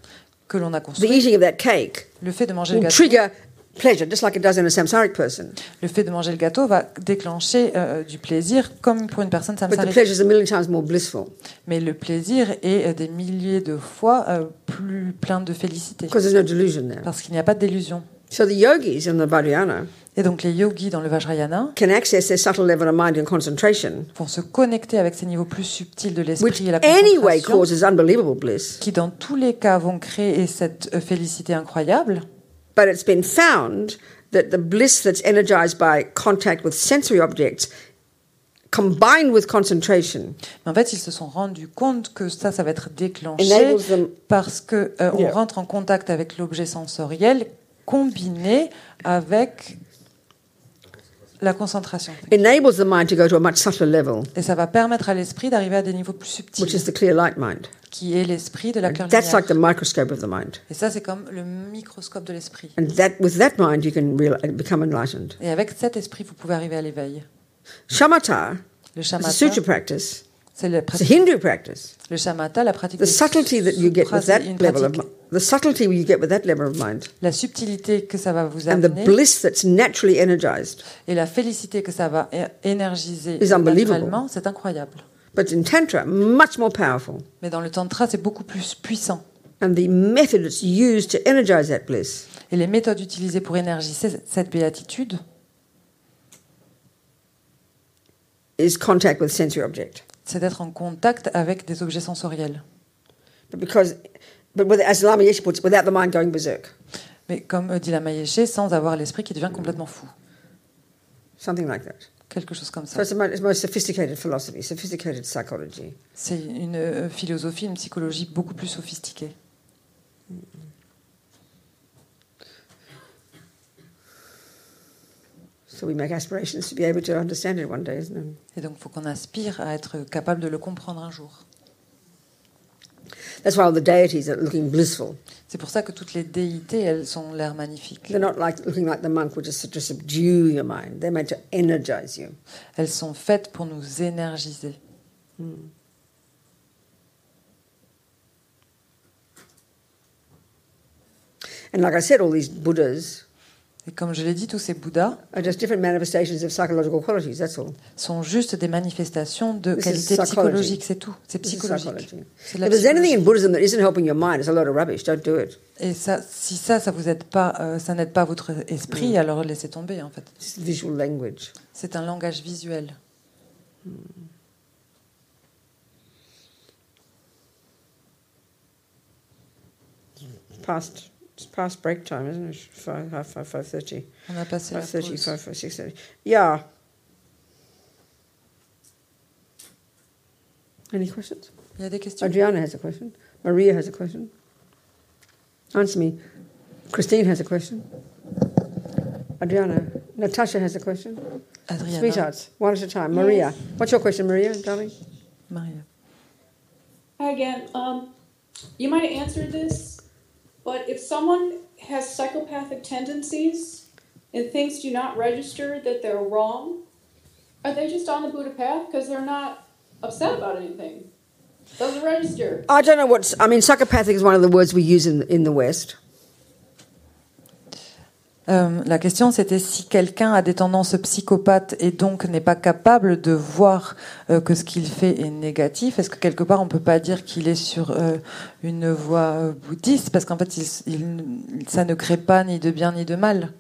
que l'on a
the
construit,
eating of that cake
le fait de manger le
will
gâteau,
trigger pleasure, just like it does in a samsaric person.
le fait de manger le gâteau va déclencher euh, du plaisir comme pour une personne ça me
But the
s'arrête.
pleasure is a million times more blissful
Mais le plaisir est euh, des milliers de fois euh, plus plein de félicité
because there's no delusion there.
parce qu'il n'y a pas de délusion.
So the yogis in the Vajrayana
Et donc les yogis dans le Vajrayana
can access their subtle level of mind and concentration,
vont se connecter avec ces niveaux plus subtils de
which
l'esprit et la
anyway
concentration
causes unbelievable bliss.
qui dans tous les cas vont créer cette euh, félicité incroyable.
But it's been found that the bliss that's energized by contact with sensory objects combined with concentration
Mais en fait, ils se sont rendus compte que ça, ça va être déclenché
enables them
parce que euh, on
Yeah.
rentre en contact avec l'objet sensoriel combiné avec la concentration.
enables the mind to go to a much subtler level,
Et ça va permettre à l'esprit d'arriver à des niveaux plus
which
subtils,
is the clear light mind.
qui est l'esprit de la claire
That's like the
lumière.
microscope of the mind.
Et ça, c'est comme le microscope de l'esprit.
And that with that mind you can real, become enlightened.
Et avec cet esprit, vous pouvez arriver à l'éveil.
Shamatha
Le
is a
shamatha,
sutra practice.
c'est la
It's a
pratique.
Hindu practice.
Le shamatha, la pratique
The
des
subtlety that you get with
sutras,
that
une
level of
pratique-
mi- the subtlety you get with that level of mind,
la subtilité que ça va vous
and the
amener.
bliss that's naturally energized.
Et la félicité que ça va é- énergiser
It's unbelievable.
naturellement, c'est incroyable.
But in tantra, much more powerful,
Mais dans le tantra, c'est beaucoup plus puissant.
and the method that's used to energize that bliss
Et les méthodes utilisées pour énergiser cette béatitude,
is contact with sensory object.
c'est d'être en contact avec des objets sensoriels.
But because, but with, as Lama Yeshe puts it, without the mind going berserk,
Mais comme euh, dit la Maïeché, sans avoir l'esprit qui devient complètement fou.
something like that.
Quelque chose comme
So
ça.
it's a mo- it's a most sophisticated philosophy, sophisticated psychology.
C'est une euh, philosophie, une psychologie beaucoup plus sophistiquée.
So we make aspirations to be able to understand it one day, isn't it?
Et donc, il faut qu'on aspire à être capable de le comprendre un jour.
That's why all the deities are looking blissful.
C'est pour ça que toutes les déités, elles ont l'air magnifiques.
They're not like looking like the monk, which is to subdue your mind. They're meant to energize you.
Elles sont faites pour nous énergiser.
And like I said, all these Buddhas
Et comme je l'ai dit, tous ces Bouddhas
are just different manifestations of psychological qualities. That's all.
sont juste des manifestations de
This is
qualité
psychology.
psychologique, c'est tout. C'est
This is
psychologique.
psychology.
C'est de la
If there's anything
psychologie.
in Buddhism that isn't helping your mind, it's a load of rubbish. Don't do it.
Et ça, si ça, ça vous aide pas, euh, ça n'aide pas votre esprit, alors laissez tomber en fait.
It's Mm. visual language. Mm.
C'est un langage visuel.
Past, it's past break time, isn't it? Five, half five, five thirty.
On a passé la
Five thirty,
pause.
five, five, six thirty. Yeah. Any questions?
Il y a des questions.
Adriana has a question. Maria has a question. Answer me. Christine has a question. Adriana. Natasha has a question.
Adriana,
Sweethearts, one at a time. Maria. What's your question, Maria, darling?
Maria.
Hi again. Um, you might have answered this, but if someone has psychopathic tendencies and things do not register that they're wrong, are they just on the Buddha path because they're not upset about anything? Doesn't register.
I don't know what's. I mean, psychopathic is one of the words we use in, in the West.
Euh, la question, c'était si quelqu'un a des tendances psychopathes et donc n'est pas capable de voir euh, que ce qu'il fait est négatif. Est-ce que quelque part, on peut pas dire qu'il est sur euh, une voie euh, bouddhiste Parce qu'en fait, il- il- ça ne crée pas ni de bien ni de mal.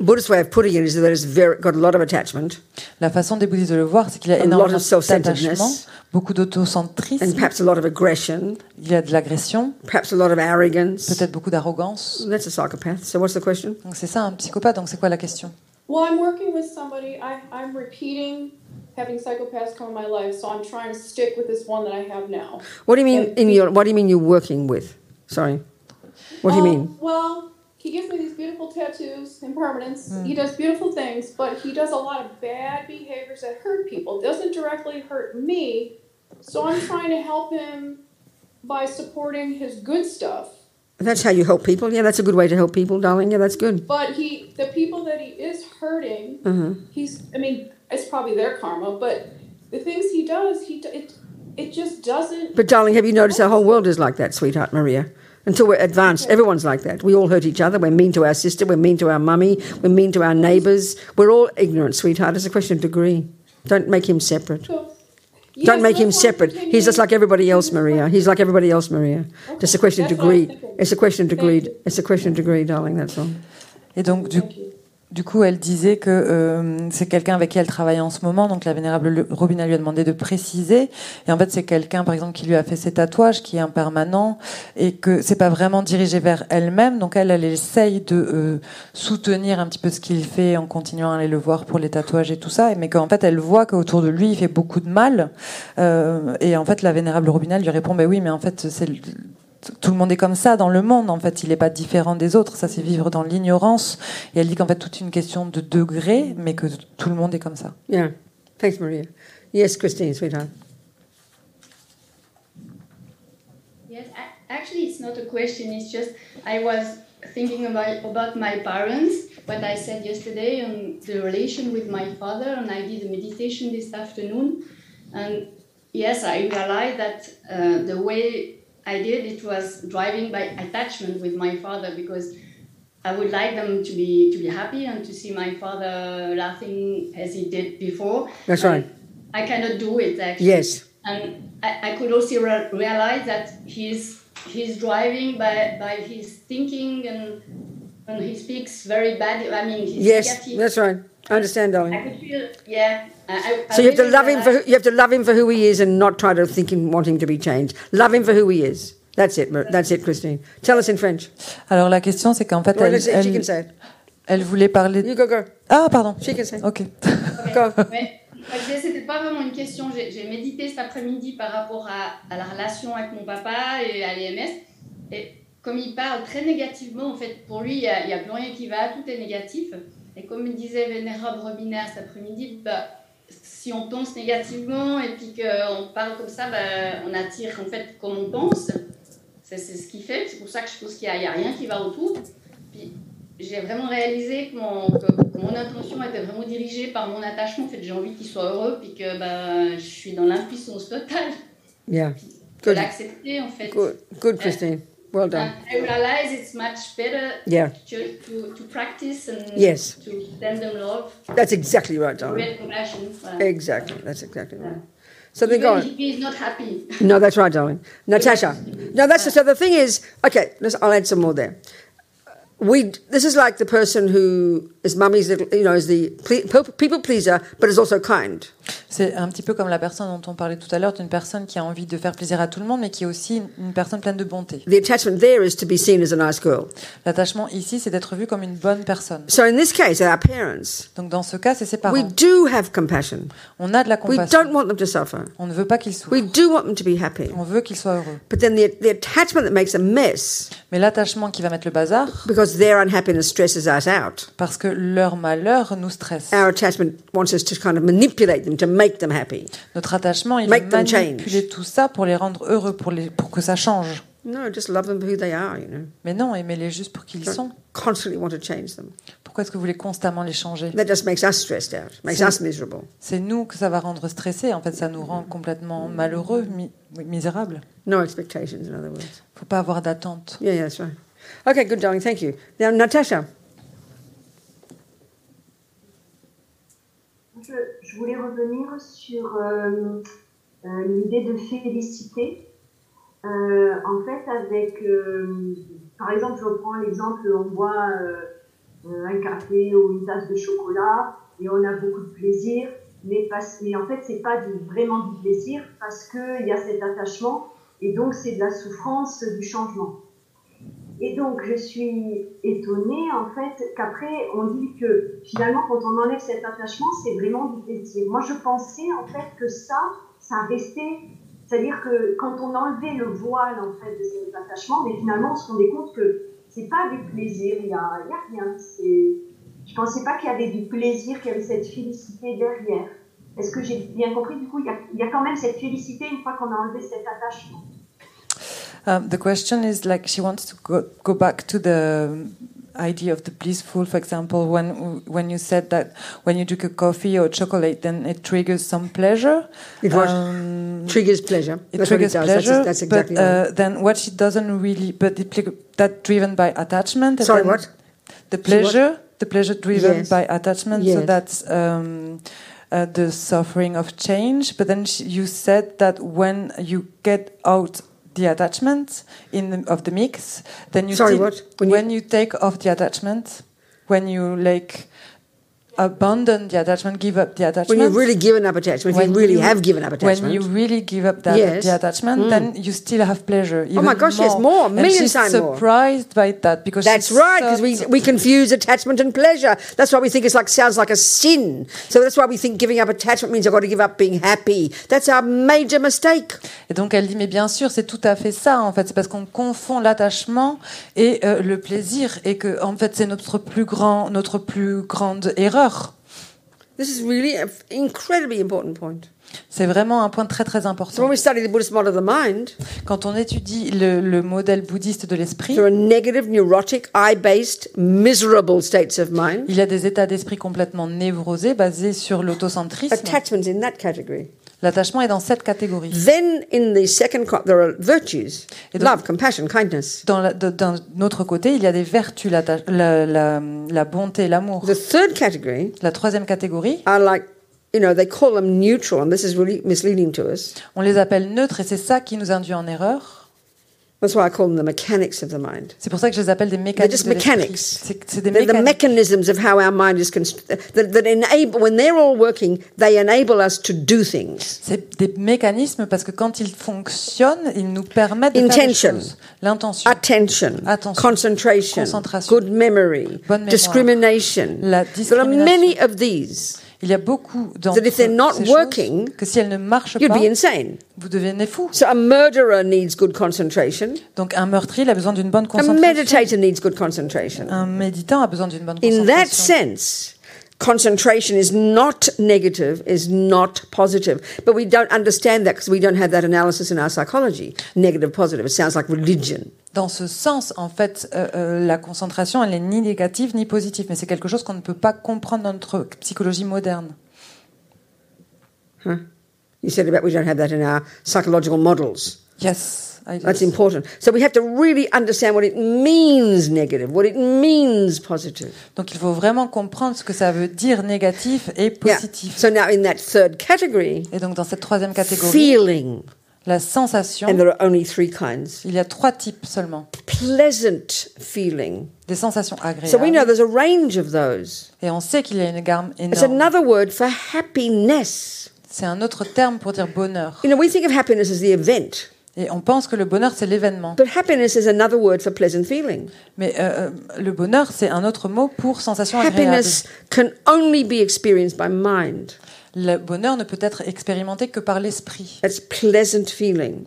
Buddhist way of putting it is that it's very, got a lot of attachment
La façon des bouddhistes de le voir, c'est qu'il y a
lot
énormément
of self-centeredness.
d'attachement, beaucoup
and
d'autocentrisme,
perhaps a lot of aggression,
il y a de l'agression,
perhaps a lot of arrogance.
peut-être beaucoup d'arrogance.
That's a psychopath. So, what's the question?
Donc c'est ça un psychopathe, donc c'est quoi la question
Well, I'm working with somebody. I, I'm repeating having psychopaths come in my life, so I'm trying to stick with this one that I have now.
What do you mean in your? What do you mean you're working with? Sorry. What do you
Um,
mean?
Well, he gives me these beautiful tattoos, impermanence. He does beautiful things, but he does a lot of bad behaviors that hurt people. Doesn't directly hurt me, so I'm trying to help him by supporting his good stuff.
That's how you help people. Yeah, that's a good way to help people, darling. Yeah, that's good. Uh-huh.
But he, the people that he is hurting, he's. I mean, it's probably their karma, but The things he does, he do- it it just doesn't.
But darling, have you noticed our whole world is like that, sweetheart Maria? Until we're advanced, everyone's like that. We all hurt each other. We're mean to our sister. We're mean to our mummy. We're mean to our neighbours. We're all ignorant, sweetheart. It's a question of degree. Don't make him separate.
So, yes,
Don't make him
that's why
separate.
I'm
He's just like everybody else, Maria. He's like everybody else, Maria. Just a question of
that's what I was
degree.
thinking.
It's a question of
Thank
degree.
you.
It's a question of degree, darling. That's all.
Et donc, du,
continuing-
du coup, elle disait que euh, c'est quelqu'un avec qui elle travaille en ce moment. Donc, la vénérable Le- Robina lui a demandé de préciser. Et en fait, c'est quelqu'un, par exemple, qui lui a fait ses tatouages, qui est impermanent, et que c'est pas vraiment dirigé vers elle-même. Donc, elle, elle essaye de euh, soutenir un petit peu ce qu'il fait en continuant à aller le voir pour les tatouages et tout ça. et- Mais qu'en fait, elle voit qu'autour de lui, il fait beaucoup de mal. Euh, et en fait, la vénérable Robina lui répond, ben oui, mais en fait, c'est le- tout le monde est comme ça dans le monde, en fait. Il n'est pas différent des autres. Ça, c'est vivre dans l'ignorance. Et elle dit qu'en fait, toute une question de degré, mais que tout le monde est comme ça.
Yeah. Thanks, Maria. Yes, Christine, sweetheart.
Yes, a- actually, it's not a question. It's just I was thinking about about my parents, what I said yesterday on the relation with my father, and I did a meditation this afternoon, and yes, I realized that uh, the way I did it was driving by attachment with my father because. I would like them to be to be happy and to see my father laughing as he did before.
That's right.
I cannot do it actually
Yes.
and I, I could also re- realize that he's he's driving by by his thinking and and he speaks very bad. I mean, he's
Yes.
yet he-
That's right. I understand,
I
darling.
could feel, yeah. I, I,
So
I
you have to
really
love him for
realized-
who- you have to love him for who he is and not try to think and want him to be changed. Love him for who he is. That's it. Mar- That's it, Christine. Tell us in French.
Alors, la question, c'est qu'en fait,
Well,
elle,
let's see, she can
elle,
say it.
elle voulait parler. de-
You go, go.
Ah, pardon.
She can say. it.
Ok.
Go.
Mais je disais, c'était pas vraiment une question. J'ai j'ai médité cet après-midi par rapport à, à la relation avec mon papa et à l'EMS. Et comme il parle très négativement, en fait, pour lui, il n'y a, il y a plus rien qui va, tout est négatif. Et comme disait Vénérable Robina cet après-midi, bah, si on pense négativement et puis qu'on parle comme ça, bah, on attire en fait comme on pense. C'est c'est ce qu'il fait. C'est pour ça que je pense qu'il n'y a, il y a rien qui va autour. Puis j'ai vraiment réalisé que mon, que- que mon intention était vraiment dirigée par mon attachement. En fait, j'ai envie qu'il soit heureux, puis que bah, je suis dans l'impuissance totale
Yeah.
de
Good.
l'accepter, en fait.
Good. Good, Christine. Well
And
done.
I realize it's much better
Yeah.
to, to, to practice and
Yes.
to send them love,
That's exactly right, darling.
real compassion. voilà.
Exactly. That's exactly right. So then
Even
go on.
if he is not happy.
No, that's right, darling. Natasha. No, that's so. The thing is, okay. Let's. I'll add some more there. We. This is like the person who is mummy's little. You know, is the ple- people pleaser, but is also kind.
C'est un petit peu comme la personne dont on parlait tout à l'heure, d'une personne qui a envie de faire plaisir à tout le monde, mais qui est aussi une- une personne pleine de bonté.
The attachment there is to be seen as a nice girl.
L'attachement ici, c'est d'être vu comme une bonne personne.
So in this case, our parents,
Donc, dans ce cas, c'est ses
we
parents.
do have compassion.
On a de la
We
compassion.
don't want them to suffer.
On ne veut pas qu'ils
We
souffrent.
do want them to be happy.
On veut qu'ils soient heureux.
But then the, the attachment that makes a mess
Mais l'attachement qui va mettre le bazar,
because their unhappiness stresses us out.
parce que leur malheur nous stresse.
Our attachment wants us to kind of manipulate them to make them happy.
Notre attachement, il
Make
est
them change.
manipuler tout ça pour les rendre heureux, pour, les, pour que ça change.
No, just love them for who they are, you know.
Mais non, aimez-les juste pour qu'ils sont.
Constantly want to change them.
Pourquoi est-ce que vous voulez constamment les changer
That just makes us stressed out, makes
So-
us miserable.
C'est nous que ça va rendre stressés. En fait, ça nous rend complètement malheureux, mi- oui, misérables.
No expectations, in other words.
Faut pas avoir d'attente.
Yeah, yeah, that's right. Okay, good, darling. Thank you. Now, Natasha.
Je, euh, je voulais revenir sur euh, euh, l'idée de féliciter. Euh, en fait, avec, euh, par exemple, je prends l'exemple, on boit euh, euh, un café ou une tasse de chocolat et on a beaucoup de plaisir, mais, parce- mais en fait, c'est pas du- vraiment du plaisir parce qu'il y a cet attachement et donc c'est de la souffrance du changement. Et donc, je suis étonnée, en fait, qu'après, on dit que finalement, quand on enlève cet attachement, c'est vraiment du plaisir. Moi, je pensais, en fait, que ça, ça restait. C'est-à-dire que quand on enlevait le voile, en fait, de cet attachement, mais finalement, on se rendait compte que c'est pas du plaisir, il y a, il y a rien. C'est- Je pensais pas qu'il y avait du plaisir, qu'il y avait cette félicité derrière. Est-ce que j'ai bien compris Du coup, il y a- il y a quand même cette félicité une fois qu'on a enlevé cet attachement.
Um, the question is like she wants to go, go back to the idea of the blissful, for example, when when you said that when you drink a coffee or chocolate, then it triggers some pleasure.
It was-
Um,
triggers pleasure.
it
That's
triggers
what it does.
pleasure,
that's, that's exactly
but
right.
uh, then what she doesn't really, but it, pli- that driven by attachment. and
Sorry,
then
what?
The pleasure, the pleasure driven
Yes.
by attachment. So
Yes.
that's um, uh, the suffering of change. But then she, you said that when you get out the attachment in the, of the mix, then you
Sorry,
take-
what? When
when,
you-
you take off the attachment, when you like abandon the attachment, give up the attachment
when you've really given up attachment, if you really have given up attachment.
when you really give up that
Yes. Mm.
the attachment, then you still have pleasure. Even
Oh my gosh,
more.
yes, more,
And
million
she's
times more.
surprised by that because
That's
she's
right, because we,
such-
we confuse attachment and pleasure. That's why we think it's like sounds like a sin. So that's why we think giving up attachment means I've got to give up being happy. That's our major mistake.
Et donc elle dit mais bien sûr c'est tout à fait ça en fait c'est parce qu'on confond l'attachement et euh, le plaisir et que en fait c'est notre plus grand notre plus grande erreur.
This is really an incredibly important point.
C'est vraiment un point très très
So when
important.
we study the Buddhist model of the mind,
Quand on étudie le, le modèle bouddhiste de l'esprit,
there are negative, neurotic, I-based, miserable states of mind.
il y a des états d'esprit complètement névrosés basés sur l'autocentrisme.
Attachment's in that category.
L'attachement est dans cette catégorie.
Then in the second, co- there are virtues:
It
love, compassion, kindness.
Dans la- de- D'un autre côté, il y a des vertus, la, ta- la, la- la bonté, l'amour.
The third category
La troisième catégorie,
are like, you know, they call them neutral, and this is really misleading to us.
on les appelle neutres et c'est ça qui nous induit en erreur.
That's why I call them the mechanics of the mind.
C'est pour ça que je les appelle des mécanismes.
just
de l'esprit.
mechanics.
C'est c'est des
They're the
mécanismes.
mechanisms of how our mind is const- that, that enable when they're all working, they enable us to do things.
C'est des mécanismes parce que quand ils fonctionnent, ils nous permettent de faire des
Intention.
choses. L'intention,
Attention,
Attention.
concentration,
Concentration.
good memory,
Bonne mémoire.
discrimination.
La
There are
discrimination.
many of these.
il y a beaucoup d'entre
That if they're not
ces
working,
choses que si elles ne marchent
You'd
pas,
be insane.
vous devenez fou.
So a murderer needs good concentration.
Donc un meurtrier, il a besoin d'une bonne
A
concentration.
meditator needs good concentration.
Un méditant a besoin d'une bonne
In
concentration.
that sense, concentration is not negative, is not positive. But we don't understand that because we don't have that analysis in our psychology. Negative, positive. It sounds like religion.
Dans ce sens, en fait, euh, euh, la concentration, elle est ni négative ni positive, mais c'est quelque chose qu'on ne peut pas comprendre dans notre psychologie moderne.
You said about we don't have that in our psychological models.
Yes, I do.
That's important. So we have to really understand what it means negative, what it means positive.
Donc il faut vraiment comprendre ce que ça veut dire négatif et positif.
So now in that third category,
Et donc dans cette troisième catégorie,
feeling.
la sensation,
And there are only three kinds.
il y a trois types seulement.
Pleasant feeling.
Des sensations
So we know
agréables.
there's a range of those.
Et on sait qu'il y a une gamme
It's
énorme.
another word for happiness.
C'est un autre terme pour dire bonheur.
You know, we think of happiness as the event,
Et on pense que le bonheur, c'est l'événement.
but happiness is another word for pleasant feeling.
Mais euh, euh, le bonheur, c'est un autre mot pour sensation agréable.
Happiness can only be experienced by mind.
Le bonheur ne peut être expérimenté que par l'esprit.
That's pleasant feeling.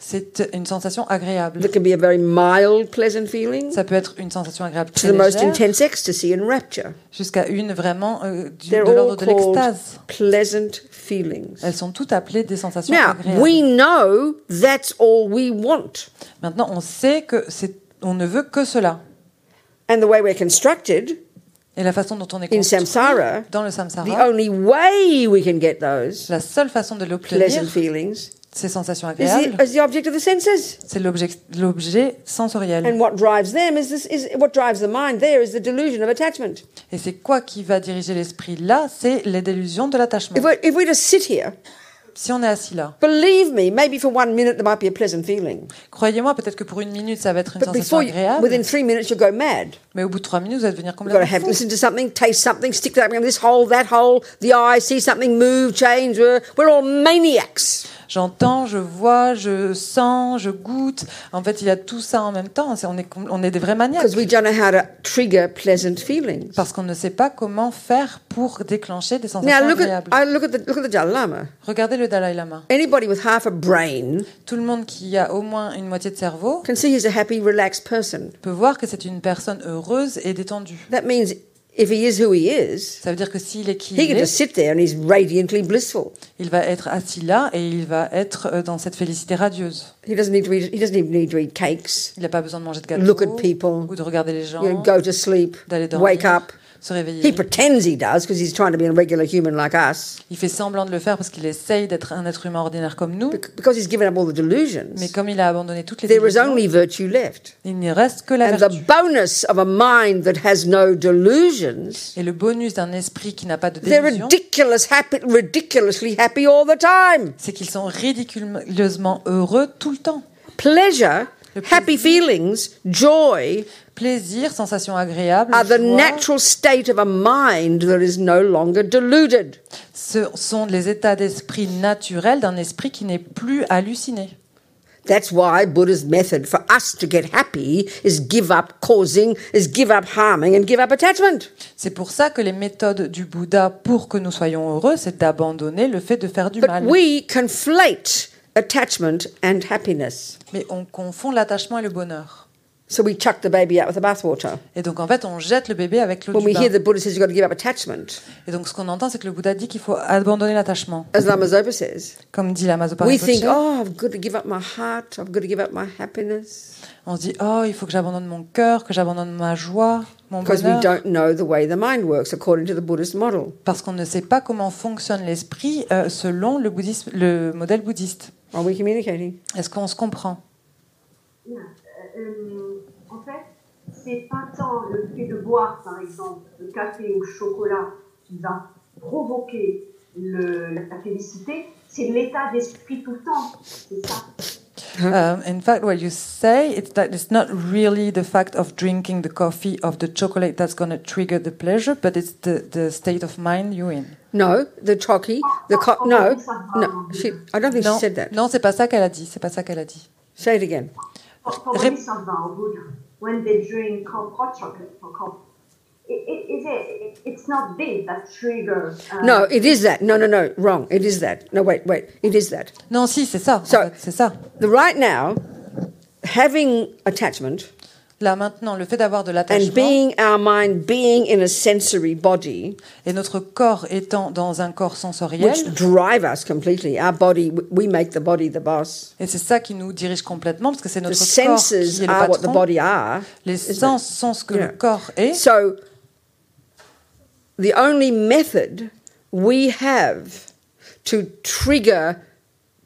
C'est une sensation agréable.
That can be a very mild, pleasant feeling
Ça peut être une sensation agréable
to
très
the most
légère,
intense ecstasy and rapture.
jusqu'à une vraiment euh, du-
They're
de l'ordre
all
de
called
l'extase.
pleasant feelings.
Elles sont toutes appelées des sensations
Now,
agréables.
we know that's all we want.
Maintenant, on sait que c'est, on ne veut que cela.
And the way we're constructed
Et la façon dont on est
in
construit
samsara,
dans le
the
samsara,
only way we can get those
la seule façon de l'obtenir,
pleasant feelings
ces sensations
is
agréables,
the, is the object of the senses.
c'est l'objet, l'objet sensoriel.
And what drives them is this is what drives the mind there is the delusion of attachment.
Et c'est quoi qui va diriger l'esprit là C'est les délusions de l'attachement.
If we, if we just sit here,
Si on est assis là,
believe me, maybe for one minute there might be a pleasant feeling.
croyez-moi, peut-être que pour une minute, ça va être une
But
sensation
before you,
agréable.
within three minutes you'll go mad.
Mais au bout de trois minutes, vous allez devenir
You've got to
complètement
have
fou.
listen to something, taste something, stick to that this hole, that hole, the eye, see something, move, change. uh, We're all maniacs.
J'entends, je vois, je sens, je goûte. En fait, il y a tout ça en même temps. C'est- On est, com- on est des vrais maniaques.
Because we don't know how to trigger pleasant feelings.
Parce qu'on ne sait pas comment faire pour déclencher des sensations
Now look at
agréables.
I look at the look at the Dalai Lama.
Regardez le Dalai Lama.
Anybody with half a brain
Tout le monde qui a au moins une moitié de cerveau
can see he's a happy, relaxed person.
peut voir que c'est une personne heureuse et détendue.
That means if he is who he is,
Ça veut dire que s'il est qui
he
il
can just
est,
sit there and he's radiantly blissful.
il va être assis là et il va être euh, dans cette félicité radieuse.
He doesn't need to eat, he doesn't even need to eat cakes,
Il n'a pas besoin de manger de
look at
gâteau
people,
ou de regarder les gens,
you know, go to sleep,
d'aller dormir,
wake up.
se
He
réveiller.
pretends he does because he's trying to be a regular human like us,
Il fait semblant de le faire parce qu'il essaye d'être un être humain ordinaire comme nous,
bec- because he's given up all the delusions.
mais comme il a abandonné toutes les
There is
illusions,
only virtue left.
il n'y reste que la
And the
vertu.
bonus of a mind that has no delusions,
Et le bonus d'un esprit qui n'a pas de
they're
délusion,
ridiculous happy, ridiculously happy all the time.
c'est qu'ils sont ridiculeusement heureux tout le temps.
Pleasure,
Le plaisir.
happy feelings, joy
Plaisir, sensation agréable,
are the
joie,
natural state of a mind that is no longer deluded.
ce sont les états d'esprit naturels d'un esprit qui n'est plus halluciné.
That's why Buddha's method for us to get happy is give up causing, is give up harming, and give up attachment.
C'est pour ça que les méthodes du Bouddha pour que nous soyons heureux, c'est d'abandonner le fait de faire du
But
mal.
we conflate attachment and happiness.
Mais on confond l'attachement et le bonheur.
So we chuck the baby out with the bathwater.
Et donc en fait, on jette le bébé avec l'eau
When
du
we
bain.
hear the Buddha says you've got to give up attachment,
Et donc ce qu'on entend, c'est que le Bouddha dit qu'il faut abandonner l'attachement.
as Lama Zopa says,
Comme dit la Mazopa
we think,
Rinpoche,
oh, I've got to give up my heart, I've got to give up my happiness,
on se dit oh, il faut que j'abandonne mon cœur, que j'abandonne ma joie, mon
because we
bonheur,
don't know the way the mind works according to the Buddhist model.
parce qu'on ne sait pas comment fonctionne l'esprit euh, selon le bouddhisme, le modèle bouddhiste.
Are we communicating?
Est-ce qu'on se comprend
Euh, en fait, c'est pas tant le fait de boire, par exemple, le café ou le chocolat qui va provoquer le- la félicité, c'est l'état d'esprit tout le temps. C'est
Hein?
ça.
Um, in fact, what you say it's that it's not really the fact of drinking the coffee of the chocolate that's going to trigger the pleasure, but it's the, the state of mind you're in.
No, the chocky, the co- no, no. She, I don't think
Non,
she said that.
non, c'est pas ça qu'elle a dit. C'est pas ça qu'elle a dit.
Say it again.
For, for
Ré-
Bodhisattva or Buddha, when they drink co- hot chocolate or coffee, it, it, is it, it's not this that triggers.
Um,
uh,
No, it is that. No, no, no, wrong. It is that. No, wait, wait. It is that.
Non, si, c'est ça. en
So-
fait, c'est ça.
The right now, having attachment
Là maintenant, le fait d'avoir de
and
l'attachement
being our mind being in a sensory body,
et notre corps étant dans un corps sensoriel,
which drive us completely. Our body, w- we make the body the boss.
et c'est ça qui nous dirige complètement, parce que c'est
The
notre corps qui
senses
est le
are what the
patron.
body are.
Les
isn't it?
sens sont ce que
Yeah.
le corps est.
So, the only method we have to trigger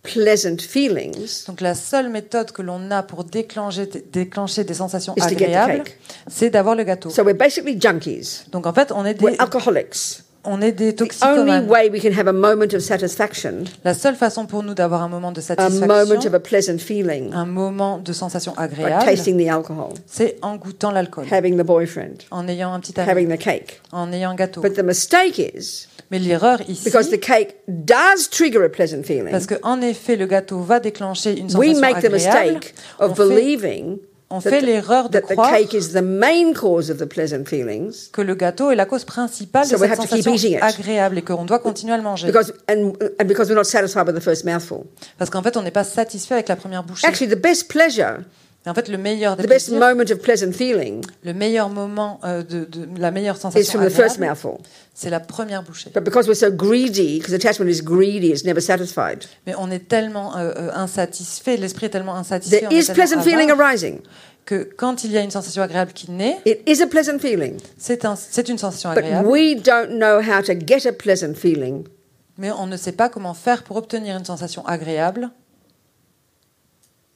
pleasant feelings
Donc la seule méthode que l'on a pour déclencher, déclencher des sensations
Is to get the
agréables,
cake.
c'est d'avoir le gâteau.
So we're basically junkies.
Donc en fait, on est
We're
des,
alcoholics.
on est des
The only
toxicomanes.
way we can have a moment of satisfaction,
La seule façon pour nous d'avoir un moment de
a moment of
satisfaction,
a pleasant feeling,
un moment de sensation
by
agréable,
tasting the alcohol,
c'est en goûtant l'alcool,
having the boyfriend,
en ayant un petit ami,
having the cake.
en ayant un gâteau.
But the mistake is
Mais l'erreur ici,
because the cake does trigger a pleasant feeling,
parce que en effet, le gâteau va déclencher une
we
sensation
make the
agréable.
mistake
On
of
fait,
believing
on
that
fait
the-
l'erreur de
that the
croire
cake is the main cause of the pleasant feelings.
que le gâteau est la cause principale
So
de
we
cette
have to keep eating
sensation
it.
agréable et qu'on doit continuer à le manger.
Because and and because we're not satisfied with the first mouthful.
Parce qu'en fait, on n'est pas satisfait avec la première bouchée.
Actually, the best pleasure,
Et en fait, le meilleur des
the best
plaisirs,
moment of pleasant feeling,
le meilleur moment euh, de, de- la meilleure
is
sensation
from the first
agréable,
mouthful.
c'est la première bouchée.
But because we're so greedy, because attachment is greedy, it's never satisfied.
Mais on est tellement euh, euh, insatisfait, l'esprit est tellement insatisfait,
There
on est
is
tellement
pleasant feeling
avare,
arising.
que quand il y a une sensation agréable qui naît,
It is a pleasant feeling,
c'est un- c'est une sensation
but
agréable,
we don't know how to get a pleasant feeling
mais on ne sait pas comment faire pour obtenir une sensation agréable.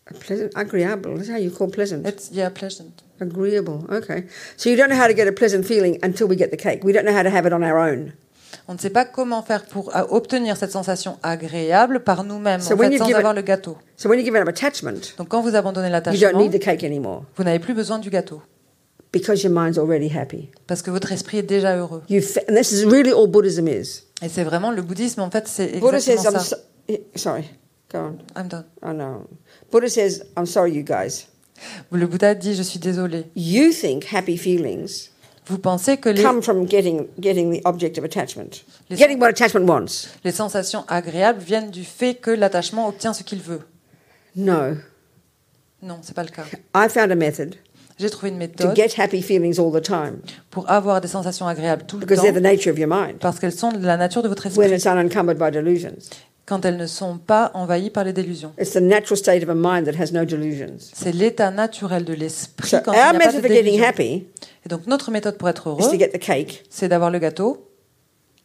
A pleasant, agreeable. That's how you call pleasant.
It's- yeah, pleasant.
Agreeable. Okay. So you don't know how to get a pleasant feeling until we get the cake. We don't know how to have it on our own.
On ne sait pas comment faire pour euh, obtenir cette sensation agréable par nous-mêmes,
So
en
when
fait,
you
sans
give it-
avoir le gâteau.
So when you give it up attachment,
Donc quand vous abandonnez
you don't
l'attachement,
need the cake anymore
vous n'avez plus besoin du gâteau.
because your mind's already happy.
parce que votre esprit est déjà heureux.
You fa- and this is really all Buddhism is.
Et c'est vraiment le bouddhisme, en fait, c'est
Buddha says,
exactement
"I'm
ça.
so- eh, sorry." Go on.
I'm done.
Oh no. Buddha says, "I'm sorry, you guys.
Le Bouddha dit, je suis désolé.
You think happy feelings
Vous pensez que les,
come from getting getting the object of attachment,
Les-
getting what attachment wants.
les sensations agréables viennent du fait que l'attachement obtient ce qu'il veut.
No.
Non, c'est pas le cas.
I found a method
J'ai trouvé une
to
méthode
get happy feelings all the time
pour avoir des sensations agréables tout le
because they're
temps
the nature of your mind
parce qu'elles sont de la nature de votre
when
esprit
it's unencumbered by delusions.
quand elles ne sont pas envahies par les délusions.
It's the natural state of a mind that has no delusions.
C'est l'état naturel de l'esprit
So
quand il n'y
our
a pas
method
de
for getting
délusions.
happy
Et donc notre méthode pour être
is to
heureux,
get the cake.
c'est d'avoir le gâteau.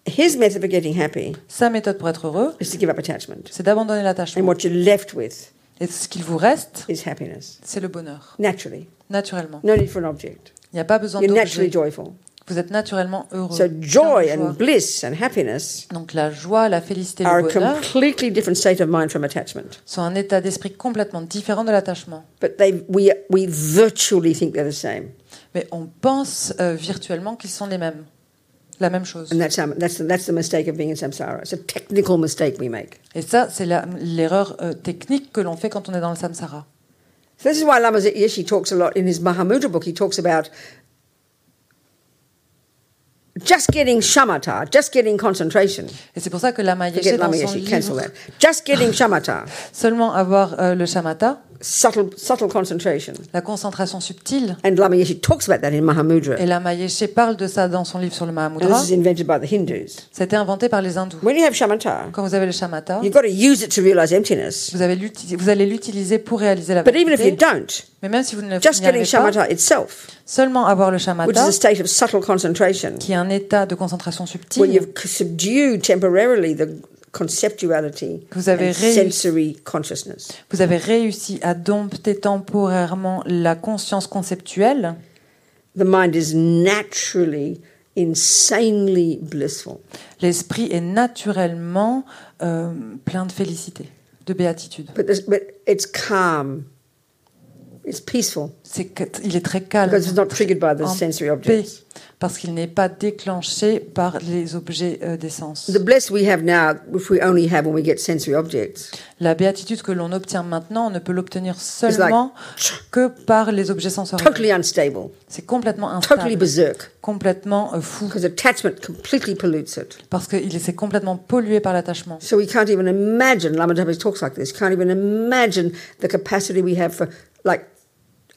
His method for getting happy
Sa méthode pour être heureux,
is to give up attachment.
c'est d'abandonner
And
l'attachement.
what you're left with
Et ce qu'il vous reste,
is happiness.
c'est le bonheur,
Naturally.
naturellement.
No need for an object.
Il n'y a pas besoin
You're naturally
d'objet.
joyful.
Vous êtes naturellement heureux.
So joy
Plein de
and
joie.
bliss and happiness
Donc la joie, la félicité,
are
le
a
bonheur
completely different state of mind from attachment.
sont un état d'esprit complètement différent de l'attachement.
But they we we virtually think they're the same.
Mais on pense euh, virtuellement qu'ils sont les mêmes. La même chose.
And that's how, that's the, that's the mistake of being in samsara. It's a technical mistake we make.
Et ça, c'est la- l'erreur euh, technique que l'on fait quand on est dans le samsara.
So this is why Lama Yeshi talks a lot in his Mahamudra book. He talks about just getting shamatha, just getting concentration.
Et c'est pour ça que Lama Yeshe,
Forget
dans
Lama
son
Yeshi, cancel
livre,
that. Just getting shamatha,
seulement avoir euh, le shamatha,
subtle, subtle concentration.
la concentration subtile,
And Lama Yeshi talks about that in
et
Mahamudra.
Lama Yeshe parle de ça dans son livre sur le
And
Mahamudra,
this is invented by the Hindus.
c'était inventé par les hindous.
When you have shamatha,
Quand vous avez le shamatha,
you've got to use it to realize emptiness.
vous, avez l'uti- vous allez l'utiliser pour réaliser la
But even if you
vérité.
don't,
Mais même si vous ne le
just
n'y
getting
arrivez pas,
shamatha itself,
seulement avoir le
which is
shamatha,
a state of subtle concentration,
qui est un état de concentration
where
subtile,
you've subdued temporarily the conceptuality
Vous avez
and
réussi-
sensory consciousness.
vous avez réussi à dompter temporairement la conscience conceptuelle,
The mind is naturally insanely blissful.
l'esprit est naturellement euh, plein de félicité, de béatitude.
But, this, but it's calm. It's peaceful
C'est que- il est très calme,
because it's not triggered by the
en
sensory
paix,
objects.
parce qu'il n'est pas déclenché par les objets euh, des sens.
The bliss we have now, which we only have when we get sensory objects,
La béatitude que l'on obtient maintenant, on ne peut l'obtenir
is like
seulement que par les objets sensoriels.
totally unstable,
C'est complètement
totally
instable,
berserk,
complètement euh, fou,
because attachment completely pollutes it.
parce qu'il s'est complètement pollué par l'attachement.
So we can't even imagine, Lama Dhamma talks like this, can't even imagine the capacity we have for like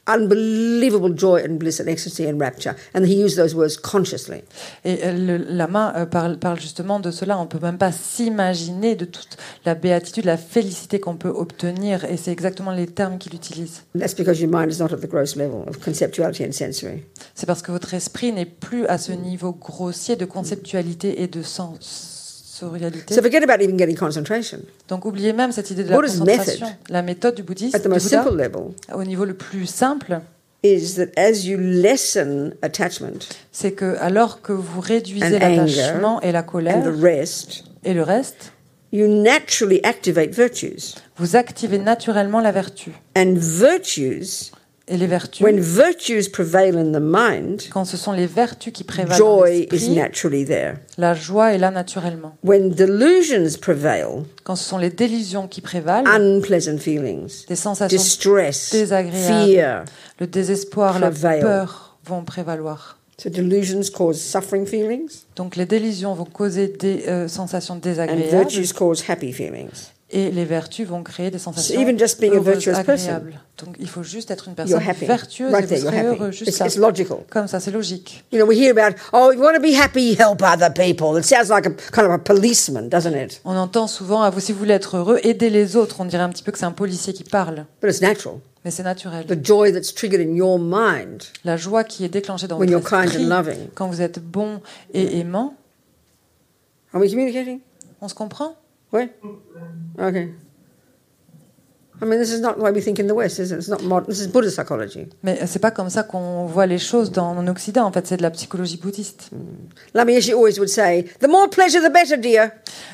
unbelievable joy and bliss and ecstasy and rapture. And he used those words consciously.
Et euh, le lama euh, parle, parle justement de cela. On peut même pas s'imaginer de toute la béatitude, la félicité qu'on peut obtenir. Et c'est exactement les termes qu'il utilise.
And that's because your mind is not at the gross level of conceptuality and sensory.
C'est parce que votre esprit n'est plus à ce niveau grossier de conceptualité et de sensorialité.
So forget about even getting concentration.
Donc oubliez même cette idée de la
Buddha's
concentration.
method.
La méthode du bouddhiste,
At the
du
most
Bouddha,
simple level
au niveau le plus simple,
is that as you lessen attachment
c'est que alors que vous réduisez
And anger.
l'attachement et la
and the
colère
rest,
et le reste,
you naturally activate virtues.
vous activez naturellement la vertu.
And virtues,
Et les vertus,
when virtues prevail in the mind,
quand ce sont les vertus qui prévalent dans
joy is
l'esprit,
naturally there.
la joie est là naturellement.
When delusions prevail,
Quand ce sont les délusions qui prévalent,
unpleasant feelings,
des sensations,
distress,
désagréables.
fear.
le désespoir, la
prevail.
peur vont prévaloir.
So delusions cause suffering feelings,
Donc les délusions vont causer des euh, sensations
and
désagréables
virtues cause happy feelings.
et les vertus vont créer des sensations
So even just being a
heureuses,
virtuous person,
agréables. Donc il faut juste être une
You're
personne
happy.
vertueuse
Right
et
there,
vous
you're
serez
happy.
heureux. Juste
It's,
ça.
it's logical.
Comme ça, c'est logique.
You know, we hear about, oh, you want to be happy, help other people. It sounds like a kind of a policeman, doesn't it?
On entend souvent, ah, vous, si vous voulez être heureux, aidez les autres. On dirait un petit peu que c'est un policier qui parle,
But it's natural.
mais c'est naturel.
The joy that's triggered in your mind
La joie qui est déclenchée dans
when you're
votre
kind and
esprit
loving.
quand vous êtes bon et aimant.
Are we communicating?
On se comprend
Where? Okay. I mean, this is not the way we think in the West, is it? It's not modern. This is Buddhist psychology.
mais euh, c'est pas comme ça qu'on voit les choses dans, en Occident. En fait, c'est de la psychologie bouddhiste.
Lama Yeshe always would say, the more pleasure, the better, dear.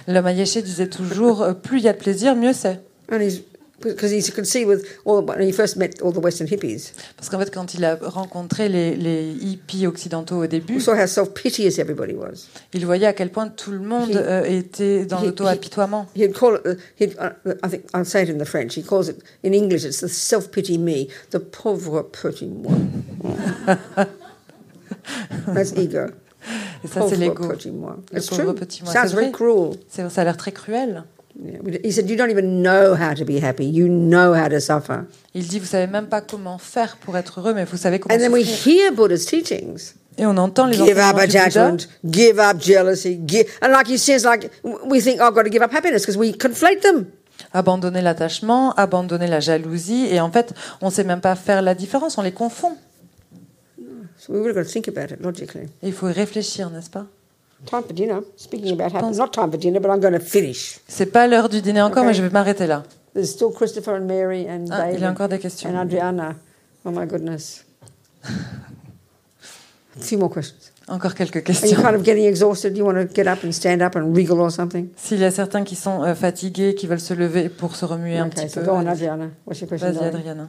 Le Mayeshe disait toujours euh, plus il y a de plaisir, mieux c'est.
And he's, because he could see with all, when he first met all the Western hippies,
Parce qu'en fait, quand il a rencontré les, les hippies occidentaux au
we
début,
saw how self piteous everybody was.
il voyait à quel point tout le monde
He-
euh, était dans
he-
l'auto-apitoiement.
He'd call it, the- he'd, uh, I think I'll say it in the French, he calls it, in English, it's the self pity me, the pauvre petit moi. That's ego.
Et ça, c'est
Pauvre
l'ego.
petit moi.
Le
It's
pauvre
true.
petit moi,
Sounds
c'est
very
vrai.
cruel.
C'est- Ça a l'air très cruel,
He said, You don't even know how to be happy. You know how to suffer.
Il dit, vous savez même pas comment faire pour être heureux, mais vous savez comment
And then we
souffrir.
hear Buddha's teachings
Et on entend les
give up
enseignements du Bouddha.
attachment, give up jealousy. Give, and like he says, like we think, oh, I've got to give up happiness because we conflate them.
Abandonner l'attachement, abandonner la jalousie, et en fait, on sait même pas faire la différence, on les confond.
So we really got to think about it logically.
Et il faut y réfléchir, n'est-ce pas
Time for dinner. Speaking about happiness, not time for dinner, but I'm going to finish.
C'est pas l'heure du dîner encore,
Ok.
mais je vais m'arrêter là.
There's still Christopher and Mary and
Ah, il y
David
a encore des questions.
and Adriana. Oh my goodness. Two more questions.
Encore quelques
Are you
questions.
kind of getting exhausted? You want to get up and stand up and wriggle or something?
S'il y a certains qui sont euh, fatigués, qui veulent se lever pour se remuer un
okay,
petit
so
peu.
go on,
allez-y.
Adriana. What's your question?
Vas-y,
darling?
Adriana.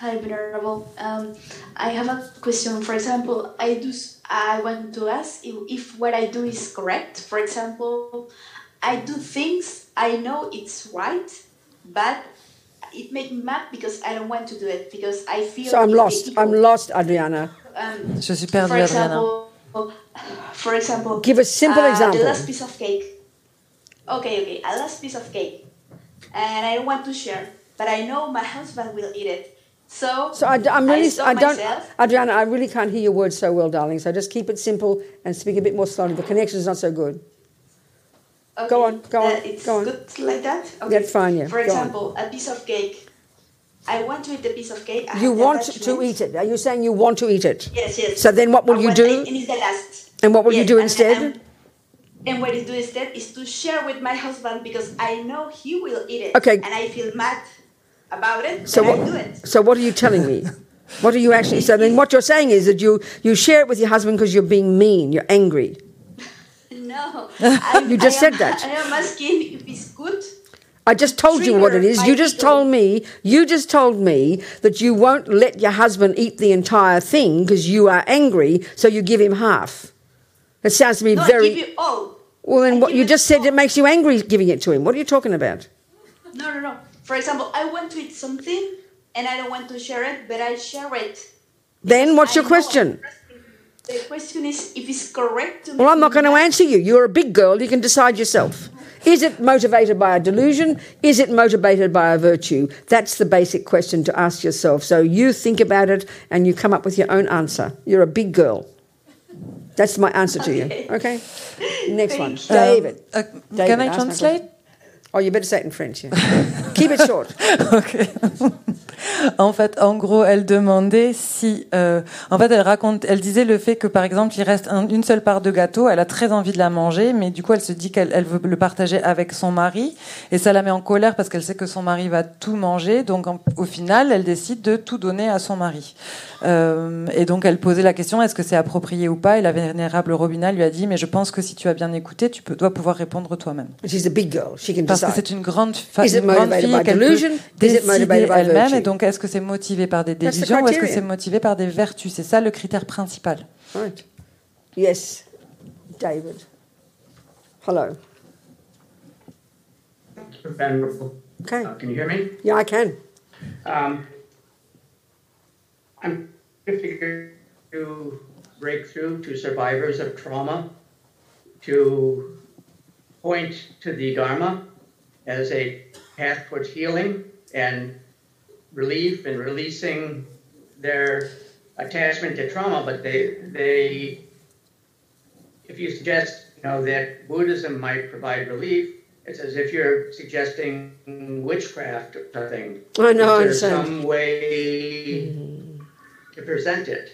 Hi, Venerable. Um, I have a question. For example, I do. s- I want to ask if, if what I do is correct. For example, I do things I know it's right, but it makes me mad because I don't want to do it because I feel.
So I'm
it's
lost.
evil.
I'm lost, Adriana.
Um,
Je suis
for
perdue, Adriana.
example, for example,
Give a simple
uh,
example.
The last piece of cake. Okay, okay, a last piece of cake, and I don't want to share, but I know my husband will eat it. So,
So I, am really,
saw
I don't,
myself.
Adriana, I really can't hear your words so well, darling. So just keep it simple and speak a bit more slowly. The connection is not so good.
Okay,
Go on, go on,
that it's
go on.
good like that. Okay.
That's fine, yeah,
For
go on.
example, a piece of cake. I want to eat a piece of cake. I
You
have
want
the
to
attachment.
eat it. Are you saying you want to eat it?
Yes, yes.
So then what will
And
you
when
do?
I- and it's the last.
And what will you
Yes,
do
and-
instead?
And, and what I do instead is to share with my husband because I know he will eat it.
Okay.
And I feel mad about it.
So
and I
what-
do it.
So what are you telling me? What are you actually? So then what you're saying is that you you share it with your husband because you're being mean. You're angry.
No. I'm-
You just
I
said
am-
that.
I am asking if it's good.
I just told you what it
Trigger
is.
my
You just
ego.
told me. You just told me that you won't let your husband eat the entire thing because you are angry. So you give him half. That sounds to me
No, I
very.
give you all.
Well,
I
then what
give
you
it
just said
all.
it makes you angry giving it to him. What are you talking about?
No, no, no. For example, I want to eat something and I don't want to share it, but I share it.
Then what's
I
your
know.
question?
The question is if it's correct to
Well, I'm not going to
make
answer you. You're a big girl. You can decide yourself. Is it motivated by a delusion? Is it motivated by a virtue? That's the basic question to ask yourself. So you think about it and you come up with your own answer. You're a big girl. That's my answer to you. Okay? Next one. Uh,
Thank
David.
Euh,
David,
can
ask
I
my
translate
Oh, you better say it in French. Yeah. Keep it short.
Ok. en fait, en gros, elle demandait si, euh, en fait, elle raconte, elle disait le fait que, par exemple, il reste un- une seule part de gâteau, elle a très envie de la manger, mais du coup, elle se dit qu'elle elle veut le partager avec son mari, et ça la met en colère parce qu'elle sait que son mari va tout manger, donc en- au final, elle décide de tout donner à son mari. Euh, et donc, elle posait la question est-ce que c'est approprié ou pas Et la vénérable Robina lui a dit mais je pense que si tu as bien écouté, tu peux, dois pouvoir répondre toi-même.
She's a big girl. She can
Parce que
decide.
c'est une grande, fa-
Is it
une grande
motivated
fille
by
et qu'elle
delusion?
peut
Is it motivated by
décider elle-même.
virtue?
Et donc, est-ce que c'est motivé par des
That's the
délusions ou est-ce que
criterion.
c'est motivé par des vertus C'est ça le critère principal.
Right. Yes, David. Hello.
Venerable.
Okay.
Uh, can you hear me?
Yeah, I can.
Um, I'm figuring to break through to survivors of trauma to point to the Dharma as a path towards healing and relief and releasing their attachment to trauma, but they they if you suggest you know that Buddhism might provide relief, it's as if you're suggesting witchcraft or something.
I know, I
Is there
understand.
some way to present it?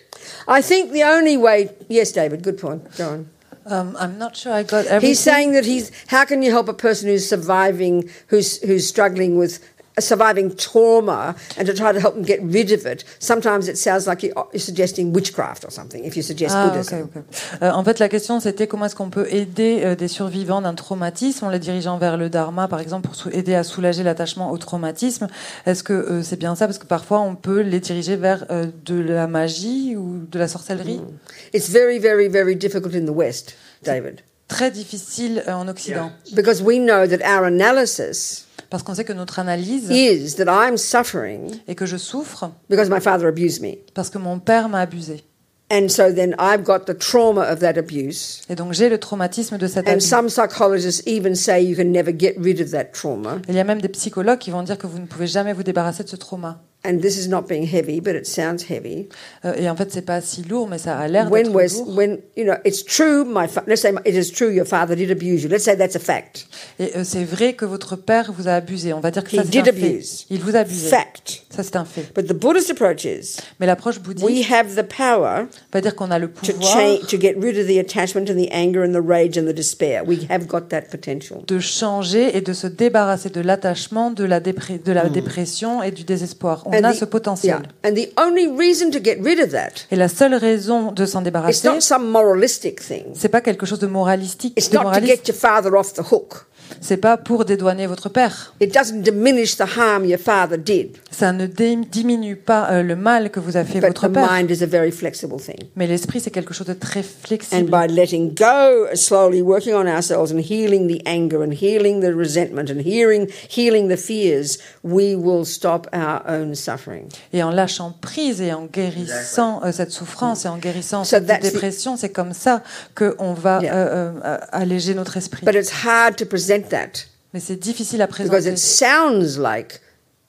I think the only way. Yes, David. Good point. Go on.
Um, I'm not sure I got everything.
He's saying that he's. How can you help a person who's surviving, who's who's struggling with surviving trauma, and to try to help them get rid of it? Sometimes it sounds like you- you're suggesting witchcraft or something. If you suggest
Ah,
Buddhism.
ok, ok. Euh, en fait, la question c'était comment est-ce qu'on peut aider euh, des survivants d'un traumatisme en les dirigeant vers le dharma, par exemple, pour sou- aider à soulager l'attachement au traumatisme. Est-ce que euh, c'est bien ça Parce que parfois, on peut les diriger vers euh, de la magie ou de la sorcellerie.
Mm. It's very, very, very difficult in the West, David,
Très difficile euh, en Occident,
because we know that our analysis
parce qu'on sait que notre analyse
is that I'm suffering
et que je souffre
because my father abused me.
parce que mon père m'a abusé.
And so then I've got the trauma of that abuse.
Et donc j'ai le traumatisme de cet
And
abus.
some psychologists even say you can never get rid of that trauma.
Il y a même des psychologues qui vont dire que vous ne pouvez jamais vous débarrasser de ce trauma.
And this is not being heavy, but it sounds heavy.
Euh, et en fait, c'est pas si lourd, mais ça a l'air d'être
When was
lourd.
when you know it's true. My fa- let's say it is true. Your father did abuse you. Let's say that's a fact.
Et euh, c'est vrai que votre père vous a abusé. On va dire que
He
ça, c'est
did
un fait.
abuse.
Il vous a abusé.
Fact.
Ça, c'est un fait.
But the Buddhist approach is
Mais l'approche
we
bouddhiste
have the power
va dire qu'on a le
to
pouvoir
change, to get rid of the attachment and the anger and the rage and the despair. We have got that potential.
de changer et de se débarrasser de l'attachement, de la, dépré- de la dépression et du désespoir. On
Hmm. And
a
the-
ce potentiel.
yeah. And the only reason to get rid of that
Et la seule raison de s'en
it's
débarrasser,
not some moralistic thing.
c'est pas quelque chose de moralistique,
It's
de
not to
moraliste.
get your father off the hook.
C'est pas pour dédouaner votre père.
It doesn't diminish the harm your father did.
Ça ne dé- diminue pas euh, le mal que vous a fait
But
votre
the
père.
mind is a very flexible thing.
Mais l'esprit, c'est quelque chose de très
And
flexible.
by letting go, slowly working on ourselves and healing the anger and healing the resentment and healing, healing the fears, we will stop our own suffering.
Et en lâchant prise et en guérissant euh, cette souffrance et en guérissant
So
cette
that's the-
dépression, c'est comme ça qu'on va
Yeah.
euh, euh, alléger notre esprit.
But it's hard to present that
Mais c'est difficile à
because
présenter.
it sounds like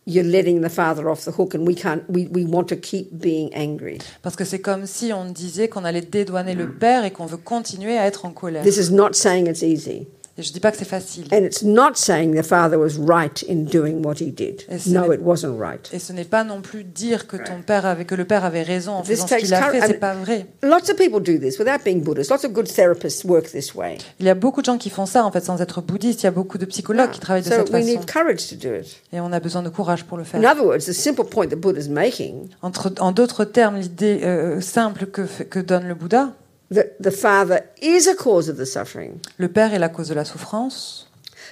you're letting the father off the hook and we can't, we, we want to keep being angry.
Parce que c'est comme si on disait qu'on allait dédouaner le père et qu'on veut continuer à être en colère.
This is not saying it's easy.
Et je dis pas que c'est facile.
And it's not saying the father was right in doing what he did.
Yes,
No,
and-
it wasn't right.
Et ce n'est pas non plus dire que ton père avait que le père avait raison en
This
faisant ce
takes
qu'il a
courage.
fait,
I
c'est
mean-
pas vrai.
Lots of people do this without being Buddhists. Lots of good therapists work this way.
Il y a beaucoup de gens qui font ça en fait sans être bouddhistes, il y a beaucoup de psychologues qui travaillent de
so
cette
we
façon
need courage to do it.
et on a besoin de courage pour le
In
faire.
other words, the simple point that Buddha's making
Entre- en d'autres termes, l'idée euh, simple que, fait- que donne le Bouddha,
that the father is a cause of the suffering,
le père est la cause de la souffrance,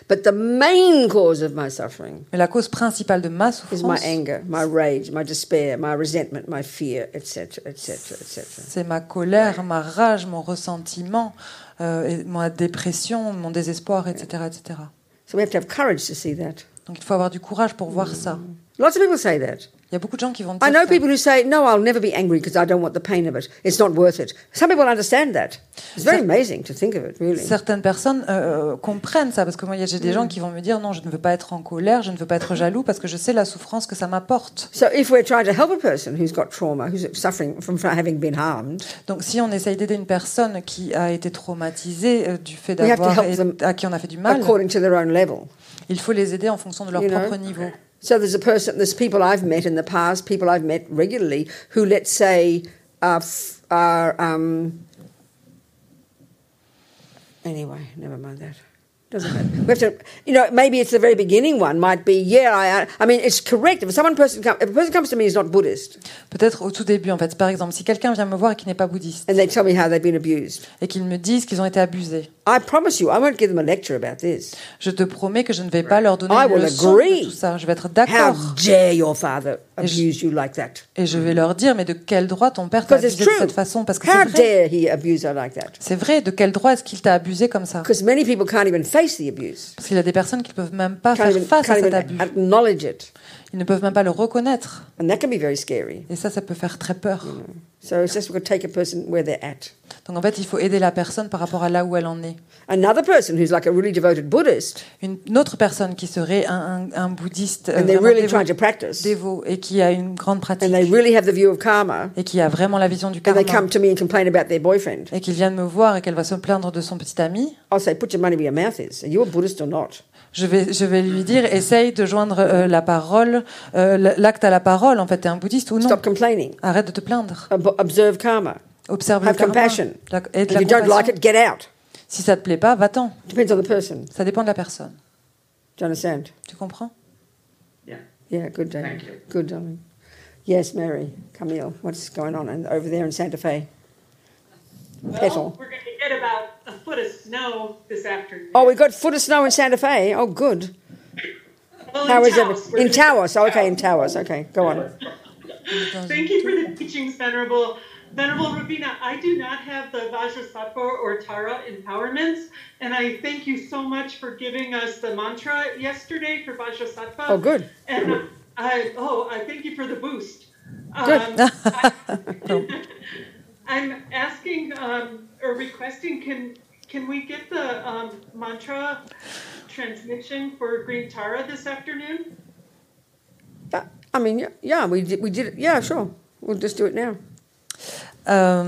but the main cause of my suffering
mais la cause principale de ma
is my
souffrance,
anger, my rage, my despair, my resentment, my fear, etc., etc., etc.
c'est ma colère, ma rage, mon ressentiment, euh, et ma dépression, mon désespoir, etc., etc.
So we have to have courage to see that.
Donc il faut avoir du courage pour voir ça.
Lots of people say that.
Il y a beaucoup de gens qui vont dire
I know
ça.
people who say, "No, I'll never be angry because I don't want the pain of it. It's not worth it." Some people understand that. It's very amazing to think of it, really.
Certaines personnes euh, comprennent ça parce que moi j'ai des gens qui vont me dire non je ne veux pas être en colère, je ne veux pas être jaloux parce que je sais la souffrance que ça m'apporte.
So if we're trying to help a person who's got trauma, who's suffering from from having been harmed,
Donc si on essaye d'aider une personne qui a été traumatisée euh, du fait
We have to
d'avoir
help them
et- à qui on a fait du mal,
according to their own level.
il faut les aider en fonction de leur
You know.
propre niveau.
So there's a person, there's people I've met in the past, people I've met regularly, who let's say are, f- are um, anyway, never mind that. Doesn't matter. We have to, you know, maybe it's the very beginning one might be, yeah, I, I mean, it's correct. If someone person come, if a person comes to me who's not Buddhist
Peut-être au tout début en fait. Par exemple si quelqu'un vient me voir et qui n'est pas bouddhiste
and they tell me how they've been abused,
et qu'il me dise qu'ils ont été abusés,
I promise you, I won't give them a lecture about this.
je te promets que je ne vais pas leur donner
I
une
will
leçon de
agree.
tout ça. Je vais être
How
d'accord
dare your father abuse you like that?
et je vais leur dire mais de quel droit ton père t'a
Because it's
abusé de
true.
cette façon parce que
How
c'est vrai.
dare he abuse her like that?
C'est vrai, de quel droit est-ce qu'il t'a abusé comme ça
Because many people can't even face the abuse.
Parce qu'il y a des personnes qui ne peuvent même pas
can't
faire
even,
face à
can't
cet
even
abus.
acknowledge it.
Ils ne peuvent même pas le reconnaître.
And that can be very scary.
Et ça, ça peut faire très peur.
So it's just we've got to take a person where they're at.
Donc en fait, il faut aider la personne par rapport à là où elle en est.
Another person who's like a really devoted Buddhist
Une une autre personne qui serait un, un- un bouddhiste euh,
and they're
vraiment
really
dévo-
trying to practice
dévot et qui a une grande
and
pratique
they really have the view of karma
et qui a vraiment la vision du
and they come
karma
to me and complain about their boyfriend.
et qui vient de me voir et qu'elle va se plaindre de son petit ami,
I'll say, put your money where your mouth is. Are you a Buddhist or not?
je vais, je vais lui dire essaye de joindre euh, la parole, euh, l'acte à la parole. En fait, t'es un bouddhiste ou non
Stop complaining.
Arrête de te plaindre.
Ob- observe karma.
Observe le
Have
karma.
compassion.
La- et de
If
la
you don't like
compassion.
it, get out.
Si ça te plaît pas, va-t'en.
Depends on the person. Do
Ça dépend de la personne.
you understand?
Tu comprends
Yeah.
Yeah, good, darling.
Thank you.
Good, darling. Yes, Mary, Camille, what's going on in, over there in Santa Fe? Petal.
Well, we're going to get about a foot of snow this afternoon.
Oh, we got foot of snow in Santa Fe. Oh, good.
well,
How is
Taos,
it
we're
in
gonna-
Taos? Oh, okay, in Taos. Okay, go on.
Thank you for the teachings, Venerable. Venerable Rubina, I do not have the Vajrasattva or Tara empowerments, and I thank you so much for giving us the mantra yesterday for Vajrasattva.
Oh, good.
And uh, I, oh, I thank you for the boost.
Good.
Um, I- I'm asking um, or requesting, can, can we get the um, mantra transmission for Green Tara this afternoon?
I mean, yeah, yeah, we did, we did it. Yeah, sure. We'll just do it now.
Euh,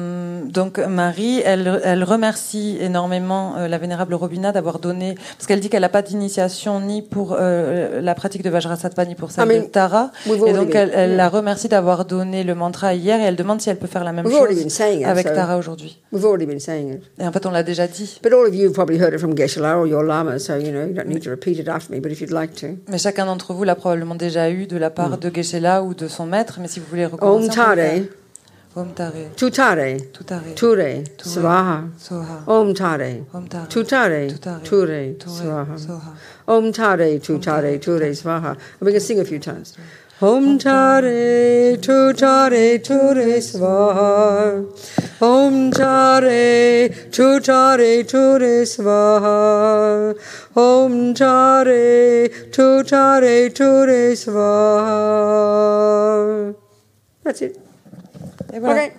donc Marie, elle, elle remercie énormément euh, la vénérable Robina d'avoir donné, parce qu'elle dit qu'elle n'a pas d'initiation ni pour euh, la pratique de Vajrasattva ni pour celle
I mean,
de Tara,
we've
et
already
donc
been-
elle, elle
yeah.
la remercie d'avoir donné le mantra hier et elle demande si elle peut faire la même
We've already been
chose
saying it.
avec
so
Tara aujourd'hui.
We've already been saying it.
Et en fait, on l'a déjà dit.
But all of you have probably heard it from Geshe-la or your Lama, so you know you don't need to repeat it after me. But if you'd like to,
Mais chacun d'entre vous l'a probablement déjà eu de la part de Geshe-la ou de son maître, mais si vous voulez recommencer...
Mm. Om
on peut le faire.
Tare,
Om Tare. Tutare.
Tutare, Ture,
Ture,
Swaha.
Soha.
Om Tare,
Om Tare.
Tutare,
Tutare,
Ture,
Ture,
Swaha.
Soha.
Om Tare, Tutare, Ture, Swaha. And we can sing a few times. Om Tare, Tutare, Ture, Swaha. Om Tare, Tutare, Ture, Swaha. Om Tare, Tutare, Ture, Swaha. That's it.
Et voilà.
Okay.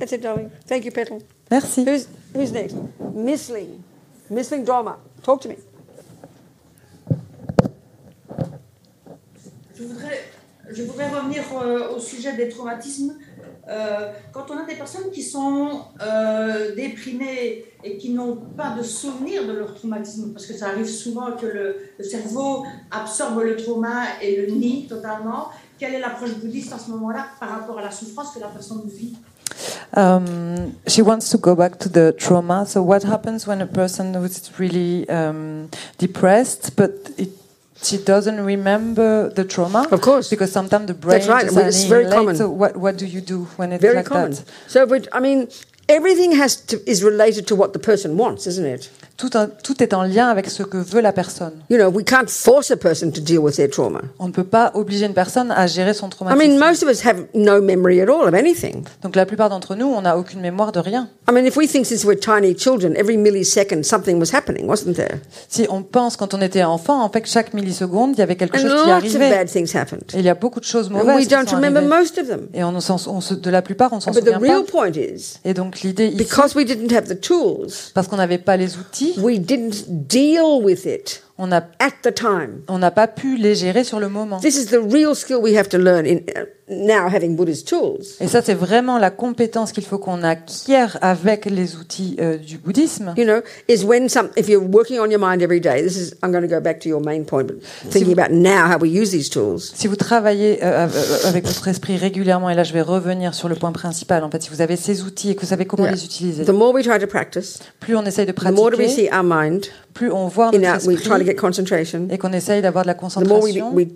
That's it, darling. Thank you, Petal.
Merci.
Who's who's next? Missling. Missling drama. Talk to me.
Je voudrais, je voudrais revenir euh, au sujet des traumatismes. Euh, quand on a des personnes qui sont euh, déprimées et qui n'ont pas de souvenir de leur traumatisme, parce que ça arrive souvent que le, le cerveau absorbe le trauma et le nie totalement, quelle est l'approche bouddhiste à ce moment-là par rapport à la souffrance que la personne vit
um, she wants to go back to the trauma. So, what happens when a person who's really um, depressed, but it, she doesn't remember the trauma?
Of course.
because sometimes the brain
That's right.
just
It's very
annihilates.
common.
So, what what do you do when it's
Very
like
common.
that?
So, but I mean, everything has to is related to what the person wants, isn't it?
Tout en- tout est en lien avec ce que veut la personne.
You know, we can't force a person to deal with their trauma.
On ne peut pas obliger une personne à gérer son
I
traumatisme.
mean, most of us have no memory at all of anything.
Donc, la plupart d'entre nous, on n'a aucune mémoire de rien.
I mean, if we think since we're tiny children, every millisecond something was happening, wasn't there?
Si on pense quand on était enfant, en fait, chaque milliseconde, il y avait quelque
And
chose qui
lots of
arrivait.
bad things happened.
Et il y a beaucoup de choses
And
mauvaises.
we
qui
don't
sont
remember
arrivées.
most of them.
Et on, s'en- on se- de la plupart, on s'en
But the
souvient
real
pas.
point is
Et donc l'idée ici,
because we didn't have the tools,
parce qu'on n'avait pas les outils,
we didn't deal with it
on n'a
at the time.
on n'a pas pu les gérer sur le moment.
This is the real skill we have to learn in uh, now having Buddha's tools.
Et ça, c'est vraiment la compétence qu'il faut qu'on acquiert avec les outils euh, du bouddhisme.
You know, is when some if you're working on your mind every day. This is I'm going to go back to your main point, but thinking about now how we use these tools.
Si vous travaillez euh, euh, avec votre esprit régulièrement, et là je vais revenir sur le point principal, en fait, si vous avez ces outils et que vous savez comment
Yeah.
les utiliser,
The more we try to practice,
plus on essaye de
the more we
pratiquer,
see our mind.
plus on voit
In
notre
our, we try to
esprit
get concentration.
et qu'on essaye d'avoir de la
The more we,
concentration,
we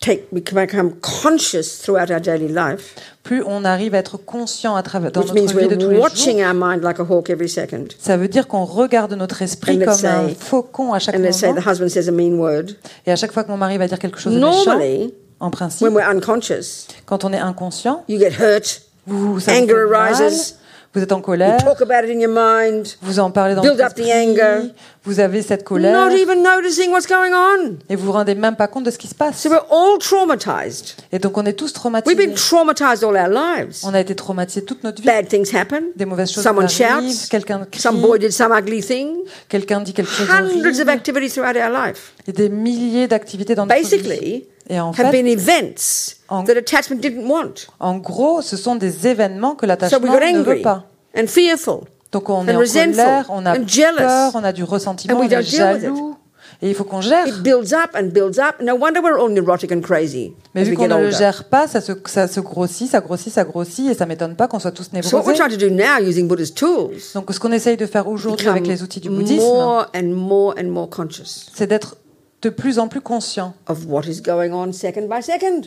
take we become conscious throughout our daily life,
plus on arrive à être conscient à travers dans
which
notre
means
vie de tous
we're
les jours.
watching our mind like a hawk every second.
Ça veut dire qu'on regarde notre esprit
And
comme
let's
un
say-
faucon à chaque
And let's say the
moment.
husband says a mean word.
Et à chaque fois que mon mari va dire quelque chose de méchant,
Normally,
en principe,
when we're unconscious,
quand on est inconscient,
you get hurt.
vous, ça vous
Anger
fait mal,
arises.
vous êtes en
You
colère,
talk about it in your mind.
vous en parlez dans
build
votre
up the
esprit,
anger.
vous avez cette colère
not even noticing what's going on.
et vous vous rendez même pas compte de ce qui se passe.
So we're all traumatized.
Et donc on est tous
We've
traumatisés.
been traumatized all our lives.
On a été traumatisés toute notre vie.
Bad things happen.
Des mauvaises choses
Someone
nous arrivent,
shouts.
quelqu'un crie,
Some boy did some ugly thing.
quelqu'un dit quelque chose
Hundreds of
d'horrible.
activities throughout our life
Et des milliers d'activités dans notre vie.
basically
Et en fait,
have been events
en-
that attachment didn't want.
en gros, ce sont des événements que
So
l'attachement
we got
ne veut
angry
pas.
and fearful.
Donc on
And
est en
resentful,
colère, on a
and jealous.
peur, on a du ressentiment,
And we
on est
don't deal with
jaloux. Et il faut qu'on gère.
It builds up and builds up. No wonder we're all neurotic and crazy
Mais
as
vu
we
qu'on
get
ne le
older.
gère pas, ça se, ça se grossit, ça grossit, ça grossit, et ça m'étonne pas qu'on soit tous
So what we're
névrosés.
trying to do now using Buddha's tools
Donc ce qu'on essaye de faire aujourd'hui avec les outils du bouddhisme,
more and more and more conscious
c'est d'être de plus en plus conscient
of what is going on second by second.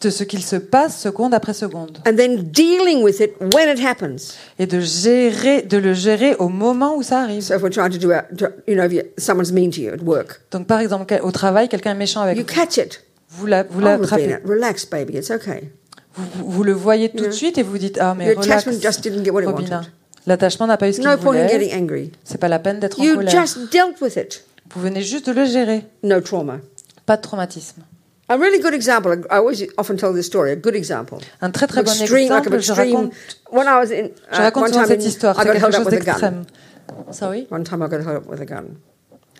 de ce qu'il se passe seconde après seconde,
and then dealing with it when it happens.
et de gérer, de le gérer au moment où ça arrive.
So if we're trying to do, our, to- you know, if you, someone's mean to you at work,
Donc par exemple, quel- au travail, quelqu'un est méchant avec
you
vous,
catch it.
vous la- vous
Oh,
l'attrapez,
Ravina, relax, baby, it's okay.
vous, vous- vous le voyez tout de suite et vous dites ah mais
Your
relax,
attachment just didn't get what it
Robina.
wanted.
L'attachement n'a pas eu ce qu'il
No point in getting
voulait.
angry.
C'est pas la peine d'être en
You
colère.
just dealt with it.
Vous venez juste de le gérer,
No trauma.
pas de traumatisme.
A really good example. I always often tell this story. A good example.
Un très très bon
Extreme, like
exemple,
of
je
extreme-
raconte,
When I was in,
je raconte
one
souvent
time
cette
in-
histoire,
I
c'est
got
quelque
held up
chose
with a gun.
d'extrême. Sorry.
One time I got held up with a gun.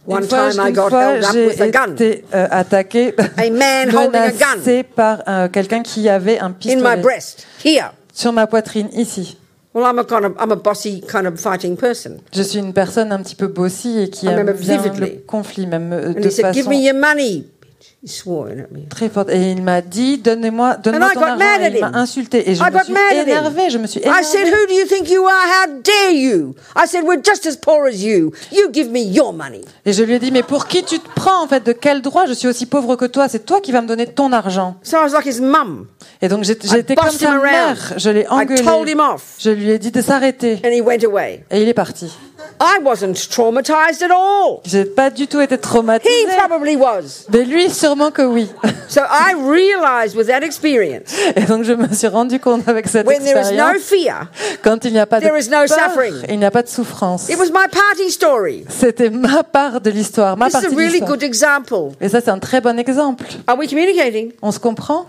One
une fois,
time I
une
got
fois,
held up
j'ai
with a gun.
été euh, attaquée,
man holding a gun.
menacée par euh, quelqu'un qui avait un
In
pistolet
my breast, here.
sur ma poitrine, ici.
Well, I'm a kind of, I'm a bossy kind of fighting person.
Je suis une personne un petit peu bossie et qui
I
aime
remember
bien
vividly.
le conflit, même euh,
Ah, And
de
he said, "Give
façon
me your money." bitch." He swore at me.
très forte. Et il m'a dit, donnez-moi donne
And I
ton
got
argent.
mad at
Et il m'a
him.
insulté et je
I
me
got
suis
mad at him.
énervée. Je me suis
I said,
énervée.
"Who do you think you are? How dare you?" I said, "We're just as poor as you. You give me your money."
Et je lui ai dit, mais pour qui tu te prends en fait De quel droit Je suis aussi pauvre que toi. C'est toi qui vas me donner ton argent.
So I was like his mum.
Et donc j'ai-
I
j'étais comme
bossed him
sa
around.
mère. Je l'ai
I told
engueulé.
him off.
Je lui ai dit de s'arrêter.
And he went away.
Et il est parti.
I wasn't traumatized at all.
J'ai pas du tout été
He
traumatisée.
probably was.
Mais lui, sûrement que oui.
So I realized with that experience,
Et donc je me suis rendu compte avec cette
when there is no
expérience,
fear,
quand il n'y a pas de
there is no suffering.
peur, il n'y a pas de souffrance.
it was my party story.
C'était ma part de l'histoire, ma
This is
partie
a
de
really
l'histoire.
good example.
Et ça, c'est un très bon exemple.
Are we communicating?
On se comprend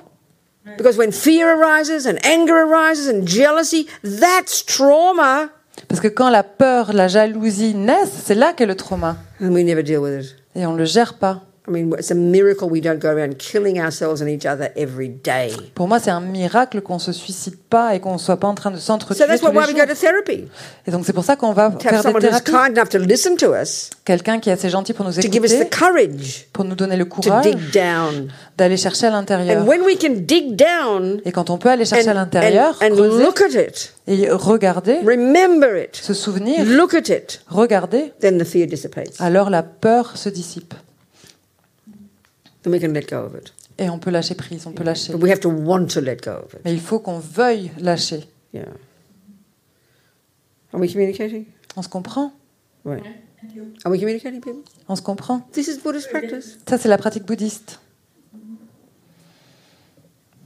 Because when fear arises and anger arises and jealousy, that's trauma.
Parce que quand la peur, la jalousie naissent, c'est là qu'est le trauma.
And we never deal with it.
Et on ne le gère pas.
I mean, it's a miracle we don't go around killing ourselves and each other every day.
Pour moi, c'est un miracle qu'on se suicide pas et qu'on ne soit pas en train de s'entretuer
So that's
tous
why
les
we go to
jours.
therapy.
Et donc, c'est pour ça qu'on va
To have
faire des
someone who's
thérapies.
kind enough to listen to us,
Quelqu'un qui est assez gentil pour nous
to give us the
écouter,
courage
pour nous donner le
to dig
courage
down.
d'aller chercher à l'intérieur.
And when we can dig down
Et quand on peut aller
and,
chercher à
and,
l'intérieur,
and
creuser
look at it,
et regarder,
remember it,
se souvenir,
look at it,
regarder,
then the fear dissipates.
alors la peur se dissipe.
Then we can let go of it.
Et on peut lâcher prise, on peut lâcher.
But we have to want to let go of it.
Mais il faut qu'on veuille lâcher.
Yeah. Are we communicating?
On se comprend
Right. Are we communicating, people?
On se comprend
This is Buddhist practice.
Ça, c'est la pratique bouddhiste.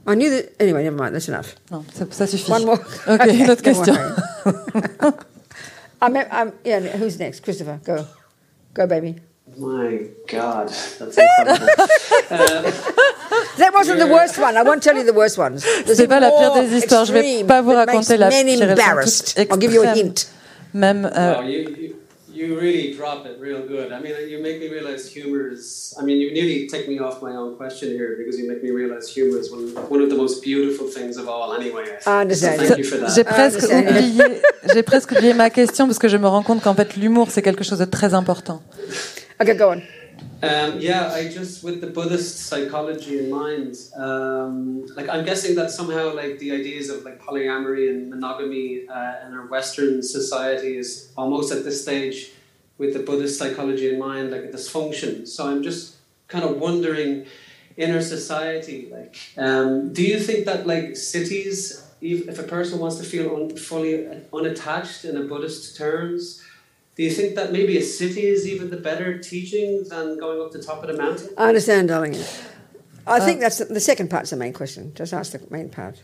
I knew that. Anyway, never mind. That's enough.
Non, ça, ça suffit.
One more.
Ok, une autre
don't
question.
worry. I'm, I'm, yeah, who's next? Christopher, go. Go, baby.
My God, that's incredible.
That wasn't the worst one. I won't tell you the worst ones. There's
C'est pas la pire
more
des histoires. Je vais
extreme
pas vous
that makes
raconter la
men
pire. elles sont toutes
embarrassed. I'll give you a
extrêmes.
hint. Uh,
Même euh,
wow, you, you you really drop it real good. I mean, you make me realize humor is. I mean, you nearly take me off my own question here because you make me realize humor is one, one of the most beautiful things of all. Anyway, I
I
think. So
understand.
thank you for that.
J'ai presque
c'est-
oublié, j'ai presque oublié ma question parce que je me rends compte qu'en fait l'humour c'est quelque chose de très important.
Okay, go on.
Um, yeah, I just with the Buddhist psychology in mind, um, like I'm guessing that somehow like the ideas of like polyamory and monogamy uh, in our Western society is almost at this stage with the Buddhist psychology in mind, like a dysfunction. So I'm just kind of wondering in our society, like, um, do you think that like cities, if, if a person wants to feel un, fully unattached in a Buddhist terms, do you think that maybe a city is even the better teaching than going up the top of the mountain?
I understand, darling.
Ah.
I think that's the, the second part's the main question. Just ask the main part.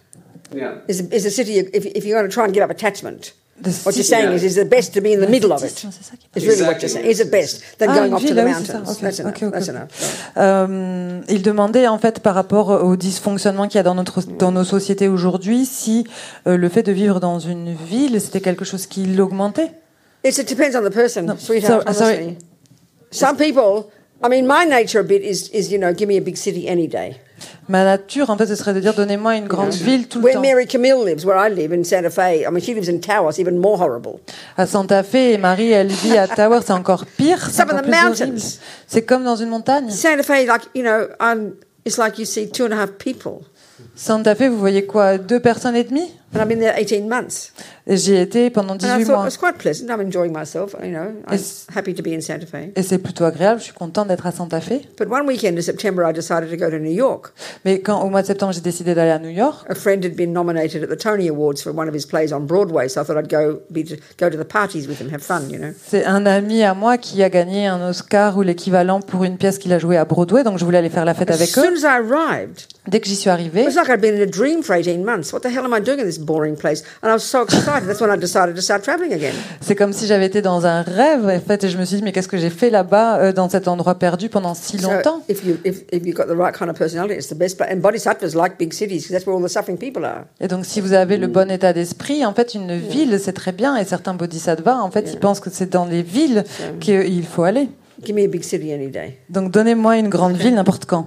Yeah.
Is, is the city, if, if you're going to try and get up attachment,
The
what you're
city-
saying is, is it best to be in the middle of it?
Narcissisme, c'est ça qui-
Is really what you're saying. Is it best than
Ah,
going
une
off to
ville,
the
ah oui, c'est ça.
mountains?
Ok,
That's enough.
ok, ok,
That's
ok.
enough.
Euh, il demandait en fait par rapport au dysfonctionnement qu'il y a dans notre dans nos sociétés aujourd'hui si euh, le fait de vivre dans une ville c'était quelque chose qui l'augmentait.
It's, it depends on the person,
No,
sweetheart.
so- uh, sorry.
honestly. Some people, I mean, my nature a bit is, is, you know, give me a big city any day.
Ma nature en fait ce serait de dire donnez-moi une grande ville tout le
Where
temps.
Mary Camille lives, where I live in Santa Fe, I mean, she lives in Taos, even more horrible.
À Santa Fe et Marie elle vit à Tower c'est encore pire. C'est
Some
encore
of the
plus
mountains.
horrible. C'est comme dans une montagne.
Santa Fe, like, you know, I'm, it's like you see two and a half people.
Santa Fe vous voyez quoi deux personnes et demie.
And I've been there 18 months.
Et J'y ai été pendant
And
18
I thought it
mois.
was quite pleasant. I'm enjoying myself, you know. I'm
It's-
happy to be in Santa Fe.
Et c'est plutôt agréable, je suis contente d'être à Santa Fe.
But one weekend in September, I decided to go to New York.
Mais quand au mois de septembre j'ai décidé d'aller à New York,
A friend had been nominated at the Tony Awards for one of his plays on Broadway, so I thought I'd go be to, go to the parties with him, have fun, you know.
c'est un ami à moi qui a gagné un Oscar ou l'équivalent pour une pièce qu'il a jouée à Broadway, donc je voulais aller faire la fête
As
avec
soon
eux.
as I arrived,
Dès que j'y suis
it
arrivée,
was like I'd been in a dream for 18 months. What the hell am I doing in this boring place. And I was so excited. That's when I decided to start traveling again.
C'est comme si j'avais été dans un rêve, en fait, et je me suis dit, mais qu'est-ce que j'ai fait là-bas, euh, dans cet endroit perdu pendant si longtemps
So if you if, if you've got the right kind of personality, it's the best. Place. And bodhisattvas like big cities because that's where all the suffering people are.
Et donc, si vous avez le bon état d'esprit, en fait, une ville, c'est très bien. Et certains bodhisattvas, en fait, ils pensent que c'est dans les villes qu'il faut aller.
Give me a big city any day.
Donc, donnez-moi une grande ville n'importe quand.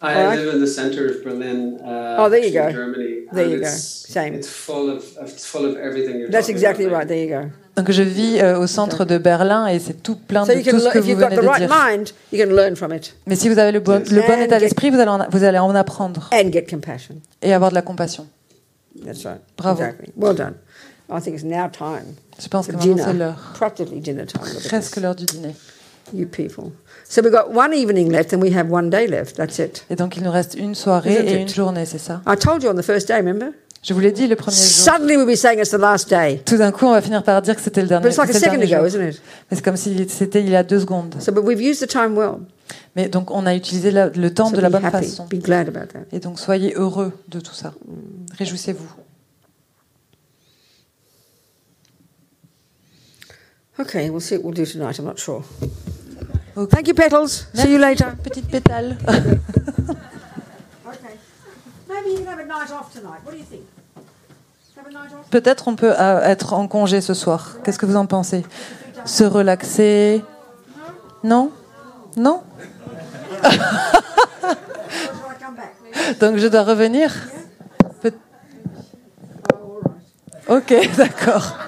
I
Alright.
live in the center of Berlin. Uh,
Oh, there you
in
go.
Germany.
There
and
you go.
it's-
Same.
It's full of, of it's full of everything you're
That's
talking
exactly
about.
right. There you go.
Donc, je vis euh, au centre de Berlin et c'est tout plein
So
de
you can
tout ce
lear-
que
if
vous
you've got
venez
the
de
right
dire.
mind, you can learn from it
Mais si vous avez le bon, le bon état d'esprit, vous allez, en, vous allez en apprendre
and get compassion.
et avoir de la compassion.
That's right.
Bravo.
Exactly. Well done. I think it's now time.
Je pense
for
que maintenant, c'est
dinner.
l'heure.
Practically dinner time. look at this.
Presque l'heure du dîner.
You people. So we've got one evening left and we have one day left. That's it.
Et donc, il nous reste une soirée
Isn't
et
it?
une journée, c'est ça
I told you on the first day, remember?
Je vous l'ai dit le premier jour.
Suddenly we'll be saying it's the last day.
Tout d'un coup, on va finir par dire que c'était le dernier,
But it's like a
c'était le
second
dernier
ago,
jour.
isn't it?
Mais c'est comme si c'était il y a deux secondes.
So, but we've used the time well.
Mais donc, on a utilisé la- le temps
So
de la
be
bonne
happy.
façon.
Be glad about that.
Et donc, soyez heureux de tout ça. Réjouissez-vous.
Okay, we'll see what we'll do tonight. I'm not sure. Thank you, Petals. See
Merci,
you later.
Petite pétale.
Okay. Maybe you can have a night off tonight. What do you think? Have a night off?
Peut-être on peut euh, être en congé ce soir. Qu'est-ce que vous en pensez Se relaxer Non Non
Or I come back?
Donc je dois revenir Peut- Ok, d'accord.